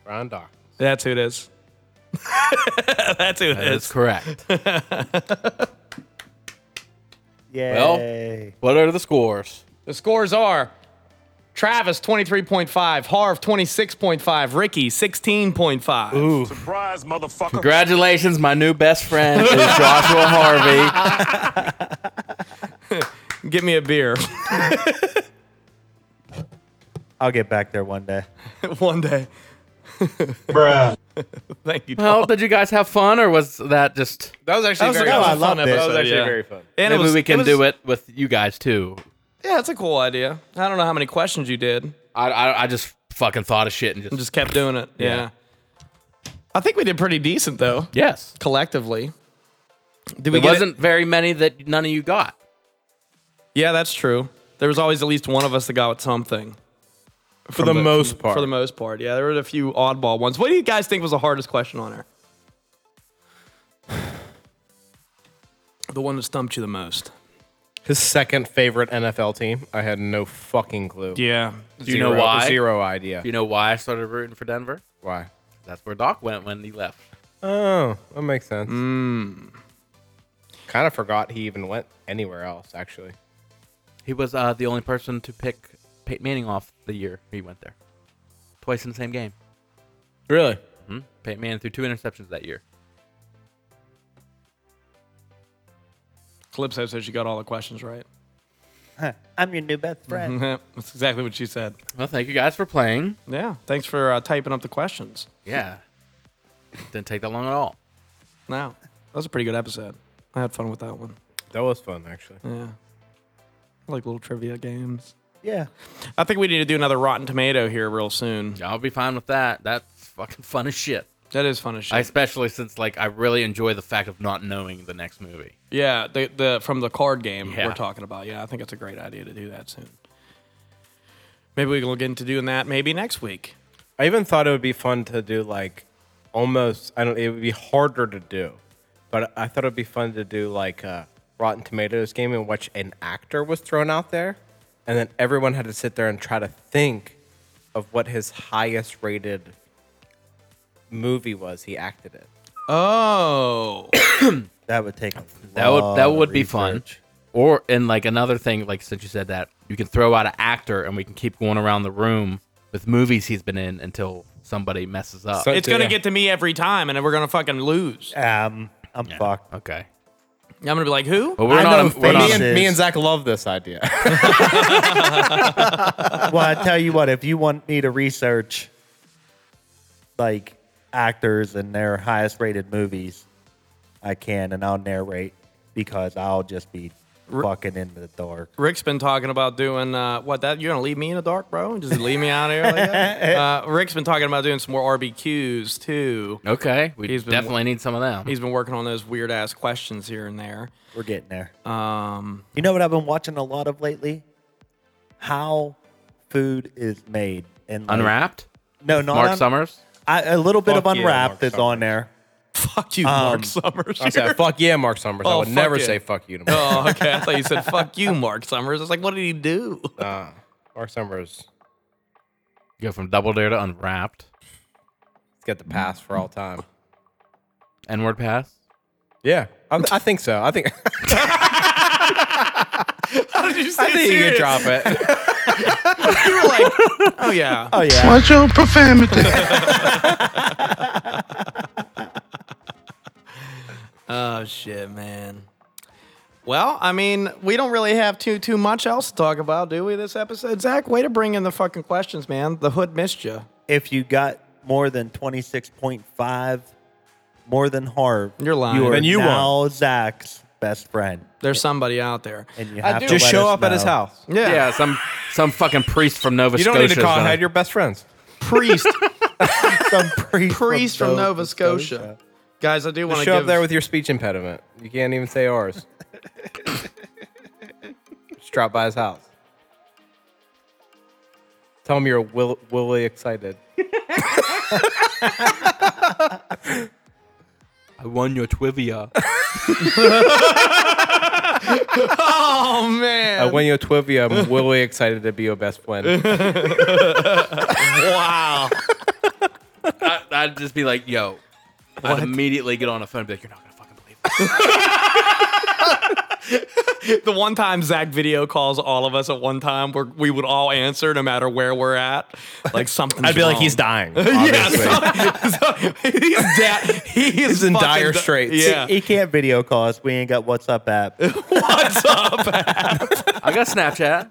[SPEAKER 4] Brian Dawkins.
[SPEAKER 1] That's who it is. (laughs) That's who it
[SPEAKER 2] That is
[SPEAKER 1] is.
[SPEAKER 2] correct.
[SPEAKER 3] Yay.
[SPEAKER 2] (laughs) what are the scores?
[SPEAKER 1] The scores are Travis 23.5, Harv 26.5, Ricky 16.5.
[SPEAKER 2] Congratulations, my new best friend (laughs) is Joshua Harvey.
[SPEAKER 1] Give me a beer (laughs)
[SPEAKER 3] I'll get back there one day.
[SPEAKER 1] one day.
[SPEAKER 10] Bruh.
[SPEAKER 1] Thank you.
[SPEAKER 2] Well, did you guys have fun, or was that just?
[SPEAKER 4] That was actually
[SPEAKER 1] was
[SPEAKER 4] very
[SPEAKER 1] like, oh,
[SPEAKER 4] fun.
[SPEAKER 1] I love
[SPEAKER 4] That was
[SPEAKER 1] this.
[SPEAKER 4] actually
[SPEAKER 1] Yeah.
[SPEAKER 4] very fun.
[SPEAKER 1] And
[SPEAKER 2] Maybe we can
[SPEAKER 1] was-
[SPEAKER 2] do it with you guys too.
[SPEAKER 1] Yeah, it's a cool idea. I don't know how many questions you did.
[SPEAKER 2] I, I I just fucking thought of shit and
[SPEAKER 1] I
[SPEAKER 2] just,
[SPEAKER 1] just kept doing it. Yeah. I think we did pretty decent though,
[SPEAKER 2] yes.
[SPEAKER 1] collectively. Did we
[SPEAKER 2] There
[SPEAKER 1] get it?
[SPEAKER 2] wasn't very many that none of you got.
[SPEAKER 1] Yeah, that's true. There was always at least one of us that got something. For the, most part. For the most part. Yeah, there were a few oddball ones. What do you guys think was the hardest question on there? (sighs) The one that stumped you the most.
[SPEAKER 4] His second favorite NFL team. I had no fucking clue.
[SPEAKER 1] Yeah.
[SPEAKER 2] Do you know
[SPEAKER 4] Zero-
[SPEAKER 2] why?
[SPEAKER 4] Zero idea.
[SPEAKER 2] Do you know why I started rooting for Denver?
[SPEAKER 4] Why?
[SPEAKER 2] That's where Doc went when he left.
[SPEAKER 4] Oh, that makes sense. Kind of Hmm. forgot he even went anywhere else, actually.
[SPEAKER 2] He was uh, the only person to pick Peyton Manning off the year he went there, twice in the same game.
[SPEAKER 4] Really?
[SPEAKER 2] Hmm? Peyton Manning threw two interceptions that year.
[SPEAKER 1] Calypso says she got all the questions right.
[SPEAKER 3] I'm your new best friend.
[SPEAKER 1] (laughs)
[SPEAKER 2] (laughs)
[SPEAKER 1] That's exactly what she said.
[SPEAKER 2] Well, thank you guys for playing.
[SPEAKER 1] Yeah. Thanks for uh, typing up the questions.
[SPEAKER 2] Yeah, didn't take that long at all.
[SPEAKER 1] Now, that was a pretty good episode. I had fun with that one.
[SPEAKER 4] That was fun, actually.
[SPEAKER 1] Yeah. I like little trivia games.
[SPEAKER 3] Yeah.
[SPEAKER 1] I think we need to do another Rotten Tomato here real soon.
[SPEAKER 2] I'll be fine with that. That's fucking fun as shit.
[SPEAKER 1] That is fun as shit.
[SPEAKER 2] I especially since like I really enjoy the fact of not knowing the next movie.
[SPEAKER 1] Yeah, the, the from the card game
[SPEAKER 2] Yeah.
[SPEAKER 1] we're talking about. Yeah, I think it's a great idea to do that soon. Maybe we can look into doing that maybe next week.
[SPEAKER 4] I even thought it would be fun to do like almost. I don't. It would be harder to do, but I thought it'd be fun to do like a Rotten Tomatoes game in which an actor was thrown out there, and then everyone had to sit there and try to think of what his highest rated movie was he acted in,
[SPEAKER 1] Oh.
[SPEAKER 3] That would take a
[SPEAKER 2] That would that
[SPEAKER 3] lot of
[SPEAKER 2] would be fun.
[SPEAKER 3] Oh, research.
[SPEAKER 2] Or and like another thing, like since you said that, you can throw out an actor and we can keep going around the room with movies he's been in until somebody messes up.
[SPEAKER 4] So-
[SPEAKER 1] it's going to
[SPEAKER 4] Yeah.
[SPEAKER 1] get to me every time and then we're going to fucking lose.
[SPEAKER 3] Um, I'm fucked.
[SPEAKER 2] okay.
[SPEAKER 1] I'm going to be like, "Who?"
[SPEAKER 2] But we're
[SPEAKER 3] I
[SPEAKER 2] not, a,
[SPEAKER 3] know
[SPEAKER 2] we're not
[SPEAKER 4] Me
[SPEAKER 3] faces.
[SPEAKER 4] and, me and Zach love this idea.
[SPEAKER 3] well, I tell you what, if you want me to research like actors and their highest rated movies, I can and I'll narrate because I'll just be fucking into the dark.
[SPEAKER 1] Rick's been talking about doing uh, what that you're gonna leave me in the dark, bro? Just leave me out here like
[SPEAKER 4] (laughs)
[SPEAKER 1] that. Uh, Rick's been talking about doing some more RBQs too.
[SPEAKER 2] okay. We
[SPEAKER 1] He's been-
[SPEAKER 2] definitely need some of them.
[SPEAKER 1] He's been working on those weird ass questions here and there.
[SPEAKER 3] We're getting there. Um, you know what I've been watching a lot of lately? How food is made and like-
[SPEAKER 2] Unwrapped.
[SPEAKER 3] No, not
[SPEAKER 2] Mark
[SPEAKER 3] un-
[SPEAKER 2] Summers.
[SPEAKER 3] I, a little bit of
[SPEAKER 4] Fuck yeah,
[SPEAKER 3] unwrapped
[SPEAKER 4] Mark
[SPEAKER 3] that's on there.
[SPEAKER 1] Fuck you, Mark Summers.
[SPEAKER 4] (laughs) Um, I said, fuck yeah, Mark Summers. I
[SPEAKER 1] Oh,
[SPEAKER 4] would
[SPEAKER 1] fuck
[SPEAKER 4] never
[SPEAKER 1] yeah.
[SPEAKER 4] say fuck you to
[SPEAKER 1] (laughs)
[SPEAKER 4] Mark.
[SPEAKER 1] oh, okay. I thought you said "fuck you, Mark Summers." I was like, "What did he do?" (laughs)
[SPEAKER 4] Uh,
[SPEAKER 1] Oh.
[SPEAKER 4] Mark Summers.
[SPEAKER 2] Go from Double Dare to Unwrapped.
[SPEAKER 4] He's got the pass for all time.
[SPEAKER 2] N word pass.
[SPEAKER 4] Yeah, I, I think so. I think. (laughs)
[SPEAKER 1] you
[SPEAKER 4] I think you could drop it.
[SPEAKER 1] were
[SPEAKER 4] (laughs)
[SPEAKER 1] like, "Oh yeah."
[SPEAKER 3] Oh yeah.
[SPEAKER 9] Watch your profanity.
[SPEAKER 1] Oh shit, man. Well, I mean, we don't really have too too much else to talk about, do we? This episode, Zach. Way to bring in the fucking questions, man. The hood missed you.
[SPEAKER 3] If you got more than twenty six point five, more than Harv,
[SPEAKER 1] You're lying.
[SPEAKER 3] You are
[SPEAKER 1] Then you won.
[SPEAKER 3] now Zach's best friend,
[SPEAKER 1] There's somebody out there.
[SPEAKER 3] and you
[SPEAKER 4] I
[SPEAKER 3] have
[SPEAKER 4] do.
[SPEAKER 3] to
[SPEAKER 4] Just
[SPEAKER 3] let
[SPEAKER 4] show
[SPEAKER 3] us
[SPEAKER 4] up at his
[SPEAKER 3] know.
[SPEAKER 4] house.
[SPEAKER 1] Yeah,
[SPEAKER 2] Yeah, some some fucking priest from Nova
[SPEAKER 4] You
[SPEAKER 2] Scotia.
[SPEAKER 4] don't need to
[SPEAKER 2] is
[SPEAKER 4] call
[SPEAKER 2] gonna-
[SPEAKER 4] ahead. You're best friends. (laughs)
[SPEAKER 1] priest,
[SPEAKER 3] Some priest,
[SPEAKER 1] priest from Nova Scotia. Guys, I do want to
[SPEAKER 4] Show
[SPEAKER 1] give
[SPEAKER 4] up
[SPEAKER 1] (laughs)
[SPEAKER 4] there with your speech impediment. You can't even say ours. Just drop by his house. Tell him you're will- willy excited.
[SPEAKER 2] I won your Twivia.
[SPEAKER 1] Oh man.
[SPEAKER 4] I win you a Twivia. I'm willy excited to be your best friend.
[SPEAKER 2] I, I'd just be like, yo. I'd immediately get on the phone and be like, you're not gonna fucking believe this.
[SPEAKER 1] the one time Zach video calls all of us at one time, where we would all answer no matter where we're at. Like something.
[SPEAKER 3] (laughs)
[SPEAKER 4] dying.
[SPEAKER 1] Yeah, (laughs) so, so- he's dead. He is
[SPEAKER 4] He's in
[SPEAKER 1] fucking
[SPEAKER 4] dire
[SPEAKER 1] di-
[SPEAKER 4] straits. (laughs)
[SPEAKER 1] Yeah,
[SPEAKER 3] He can't video call us. We ain't got WhatsApp app.
[SPEAKER 2] (laughs) I got Snapchat.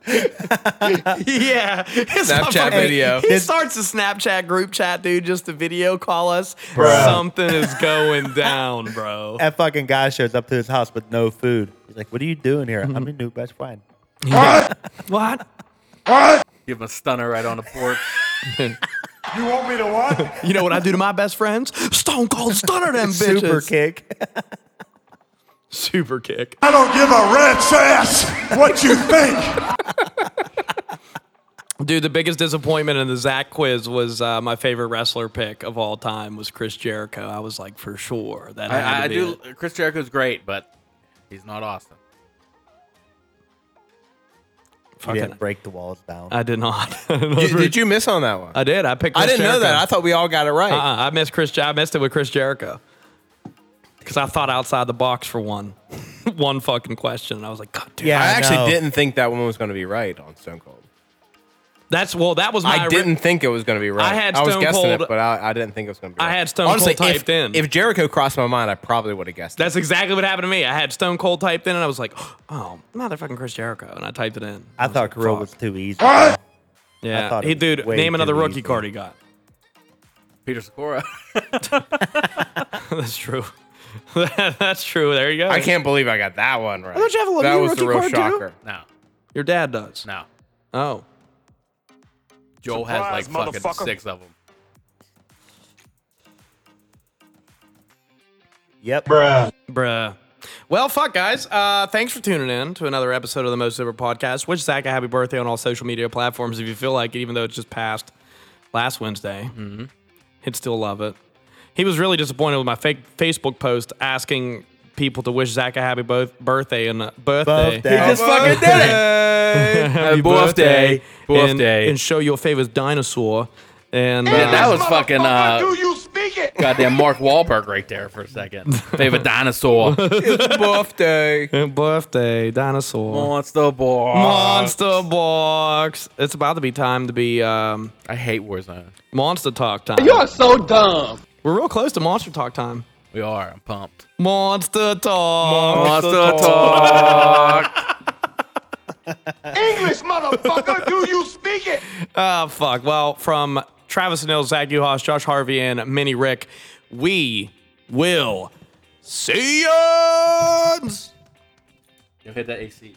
[SPEAKER 1] yeah. His
[SPEAKER 4] Snapchat
[SPEAKER 1] fucking-
[SPEAKER 4] video.
[SPEAKER 1] He
[SPEAKER 3] Did-
[SPEAKER 1] starts a Snapchat group chat, dude, just to video call us. Something is going down, bro.
[SPEAKER 3] That fucking guy shows up to his house with no food. He's like, "What are you doing here?
[SPEAKER 4] (laughs)
[SPEAKER 3] I'm your new best friend."
[SPEAKER 1] What?
[SPEAKER 2] Give him a stunner right on the porch.
[SPEAKER 1] You know what I do to my best friends? Stone Cold Stunner (laughs) them bitches.
[SPEAKER 3] Super kick. (laughs)
[SPEAKER 1] Super kick.
[SPEAKER 10] I don't give a rat's ass what you think.
[SPEAKER 1] Dude, the biggest disappointment in the Zach quiz was uh, my favorite wrestler pick of all time was Chris Jericho. I was like, for sure. That had
[SPEAKER 2] I,
[SPEAKER 1] to
[SPEAKER 2] I
[SPEAKER 1] be
[SPEAKER 2] do.
[SPEAKER 1] it.
[SPEAKER 2] Chris Jericho's great, but he's not Austin.
[SPEAKER 3] You
[SPEAKER 1] Fucking,
[SPEAKER 3] didn't break the walls down.
[SPEAKER 1] I did not. (laughs)
[SPEAKER 4] Did you miss on that one?
[SPEAKER 1] I did. I picked.
[SPEAKER 4] I
[SPEAKER 1] Chris
[SPEAKER 4] didn't know that.
[SPEAKER 1] Jericho.
[SPEAKER 4] I thought we all got it right.
[SPEAKER 1] Uh-uh, I missed Chris. I missed it with Chris Jericho because I thought outside the box for one, (laughs) one fucking question, and I was like, God, dude,
[SPEAKER 3] Yeah,
[SPEAKER 4] I actually
[SPEAKER 3] know.
[SPEAKER 4] didn't think that one was going to be right on Stone Cold.
[SPEAKER 1] that's well, that was my.
[SPEAKER 4] I
[SPEAKER 1] ri-
[SPEAKER 4] didn't think it was going to be right.
[SPEAKER 1] I had
[SPEAKER 4] was
[SPEAKER 1] Stone
[SPEAKER 4] guessing
[SPEAKER 1] Cold-
[SPEAKER 4] it, but I, I didn't think it was going to be.
[SPEAKER 1] I
[SPEAKER 4] right.
[SPEAKER 1] had Stone
[SPEAKER 4] Honestly,
[SPEAKER 1] Cold
[SPEAKER 4] if,
[SPEAKER 1] typed in.
[SPEAKER 4] If Jericho crossed my mind, I probably would have guessed. it.
[SPEAKER 1] that's exactly what happened to me. I had Stone Cold typed in, and I was like, (gasps) Oh, motherfucking Chris Jericho, and I typed it in.
[SPEAKER 3] I
[SPEAKER 1] was
[SPEAKER 3] thought
[SPEAKER 1] like,
[SPEAKER 3] Kirill
[SPEAKER 1] fuck.
[SPEAKER 3] was too easy.
[SPEAKER 1] Yeah,
[SPEAKER 3] thought it
[SPEAKER 1] he
[SPEAKER 3] was
[SPEAKER 1] dude,
[SPEAKER 3] way
[SPEAKER 1] name
[SPEAKER 3] too
[SPEAKER 1] another rookie
[SPEAKER 3] easy.
[SPEAKER 1] card he got.
[SPEAKER 2] Peter
[SPEAKER 3] (laughs)
[SPEAKER 2] Sakura.
[SPEAKER 1] (laughs) that's true. (laughs) that's true. There you go.
[SPEAKER 4] I can't believe I got that one right.
[SPEAKER 1] thought you have a little
[SPEAKER 4] that
[SPEAKER 1] new
[SPEAKER 4] was the
[SPEAKER 1] rookie
[SPEAKER 4] real
[SPEAKER 1] card, too.
[SPEAKER 4] shocker.
[SPEAKER 2] no,
[SPEAKER 1] Your dad does.
[SPEAKER 2] no.
[SPEAKER 1] Oh,
[SPEAKER 2] Joel has like fucking six of them.
[SPEAKER 3] Yep.
[SPEAKER 1] Bruh. Well, fuck, guys. Uh, thanks for tuning in to another episode of the Most Sober Podcast. Wish Zach a happy birthday on all social media platforms if you feel like it, even though it just passed last Wednesday.
[SPEAKER 2] Mm-hmm.
[SPEAKER 1] He'd still love it. He was really disappointed with my fake Facebook post asking people to wish Zach a happy bo- birthday and uh, birthday.
[SPEAKER 3] Birthday. He just
[SPEAKER 1] fucking did
[SPEAKER 4] (laughs)
[SPEAKER 1] it.
[SPEAKER 2] Happy birthday.
[SPEAKER 1] And,
[SPEAKER 2] Birthday.
[SPEAKER 1] and show your favorite dinosaur. And uh,
[SPEAKER 2] Yeah, that was fucking uh,
[SPEAKER 10] Do you speak it?
[SPEAKER 2] goddamn Mark Wahlberg right there for a second. Favorite dinosaur.
[SPEAKER 4] Birthday.
[SPEAKER 1] birthday dinosaur.
[SPEAKER 2] (laughs) Monster boy.
[SPEAKER 1] Monster box. It's about to be time to be um,
[SPEAKER 2] I hate Warzone.
[SPEAKER 1] monster talk time.
[SPEAKER 10] You are so dumb.
[SPEAKER 1] We're real close to monster talk time.
[SPEAKER 2] We are. I'm pumped.
[SPEAKER 1] Monster talk.
[SPEAKER 2] Monster talk.
[SPEAKER 10] English, motherfucker. Do you speak it?
[SPEAKER 1] Ah, fuck. Well, from Travis Neal, Zach Uhas, Josh Harvey, and Mini Rick, we will see you.
[SPEAKER 2] Yo, hit that AC.